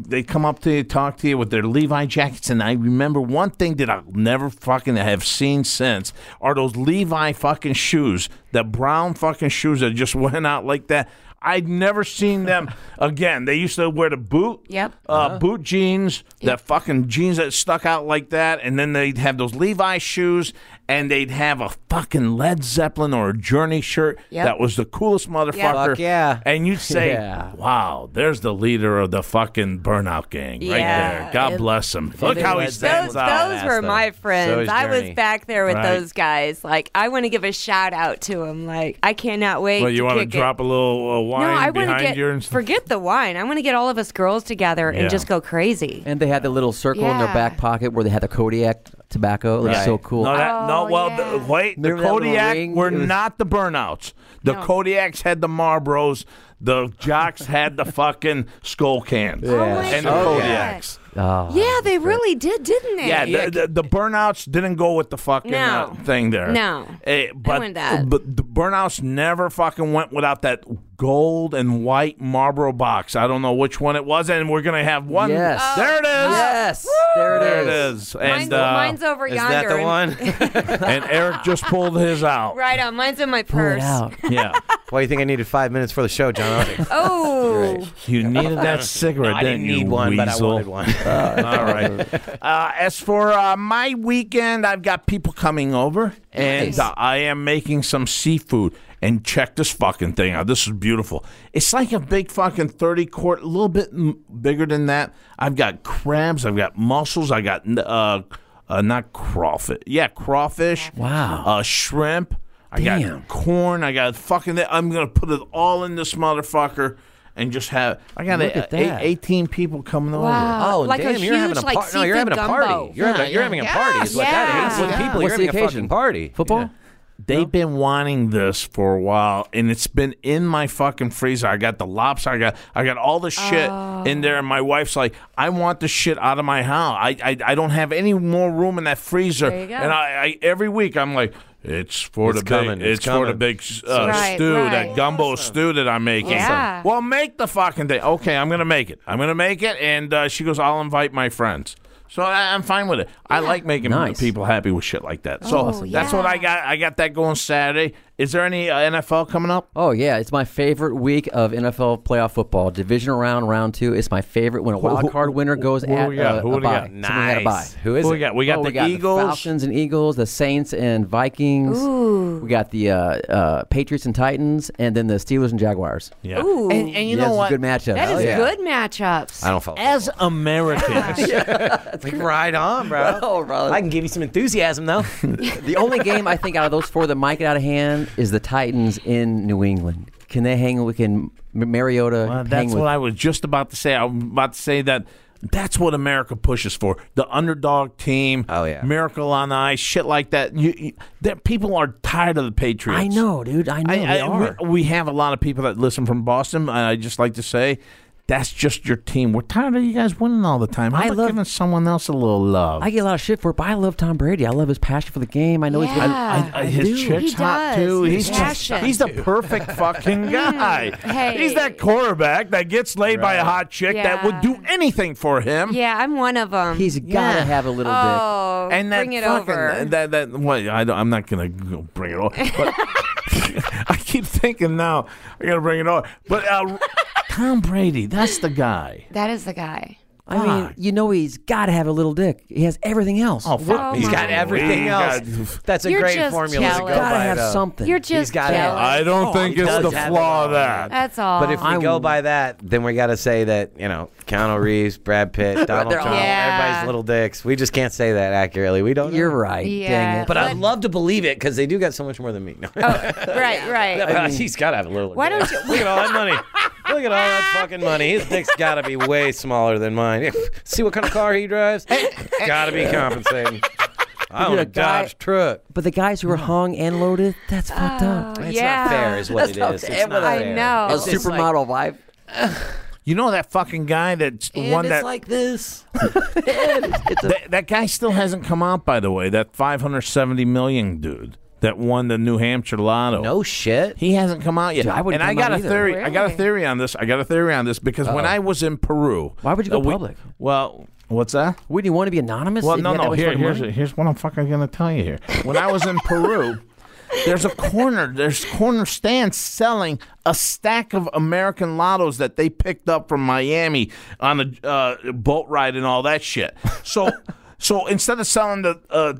Speaker 3: they come up to you, talk to you with their Levi jackets. And I remember one thing that I'll never fucking have seen since are those Levi fucking shoes, the brown fucking shoes that just went out like that. I'd never seen them again. They used to wear the boot,
Speaker 5: Yep.
Speaker 3: uh, boot jeans, the fucking jeans that stuck out like that, and then they'd have those Levi shoes, and they'd have a fucking Led Zeppelin or a Journey shirt
Speaker 5: Yep.
Speaker 3: that was the coolest motherfucker.
Speaker 4: Fuck yeah.
Speaker 3: And you'd say,
Speaker 6: Yeah.
Speaker 3: "Wow, there's the leader of the fucking burnout gang right
Speaker 5: Yeah.
Speaker 3: there. God
Speaker 5: It-
Speaker 3: bless him. Look
Speaker 4: they
Speaker 3: how he
Speaker 4: Led
Speaker 3: stands
Speaker 5: Those,
Speaker 4: Zeppelin.
Speaker 3: out."
Speaker 4: badass,
Speaker 5: those were
Speaker 4: though.
Speaker 5: my
Speaker 4: So
Speaker 5: friends.
Speaker 4: is
Speaker 5: I was
Speaker 4: Journey.
Speaker 5: back there with
Speaker 3: Right.
Speaker 5: those guys. Like, I want to give a shout out to them. Like, I cannot wait.
Speaker 3: Well, you
Speaker 5: want to kick it.
Speaker 3: drop a little uh,
Speaker 5: No,
Speaker 3: wine
Speaker 5: I want to
Speaker 3: behind
Speaker 5: get
Speaker 3: your and
Speaker 5: forget the wine. I want to get all of us girls together
Speaker 3: Yeah.
Speaker 5: and just go crazy.
Speaker 6: and they had the little circle in their
Speaker 5: Yeah.
Speaker 6: back pocket where they had the Kodiak tobacco. It was so cool.
Speaker 3: No, that, no
Speaker 5: Oh,
Speaker 3: well,
Speaker 5: yeah.
Speaker 3: the, wait. The
Speaker 6: Remember that little
Speaker 3: Kodiak
Speaker 6: ring?
Speaker 3: were
Speaker 6: It was-
Speaker 3: not the burnouts. The Kodiaks had the Marlboros. The Jocks had the fucking skull cans
Speaker 5: my
Speaker 3: and the
Speaker 5: God.
Speaker 3: Kodiaks.
Speaker 6: Oh.
Speaker 5: Yeah, they really did, didn't they?
Speaker 3: Yeah, the, the, the burnouts didn't go with the fucking uh,
Speaker 5: No.
Speaker 3: thing there.
Speaker 5: No.
Speaker 3: Eh, but,
Speaker 5: want that.
Speaker 3: but the burnouts never fucking went without that gold and white Marlboro box. I don't know which one it was, and we're gonna have one.
Speaker 6: Yes. Oh.
Speaker 3: There it is.
Speaker 6: Yes, there it
Speaker 3: There
Speaker 6: is.
Speaker 3: it is.
Speaker 5: Oh. mine's,
Speaker 3: And uh,
Speaker 5: mine's over yonder. and-
Speaker 3: and Eric just pulled his out.
Speaker 5: Right on. Mine's in my
Speaker 6: Pull it
Speaker 5: purse.
Speaker 6: out.
Speaker 3: Yeah.
Speaker 4: Why do you think I needed five minutes for the show, John? I was like,
Speaker 5: Oh,
Speaker 3: You needed that cigarette,
Speaker 4: I didn't
Speaker 3: you,
Speaker 4: need one, but I
Speaker 3: weasel?
Speaker 4: wanted one.
Speaker 3: All right. Uh, as for uh, my weekend, I've got people coming over, and uh, I am making some seafood. And check this fucking thing out. This is beautiful. It's like a big fucking thirty quart, a little bit m- bigger than that. I've got crabs. I've got mussels. I got uh, uh, not crawfish. Yeah, crawfish.
Speaker 6: Wow.
Speaker 3: Uh, shrimp. I
Speaker 6: Damn.
Speaker 3: got corn. I got fucking. That. I'm gonna put it all in this motherfucker. And just have I got
Speaker 6: Look
Speaker 3: a,
Speaker 6: at that.
Speaker 3: a- 18 people coming over.
Speaker 5: wow.
Speaker 4: Oh,
Speaker 5: like
Speaker 4: damn,
Speaker 5: a
Speaker 4: you're having a
Speaker 5: huge, like,
Speaker 4: party. no, you're having a
Speaker 5: seafood
Speaker 4: party.
Speaker 5: gumbo.
Speaker 4: You're, having, a, you're having a party. Is what that
Speaker 5: Yeah.
Speaker 4: is. With people,
Speaker 6: What's
Speaker 4: you're having
Speaker 6: the
Speaker 4: a fucking
Speaker 6: occasion?
Speaker 4: party.
Speaker 6: Football?
Speaker 4: Yeah.
Speaker 3: They've been wanting this for a while, and it's been in my fucking freezer. I got the lobster. I got I got all the shit in there,
Speaker 5: Oh.
Speaker 3: and my wife's like, "I want the shit out of my house. I I, I don't have any more room in that freezer."
Speaker 5: There you go.
Speaker 3: And I, I every week I'm like. It's for
Speaker 4: It's
Speaker 3: the
Speaker 4: coming,
Speaker 3: big.
Speaker 4: it's
Speaker 3: It's, for the
Speaker 4: coming."
Speaker 3: big uh,
Speaker 5: Right,
Speaker 3: stew,
Speaker 5: right.
Speaker 3: that gumbo stew that I'm making.
Speaker 5: Yeah.
Speaker 3: Well, make the fucking thing. Okay, I'm gonna make it. I'm gonna make it, and uh, she goes, "I'll invite my friends." So I, I'm fine with it. I like making
Speaker 6: Nice.
Speaker 3: people happy with shit like that. So
Speaker 5: Awesome.
Speaker 3: that's what I got. I got that going Saturday. Is there any uh, NFL coming up?
Speaker 6: Oh yeah, it's my favorite week of NFL playoff football. Division round, round two. It's my favorite when a wild card winner goes
Speaker 3: who
Speaker 6: at
Speaker 3: we got?
Speaker 6: a-
Speaker 3: Who
Speaker 6: a
Speaker 3: we
Speaker 6: bye.
Speaker 3: got?
Speaker 6: Somebody had a bye.
Speaker 4: Nice. Who is
Speaker 3: Who we
Speaker 4: it?
Speaker 3: got? We got
Speaker 6: Oh,
Speaker 3: the
Speaker 6: we got
Speaker 3: Eagles.
Speaker 6: the Falcons and Eagles, the Saints and Vikings. We got the uh, uh, Patriots and Titans, and then the Steelers and Jaguars.
Speaker 3: Yeah.
Speaker 5: Ooh,
Speaker 3: And, and you
Speaker 6: yeah,
Speaker 3: know
Speaker 6: it's a
Speaker 3: what?
Speaker 6: good matchup.
Speaker 5: that
Speaker 6: Hell
Speaker 5: is
Speaker 6: yeah.
Speaker 5: good matchups.
Speaker 4: I don't follow.
Speaker 3: As Americans,
Speaker 4: Like, right on, bro.
Speaker 6: Oh, brother.
Speaker 4: I can give you some enthusiasm though.
Speaker 6: The only game I think out of those four that might get out of hand is the Titans in New England. Can they hang with can Mariota?
Speaker 3: Well,
Speaker 6: hang
Speaker 3: Uh, that's
Speaker 6: with
Speaker 3: what I was just about to say. I'm about to say that that's what America pushes for the underdog team.
Speaker 4: Oh, yeah.
Speaker 3: Miracle on Ice, shit like that. You, you, that people are tired of the Patriots.
Speaker 6: I know, dude. I know
Speaker 3: I,
Speaker 6: they
Speaker 3: I-
Speaker 6: are.
Speaker 3: We, we have a lot of people that listen from Boston. And I just like to say, that's just your team. We're tired of you guys winning all the time. How
Speaker 6: I
Speaker 3: about
Speaker 6: love-
Speaker 3: giving someone else a little love.
Speaker 6: I get a lot of shit for it, but I love Tom Brady. I love his passion for the game. I know he's been.
Speaker 5: Yeah.
Speaker 3: I- his chick's
Speaker 5: Ah, He
Speaker 3: hot
Speaker 5: does.
Speaker 3: too. He's just,
Speaker 5: Passion.
Speaker 3: he's the perfect fucking guy.
Speaker 5: Mm, Hey.
Speaker 3: He's that quarterback that gets laid by a hot chick that would
Speaker 5: Yeah.
Speaker 3: do anything for him.
Speaker 5: yeah, I'm one of them.
Speaker 6: He's got to
Speaker 3: Yeah.
Speaker 6: have a little
Speaker 5: oh,
Speaker 3: And that
Speaker 5: bring it
Speaker 3: fucking, uh,
Speaker 5: over.
Speaker 3: That that what I don't, I'm not gonna go bring it over. But I keep thinking now I gotta bring it over. But uh, Tom Brady, that's the guy.
Speaker 5: that is the guy.
Speaker 6: dick. I mean, you know, he's got to have a little dick. He has everything else.
Speaker 3: Oh, fuck
Speaker 5: He's
Speaker 3: me.
Speaker 5: got
Speaker 4: everything
Speaker 3: He's
Speaker 4: else.
Speaker 3: got-
Speaker 4: That's a
Speaker 5: You're
Speaker 4: great
Speaker 5: just
Speaker 4: formula to go
Speaker 5: jealous.
Speaker 6: got to
Speaker 4: by.
Speaker 6: have
Speaker 4: though.
Speaker 6: something.
Speaker 5: You're just
Speaker 4: got it.
Speaker 5: jealous.
Speaker 3: I don't think
Speaker 4: he
Speaker 3: it's
Speaker 4: does
Speaker 3: the
Speaker 4: have
Speaker 3: flaw
Speaker 4: it
Speaker 3: of that.
Speaker 5: That's all.
Speaker 4: But if we
Speaker 6: I'm-
Speaker 4: go by that, then we got to say that you know Keanu Reeves, Brad Pitt, Donald
Speaker 6: They're all-
Speaker 4: Trump,
Speaker 5: Yeah.
Speaker 4: everybody's little dicks. We just can't say that accurately. We don't. know.
Speaker 6: You're right. Dang
Speaker 5: yeah,
Speaker 6: it.
Speaker 4: But Oh. I'd love to believe it because they do got so much more than me. No.
Speaker 5: right, right.
Speaker 4: he's got to have a little.
Speaker 5: Why
Speaker 4: dick.
Speaker 5: don't you-
Speaker 4: look at all that money? Look at all that fucking money. His dick's got to be way smaller than mine. See what kind of car he drives. got to be compensating. I own
Speaker 6: You're
Speaker 4: a
Speaker 6: a guy-
Speaker 4: Dodge truck.
Speaker 6: But the guys
Speaker 3: Mm.
Speaker 6: who are hung and loaded, that's fucked up.
Speaker 4: It's
Speaker 5: yeah.
Speaker 4: not fair, is what it is. It's not
Speaker 5: I
Speaker 4: fair.
Speaker 5: know.
Speaker 4: It's just like-
Speaker 6: Supermodel vibe.
Speaker 3: You know that fucking guy that's the
Speaker 4: And
Speaker 3: one
Speaker 4: it's
Speaker 3: that
Speaker 4: like this.
Speaker 3: that, that guy still hasn't come out by the way, that 570 million dude that won the New Hampshire Lotto.
Speaker 4: No shit.
Speaker 3: He hasn't come out yet.
Speaker 6: Dude, I wouldn't
Speaker 3: and I
Speaker 6: come
Speaker 3: got
Speaker 6: out
Speaker 3: a
Speaker 6: either.
Speaker 3: theory. I got a
Speaker 5: Really?
Speaker 3: theory on this. I got a theory on this because when I was in Peru,
Speaker 6: Why would you go
Speaker 3: uh, we-
Speaker 6: public?
Speaker 3: well, what's that?
Speaker 6: Wouldn't you want to be anonymous?
Speaker 3: Well,
Speaker 6: if
Speaker 3: no,
Speaker 6: you had that
Speaker 3: no.
Speaker 6: much
Speaker 3: Here,
Speaker 6: fucking
Speaker 3: here's
Speaker 6: money?
Speaker 3: here's what I'm fucking gonna tell you here. When I was in Peru, there's a corner. There's corner stands selling a stack of American lottos that they picked up from Miami on a uh, boat ride and all that shit. So, so instead of selling the. Uh,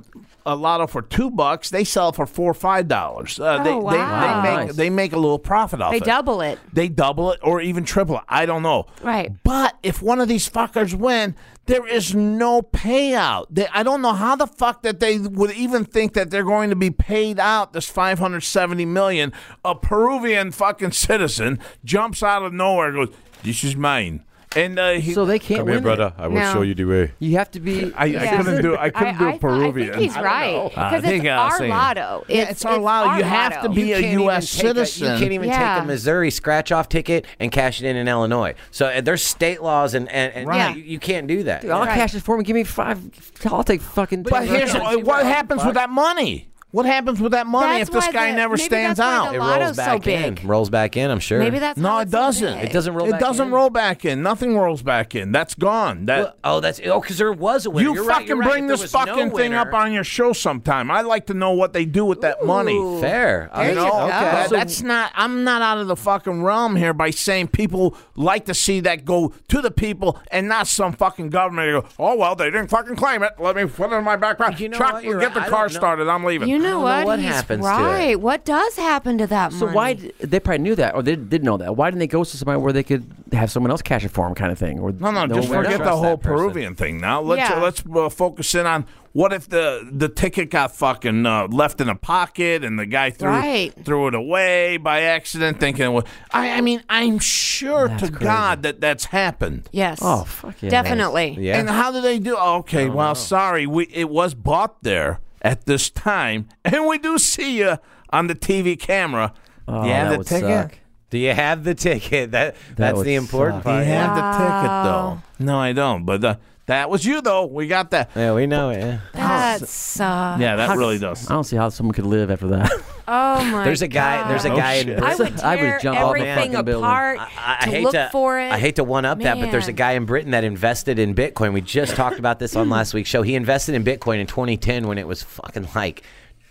Speaker 3: a lotto for two bucks, they sell it for four or five dollars. Uh, they,
Speaker 5: wow.
Speaker 3: they,
Speaker 5: Wow,
Speaker 3: they make
Speaker 6: Oh, nice.
Speaker 3: they make a little profit off
Speaker 5: They
Speaker 3: it
Speaker 5: double it.
Speaker 3: they double it or even triple it. I don't know.
Speaker 5: Right.
Speaker 3: But if one of these fuckers win, there is no payout. They, I don't know how the fuck that they would even think that they're going to be paid out this 570 million. A Peruvian fucking citizen jumps out of nowhere and goes, "This is mine." And uh, he,
Speaker 6: So they can't win. it.
Speaker 9: I
Speaker 5: will No. show you
Speaker 9: the
Speaker 3: eh?
Speaker 9: way.
Speaker 6: You have to be.
Speaker 3: I, I
Speaker 5: Yeah.
Speaker 3: couldn't do. I couldn't do
Speaker 5: I,
Speaker 3: a Peruvian.
Speaker 5: I think he's right
Speaker 3: I
Speaker 5: because
Speaker 3: think
Speaker 5: it's
Speaker 3: I was
Speaker 5: our
Speaker 3: saying-
Speaker 5: lotto. It's,
Speaker 3: it's our lotto. You have to
Speaker 5: lotto.
Speaker 3: be a
Speaker 4: can't even
Speaker 3: U.S.
Speaker 4: take a-
Speaker 3: citizen.
Speaker 4: you can't even
Speaker 5: Yeah.
Speaker 4: take a Missouri scratch off ticket and cash it in in Illinois. So uh, there's state laws, and, and, and
Speaker 5: Right.
Speaker 4: you, you can't do that.
Speaker 6: I'll
Speaker 5: Right.
Speaker 6: cash it for me. Give me five. I'll take fucking.
Speaker 3: But here's
Speaker 6: Yeah.
Speaker 3: what, what happens with that money. What happens with that money
Speaker 5: That's
Speaker 3: if this
Speaker 5: why
Speaker 3: guy
Speaker 5: the-
Speaker 3: never
Speaker 5: maybe
Speaker 3: stands
Speaker 5: that's why
Speaker 3: out?
Speaker 5: the lotto's so
Speaker 4: in.
Speaker 5: big.
Speaker 4: Rolls back in. I'm sure.
Speaker 5: Maybe that's
Speaker 3: no,
Speaker 5: how
Speaker 3: it
Speaker 5: it's so
Speaker 3: doesn't.
Speaker 5: big.
Speaker 4: It doesn't roll
Speaker 3: It
Speaker 4: back
Speaker 3: doesn't
Speaker 4: in?
Speaker 3: roll back in. Nothing rolls back in. That's gone. That
Speaker 4: Well, oh, that's oh, because there was a winner.
Speaker 3: you
Speaker 4: You're right,
Speaker 3: fucking
Speaker 4: you're right.
Speaker 3: bring
Speaker 4: If there
Speaker 3: this
Speaker 4: was no
Speaker 3: fucking thing
Speaker 4: winner-
Speaker 3: up on your show sometime. I like to know what they do with that money.
Speaker 4: Fair. I
Speaker 3: You know,
Speaker 4: okay.
Speaker 3: That- that's not. I'm not out of the fucking realm here by saying people like to see that go to the people and not some fucking government. They go, oh well, they didn't fucking claim it. Let me put it in my backpack.
Speaker 4: You know
Speaker 3: Truck,
Speaker 4: what? You're
Speaker 3: get the
Speaker 4: right. I
Speaker 3: car
Speaker 4: don't know.
Speaker 3: started. I'm leaving.
Speaker 5: You know
Speaker 4: know
Speaker 5: what?
Speaker 4: what
Speaker 5: He's
Speaker 4: happens to it.
Speaker 5: right. What does happen to that
Speaker 6: So
Speaker 5: money?
Speaker 6: why d- they probably knew that or they didn't know that? Why didn't they go to somebody where they could have someone else cash it for them, kind of thing? Or
Speaker 3: No, no, just
Speaker 6: one
Speaker 3: forget
Speaker 6: knows.
Speaker 3: the whole
Speaker 4: that person.
Speaker 3: Peruvian thing. Now let's
Speaker 5: Yeah.
Speaker 3: uh, let's uh, focus in on what if the the ticket got fucking uh, left in a pocket and the guy threw
Speaker 5: Right.
Speaker 3: threw it away by accident, thinking. Well, I, I mean, I'm sure to God that that's happened.
Speaker 5: Yes.
Speaker 6: Oh, fuck yeah.
Speaker 5: Definitely.
Speaker 4: Yeah.
Speaker 3: And how do they do? Okay, well, sorry, we it was bought there. at this time, and we do see you on the TV camera.
Speaker 6: Oh,
Speaker 3: you have
Speaker 6: that
Speaker 3: the
Speaker 6: would
Speaker 3: ticket.
Speaker 6: suck.
Speaker 4: Do you have the ticket? That, that's
Speaker 6: would
Speaker 4: the important
Speaker 3: You
Speaker 6: suck.
Speaker 4: part.
Speaker 3: have the ticket though. No, I don't. But uh, that was you though. We got that.
Speaker 4: Yeah, we know it. yeah.
Speaker 5: That sucks.
Speaker 3: Yeah, that really does.
Speaker 6: I don't see how someone could live after that.
Speaker 5: Oh my.
Speaker 4: There's a guy. There's a
Speaker 3: Oh,
Speaker 4: guy. in
Speaker 3: shit.
Speaker 5: I would
Speaker 6: I would
Speaker 5: tear
Speaker 6: jump off a
Speaker 5: everything
Speaker 6: fucking building.
Speaker 5: apart
Speaker 4: I, I
Speaker 5: to
Speaker 4: hate
Speaker 5: look
Speaker 4: to.
Speaker 5: for it.
Speaker 4: I hate to one up that, but there's a
Speaker 5: Man.
Speaker 4: guy in Britain that invested in Bitcoin. We just talked about this on last week's show. He invested in Bitcoin in 2010 when it was fucking like.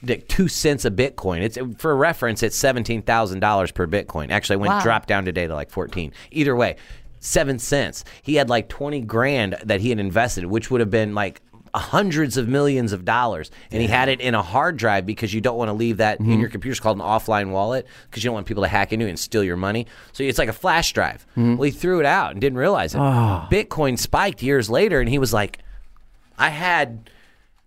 Speaker 4: like Two cents a Bitcoin. It's for reference. It's seventeen thousand dollars per Bitcoin. Actually, it went
Speaker 5: Wow.
Speaker 4: dropped down today to like fourteen. Either way, seven cents. He had like twenty grand that he had invested, which would have been like hundreds of millions of dollars. And he had it in a hard drive because you don't want to leave that
Speaker 6: Mm-hmm.
Speaker 4: in your computer. It's called an offline wallet because you don't want people to hack into it and steal your money. So it's like a flash drive.
Speaker 6: Mm-hmm.
Speaker 4: Well, he threw it out and didn't realize it.
Speaker 6: Ah.
Speaker 4: Bitcoin spiked years later, and he was like, I had.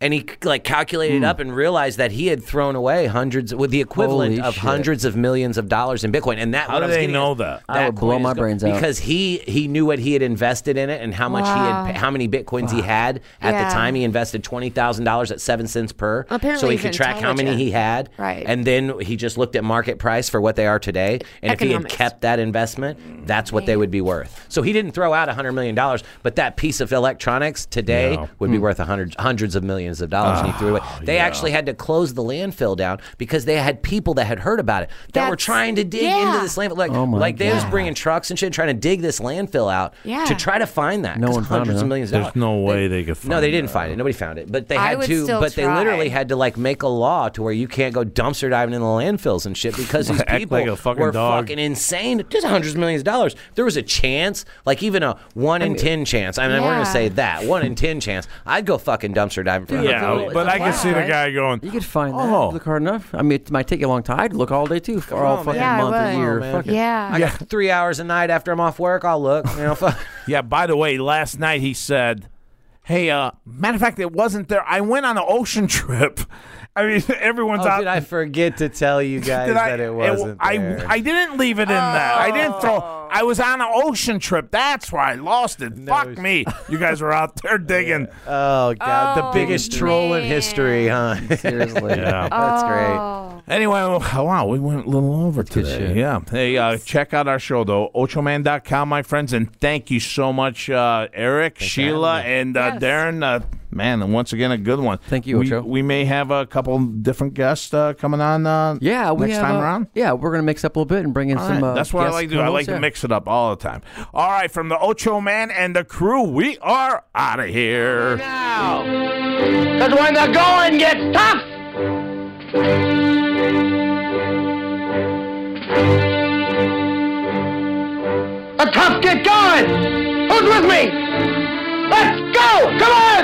Speaker 4: And he like calculated
Speaker 6: Hmm.
Speaker 4: it up and realized that he had thrown away hundreds, with the equivalent
Speaker 6: Holy
Speaker 4: of
Speaker 6: shit.
Speaker 4: hundreds of millions of dollars in Bitcoin. And that
Speaker 12: How
Speaker 4: what
Speaker 12: do
Speaker 4: I was
Speaker 12: they
Speaker 4: getting at
Speaker 12: know
Speaker 4: is
Speaker 12: that?
Speaker 6: I would blow
Speaker 4: coin is
Speaker 6: my
Speaker 4: go-
Speaker 6: brains out.
Speaker 4: because he he knew what he had invested in it and how much he had how many bitcoins he had at
Speaker 5: Yeah.
Speaker 4: the time. He invested twenty thousand dollars at seven cents per, so
Speaker 5: Apparently
Speaker 4: he
Speaker 5: he's
Speaker 4: could track how many he
Speaker 5: intelligent.
Speaker 4: had.
Speaker 5: Right.
Speaker 4: And then he just looked at market price for what they are today. And if he
Speaker 5: Economics.
Speaker 4: had kept that investment, that's what they would be worth. So he didn't throw out hundred million dollars, but that piece of electronics today would be
Speaker 6: Hmm.
Speaker 4: worth hundreds hundreds of millions of dollars. and he threw it
Speaker 6: Ah,
Speaker 4: away. They actually had to close the landfill down because they had people that had heard about it that were
Speaker 5: That's-
Speaker 4: trying to dig into
Speaker 5: yeah.
Speaker 4: this landfill. Like,
Speaker 6: Oh my
Speaker 4: like they was
Speaker 6: God.
Speaker 4: bringing trucks and shit, trying to dig this landfill out
Speaker 5: Yeah.
Speaker 4: to try to find that.
Speaker 6: No
Speaker 4: 'cause
Speaker 6: one found
Speaker 4: hundreds
Speaker 6: it,
Speaker 4: of
Speaker 6: huh?
Speaker 4: millions. of
Speaker 12: There's
Speaker 4: dollars.
Speaker 12: no way they could. Find
Speaker 4: No, they didn't
Speaker 12: that.
Speaker 4: find it. Nobody found it. But they
Speaker 5: I
Speaker 4: had
Speaker 5: would
Speaker 4: to.
Speaker 5: still
Speaker 4: But they
Speaker 5: try.
Speaker 4: literally had to like make a law to where you can't go dumpster diving in the landfills and shit because these
Speaker 12: Act
Speaker 4: people
Speaker 12: like a fucking
Speaker 4: were
Speaker 12: dog.
Speaker 4: fucking insane. Just hundreds of millions of dollars. If There was a chance, like even a one in ten chance. I mean, we're gonna
Speaker 5: Yeah.
Speaker 4: say that one in ten chance. I'd go fucking dumpster diving for. a hundred
Speaker 12: Yeah,
Speaker 4: million
Speaker 12: but I can
Speaker 5: Wow.
Speaker 12: see the guy going.
Speaker 6: You could find that.
Speaker 12: Oh.
Speaker 6: Look hard enough. I mean, it might take you a long time. I'd look all day too, for all
Speaker 4: on,
Speaker 6: fucking
Speaker 4: man.
Speaker 5: Yeah, I would.
Speaker 6: month or year.
Speaker 3: Oh,
Speaker 4: Come on,
Speaker 6: Fuck it.
Speaker 4: man.
Speaker 5: yeah.
Speaker 4: I got three hours a night after I'm off work. I'll look. You know, fuck.
Speaker 3: Yeah. By the way, last night he said, "Hey, uh, matter of fact, it wasn't there. I went on an ocean trip. I mean, everyone's
Speaker 4: Oh,
Speaker 3: out.
Speaker 4: did I forget to tell you guys
Speaker 3: Did I-
Speaker 4: that it
Speaker 3: w-
Speaker 4: wasn't
Speaker 3: I,
Speaker 4: there?
Speaker 3: I didn't leave it in there. I didn't throw. I was on an ocean trip. That's why I lost it. Fuck
Speaker 4: it's-
Speaker 3: me. You guys were out there digging.
Speaker 4: oh God,
Speaker 5: Oh,
Speaker 4: the biggest troll in
Speaker 5: man.
Speaker 4: history, huh?
Speaker 6: Seriously.
Speaker 3: Yeah.
Speaker 4: That's
Speaker 5: Oh.
Speaker 3: Anyway, well, wow, we went a little over today.
Speaker 6: shit.
Speaker 3: Yeah. Hey, uh, check out our show, though, ochoman.com, my friends. And thank you so much, uh, Eric, Sheila, and uh,
Speaker 5: Yes.
Speaker 3: Darren. Uh, man, and once again, a good one.
Speaker 6: Thank you,
Speaker 3: we,
Speaker 6: Ocho.
Speaker 3: We may have a couple different guests uh, coming on uh,
Speaker 6: Yeah, we
Speaker 3: next
Speaker 6: have,
Speaker 3: time
Speaker 6: uh,
Speaker 3: around.
Speaker 6: Yeah, we're gonna mix up a little bit and bring in
Speaker 3: All
Speaker 6: some.
Speaker 3: right.
Speaker 6: Uh,
Speaker 3: That's what I
Speaker 6: guest
Speaker 3: like to do. I like
Speaker 6: co-hosts,
Speaker 3: to
Speaker 6: yeah.
Speaker 3: mix it up all the time. All right, from the Ocho Man and the crew, we are out of here.
Speaker 2: Because when the going gets tough, the tough get going. Who's with me? Let's go! Come on!